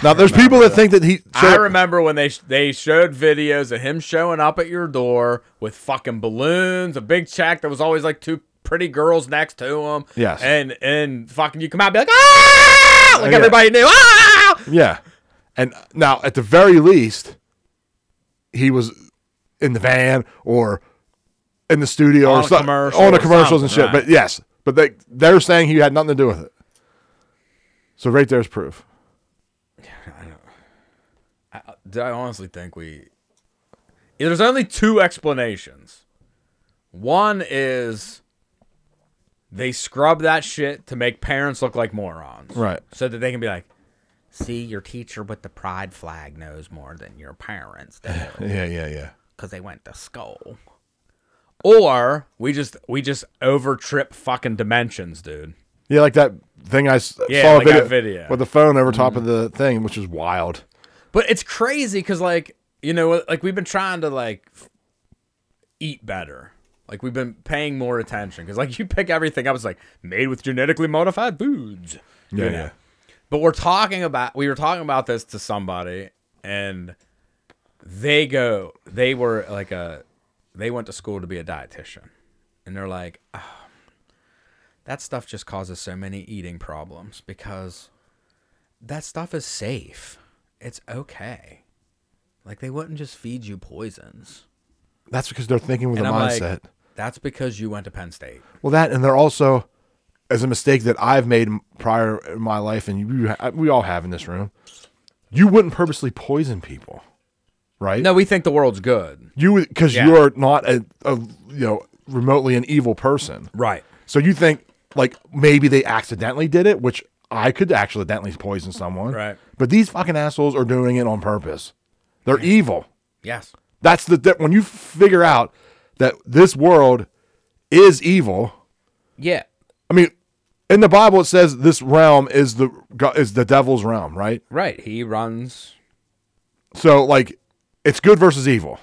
Now there's people that think that he showed
I
up-
remember when they they showed videos of him showing up at your door with fucking balloons, a big check that was always like two pretty girls next to him.
Yes.
And and fucking you come out and be like ah like
Yeah.
everybody knew ah
Yeah. And now, at the very least, he was in the van or in the studio
On
or
a
something
commercial
on the
or
commercials and shit.
something,
But
right.
yes, but they they're saying he had nothing to do with it. So right there's proof.
I, I honestly think we. There's only two explanations. One is they scrub that shit to make parents look like morons.
Right.
So that they can be like, see, your teacher with the pride flag knows more than your parents do.
Yeah, yeah, yeah.
Because they went to school. Or we just we just over trip fucking dimensions, dude.
Yeah, like that thing I s-
Yeah,
saw a
like
video,
that video. Mm-hmm.
with the phone over top of the thing, which is wild.
But it's crazy because, like, you know, like we've been trying to like f- eat better. Like we've been paying more attention because, like, you pick everything up. It's like made with genetically modified foods. you
Yeah,
know?
yeah.
But we're talking about we were talking about this to somebody, and they go, they were like a, they went to school to be a dietitian, and they're like, "Ah, that stuff just causes so many eating problems because that stuff is safe. It's okay. Like they wouldn't just feed you poisons.
That's because they're thinking with
And
a
I'm like,
mindset.
That's because you went to Penn State.
Well, that and they're also as a mistake that I've made m- prior in my life, and you, ha- we all have in this room. You wouldn't purposely poison people, right?
No, we think the world's good.
You because
Yeah.
you are not a, a you know remotely an evil person,
Right.
So you think like maybe they accidentally did it, which I could accidentally poison someone,
Right.
But these fucking assholes are doing it on purpose. They're evil.
Yes.
That's the that when you figure out that this world is evil.
Yeah.
I mean, in the Bible it says this realm is the go- is the devil's realm, right?
Right. He runs.
So like, it's good versus evil.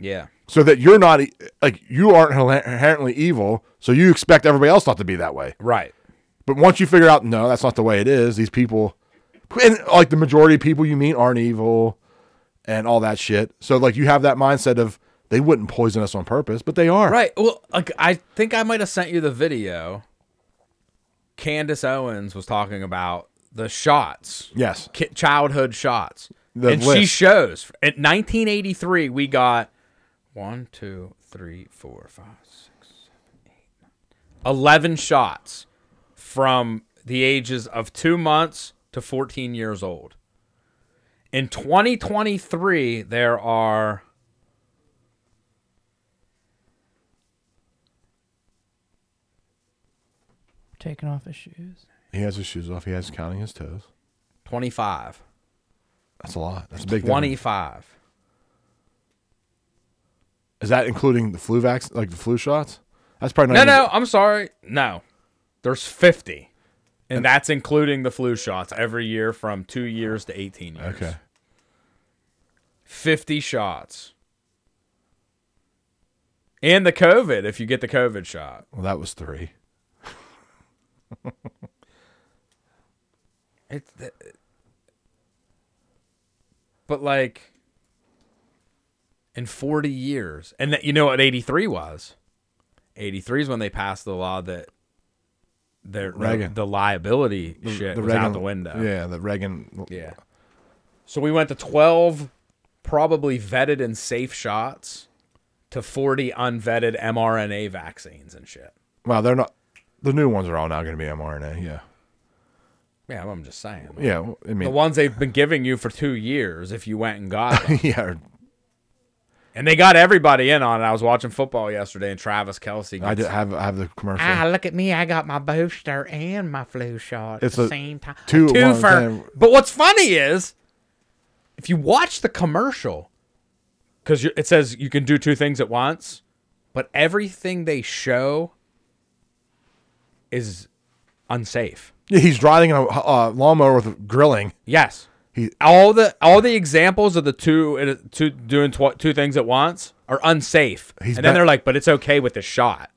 Yeah.
So that you're not e- like you aren't inher- inherently evil, so you expect everybody else not to be that way,
Right.
But once you figure out, no, that's not the way it is. These people, and like the majority of people you meet aren't evil, and all that shit. So like you have that mindset of they wouldn't poison us on purpose, but they are.
Right. Well, like, I think I might have sent you the video. Candace Owens was talking about the shots.
Yes.
Ki- childhood shots.
The
and she
list.
shows in 1983 we got one, two, three, four, five, six, seven, eight, nine, 11 shots from the ages of 2 months to 14 years old. In 2023 there are
Taking Taking off his shoes.
He has his shoes off. He has counting his toes.
25.
That's a lot. That's a big difference.
25. e-,
Is that including the flu vaccine, like the flu shots? That's probably
No,
not.
no, I'm sorry. No. There's 50. And, that's including the flu shots every year from 2 years to 18 years.
Okay.
50 shots. And the COVID if you get the COVID shot.
Well, that was three.
It's th- But like in 40 years. And that, you know what 83 was? 83 is when they passed the law that their the,
Reagan.
the liability shit was out the window.
Yeah, the Reagan.
Yeah. So we went to 12 probably vetted and safe shots to 40 unvetted mRNA vaccines and shit.
Wow, they're not. The new ones are all now going to be mRNA. Yeah.
Yeah, I'm just saying.
Yeah, well, I mean-
the ones they've been giving you for two years, if you went and got them.
yeah.
And they got everybody in on it. I was watching football yesterday, and Travis Kelsey. Gets,
I did have I have the commercial.
Ah, look at me. I got my booster and my flu shot
It's
at the
a-
same time.
two at
two
one
for.
time.
But what's funny is, if you watch the commercial, because it says you can do two things at once, but everything they show is
unsafe.
Yeah, he's driving a uh, lawnmower with grilling.
Yes. all the all the examples of the two two doing tw- two things at once are unsafe.
He's
and then
back-
they're like, "But it's okay with the shot."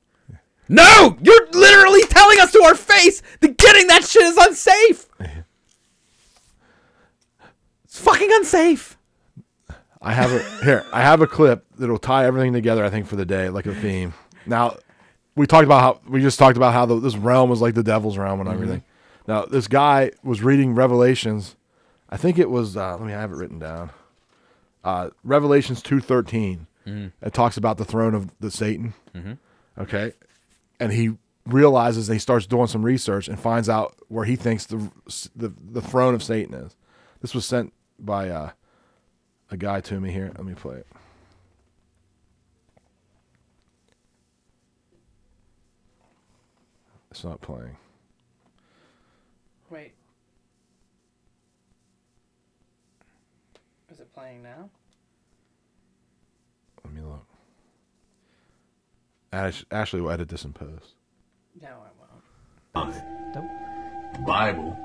No, you're literally telling us to our face that getting that shit is unsafe. It's fucking unsafe.
I have a here. I have a clip that'll tie everything together. I think for the day, like a theme. Now, we talked about how we just talked about how the, this realm was like the devil's realm and
Mhm.
everything. Now, this guy was reading Revelations. I think it was. Uh, let me I have it written down. Uh, Revelations two thirteen.
Mhm.
It talks about the throne of the Satan.
Mhm.
Okay, and he realizes he starts doing some research and finds out where he thinks the the, the throne of Satan is. This was sent by uh, a guy to me here. Let me play it. It's not playing.
Wait. Is it playing now?
Let me look. Ash, Ashley will edit this in post.
No, I
Bible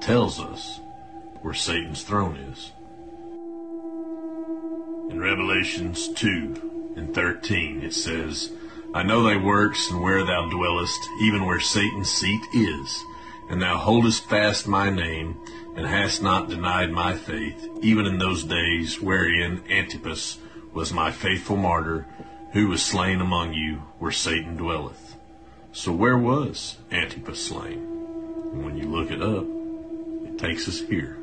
tells us where Satan's throne is. In Revelations 2 and 13, it says, I know thy works and where thou dwellest, even where Satan's seat is. And thou holdest fast my name, and hast not denied my faith, even in those days wherein Antipas was my faithful martyr, who was slain among you, where Satan dwelleth. So where was Antipas slain? And when you look it up, it takes us here.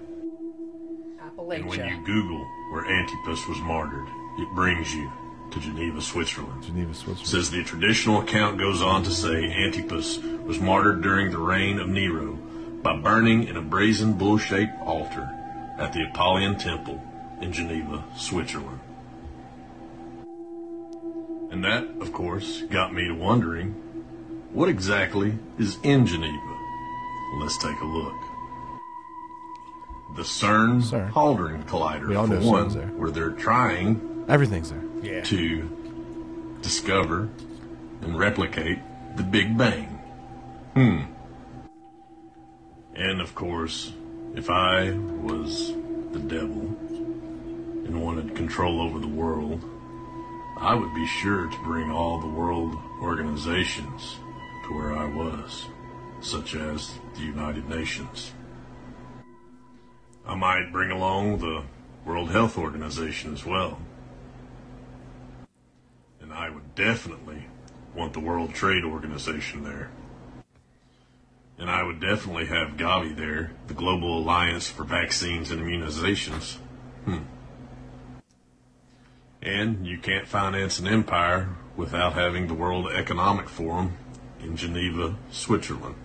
won't.
And when
Appalachia.
you Google where Antipas was martyred, it brings you to Geneva, Switzerland.
Geneva, Switzerland.
says the traditional account goes on to say Antipas was martyred during the reign of Nero by burning in a brazen bull-shaped altar at the Apollyon Temple in Geneva, Switzerland. And that, of course, got me to wondering, what exactly is in Geneva? Let's take a look. The CERN Haldron Collider,
We all
for
know
one,
CERN's there.
where they're trying
Everything's there.
to discover and replicate the Big Bang. Hmm. And of course, if I was the devil and wanted control over the world, I would be sure to bring all the world organizations to where I was, such as the United Nations. I might bring along the World Health Organization as well. And I would definitely want the World Trade Organization there. And I would definitely have Gavi there, the Global Alliance for Vaccines and Immunizations. Hmm. And you can't finance an empire without having the World Economic Forum in Geneva, Switzerland.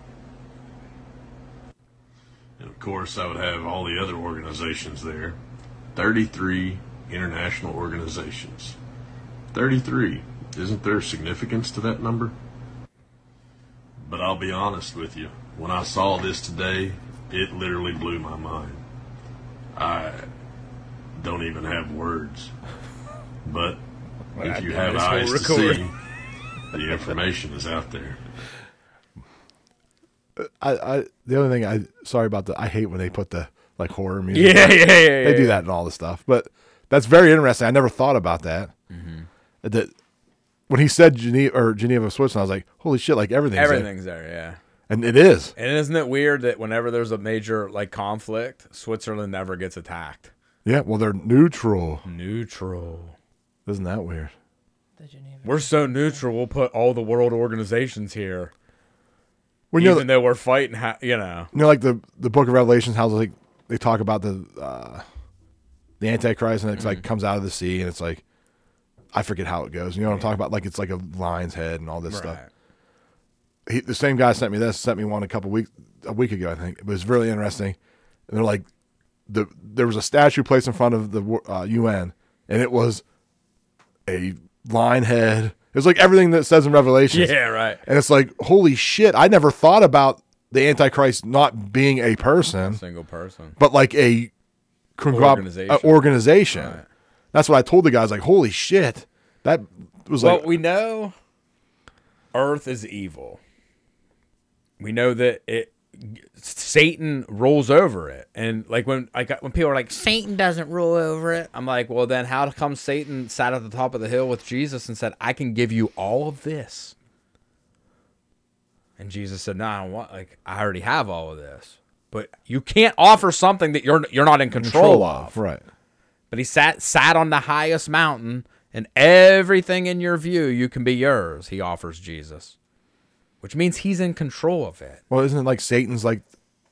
And of course, I would have all the other organizations there 33 international organizations. 33. Isn't there significance to that number? But I'll be honest with you. When I saw this today, it literally blew my mind. I don't even have words. But
Well, I
if you
did
have
this
eyes
whole
to
record.
see, the information is out there.
Uh, I, I the only thing I sorry about the I hate when they put the like horror music.
Yeah, yeah, yeah,
They do
yeah.
that and all this stuff, but that's very interesting. I never thought about that.
Mhm.
That when he said Geneva or Geneva, Switzerland, I was like, holy shit! Like everything's there.
Everything's there, yeah.
and it is.
And isn't it weird that whenever there's a major like conflict, Switzerland never gets attacked?
Yeah, well, they're neutral.
Neutral.
Isn't that weird?
We're so neutral. We'll put all the world organizations here,
Well, you know-
even though we're fighting. Ha- you know,
You know, like the the Book of Revelations, how like they talk about the uh, the Antichrist, and it's like
Mm-hmm.
comes out of the sea, and it's like I forget how it goes. You know what I'm talking about? Like it's like a lion's head and all this stuff. He, the same guy sent me this, sent me one a couple weeks a week ago, I think. It was really interesting. And they're like, the there was a statue placed in front of the wo- uh, UN, and it was a lion head. It was like everything that it says in Revelation.
Yeah, right.
And it's like, holy shit! I never thought about the Antichrist not being a person,
single person.
but like a conglob-
Organization.
a organization. That's what I told the guys. Like, holy shit! That was
well,
like
we know Earth is evil.
we know that it Satan rules over it. And like when like when people are like Satan doesn't rule over it, I'm like, well then how come Satan sat at the top of the hill with Jesus and said, "I can give you all of this." And Jesus said, "No, I don't want like I already have all of this." But you can't offer something that you're you're not in control, of.
right?
But he sat sat on the highest mountain, and everything in your view you can be yours. He offers Jesus, which means he's in control of it.
Well, isn't it like Satan's like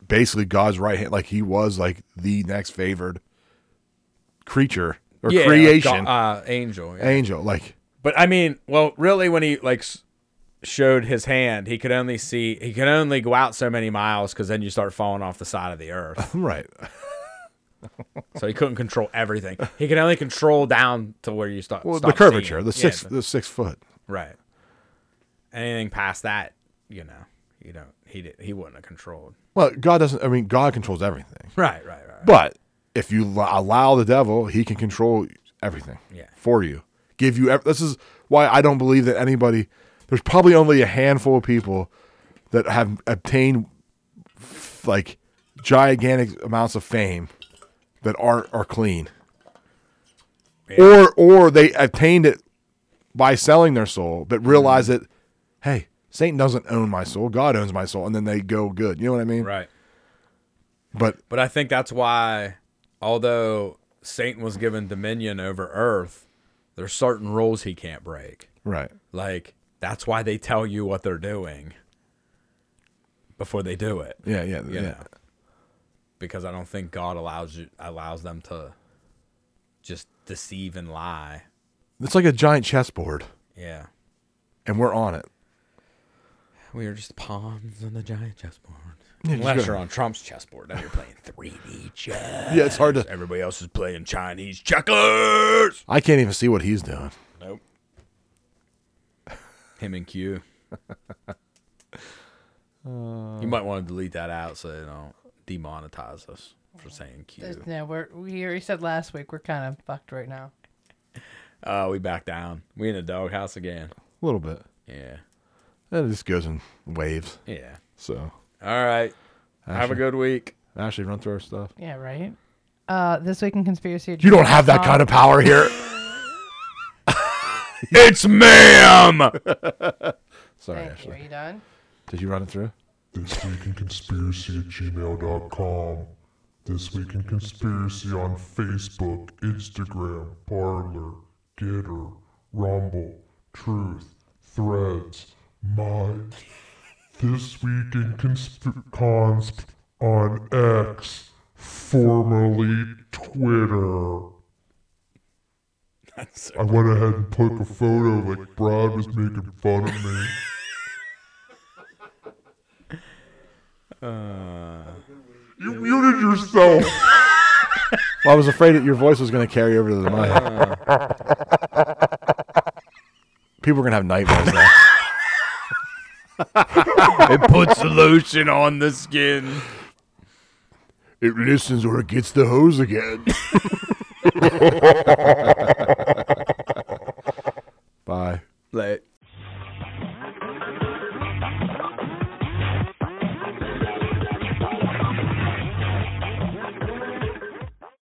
basically God's right hand? Like he was like the next favored creature or
Yeah,
creation,
go- uh, angel, yeah.
angel. Like
But I mean, well, really, when he like s- showed his hand, he could only see he could only go out so many miles because then you start falling off the side of the earth.
right.
so he couldn't control everything. He could only control down to where you start.
Well, the
Uh, stop seeing.
curvature, the
Yeah,
six,
the-
the six foot.
Right. Anything past that, you know, you don't. He did. He wouldn't have controlled.
Well, God doesn't. I mean, God controls everything.
Right, right, right.
But if you lo- allow the devil, he can control everything.
Yeah.
For you, give you. ev- This is why I don't believe that anybody. There's probably only a handful of people that have obtained f- like gigantic amounts of fame that aren't are clean. Or or they obtained it by selling their soul, but realize
Mm-hmm.
that hey, Satan doesn't own my soul. God owns my soul, and then they go good. You know what I mean?
Right.
But
But I think that's why, although Satan was given dominion over Earth, there's certain rules he can't break.
right.
Like that's why they tell you what they're doing before they do it.
Yeah, yeah, yeah.
Because I don't think God allows you allows them to just deceive and lie.
It's like a giant chessboard,
Yeah.
and we're on it.
We are just pawns on the giant chessboard.
Yeah, just
Unless
go-
you're on Trump's chessboard, then you're playing 3D chess.
Yeah, it's hard to-
Everybody else is playing Chinese checkers.
I can't even see what he's doing.
Nope. Him and Q. Uh, you might want to delete that out so they don't demonetize us for saying Q.
There's- No, we're we already said last week we're kind of fucked right now.
Oh, we back down. We in the doghouse again.
A little bit.
Yeah.
It just goes in waves.
Yeah.
So
All right. Have a
Ashley.
good week.
Ashley, run through our stuff.
Yeah, right. Uh, this week in conspiracy.
You don't have that kind of power here.
it's ma'am.
Sorry,
Thank
Ashley.
you. Are you done?
Did you run it through?
This Week in Conspiracy at gmail.com. This Week in Conspiracy on Facebook, Instagram, Parlor, Getter, Rumble, Truth, Threads, Mind. This Week in Consp- Consp on X, formerly Twitter. I went ahead and took a photo like Brad was making fun of me. You muted yourself.
Well, I was afraid that your voice was going to carry over to the mic. People are going to have nightmares now.
it puts lotion on the skin.
It listens or it gets the hose again.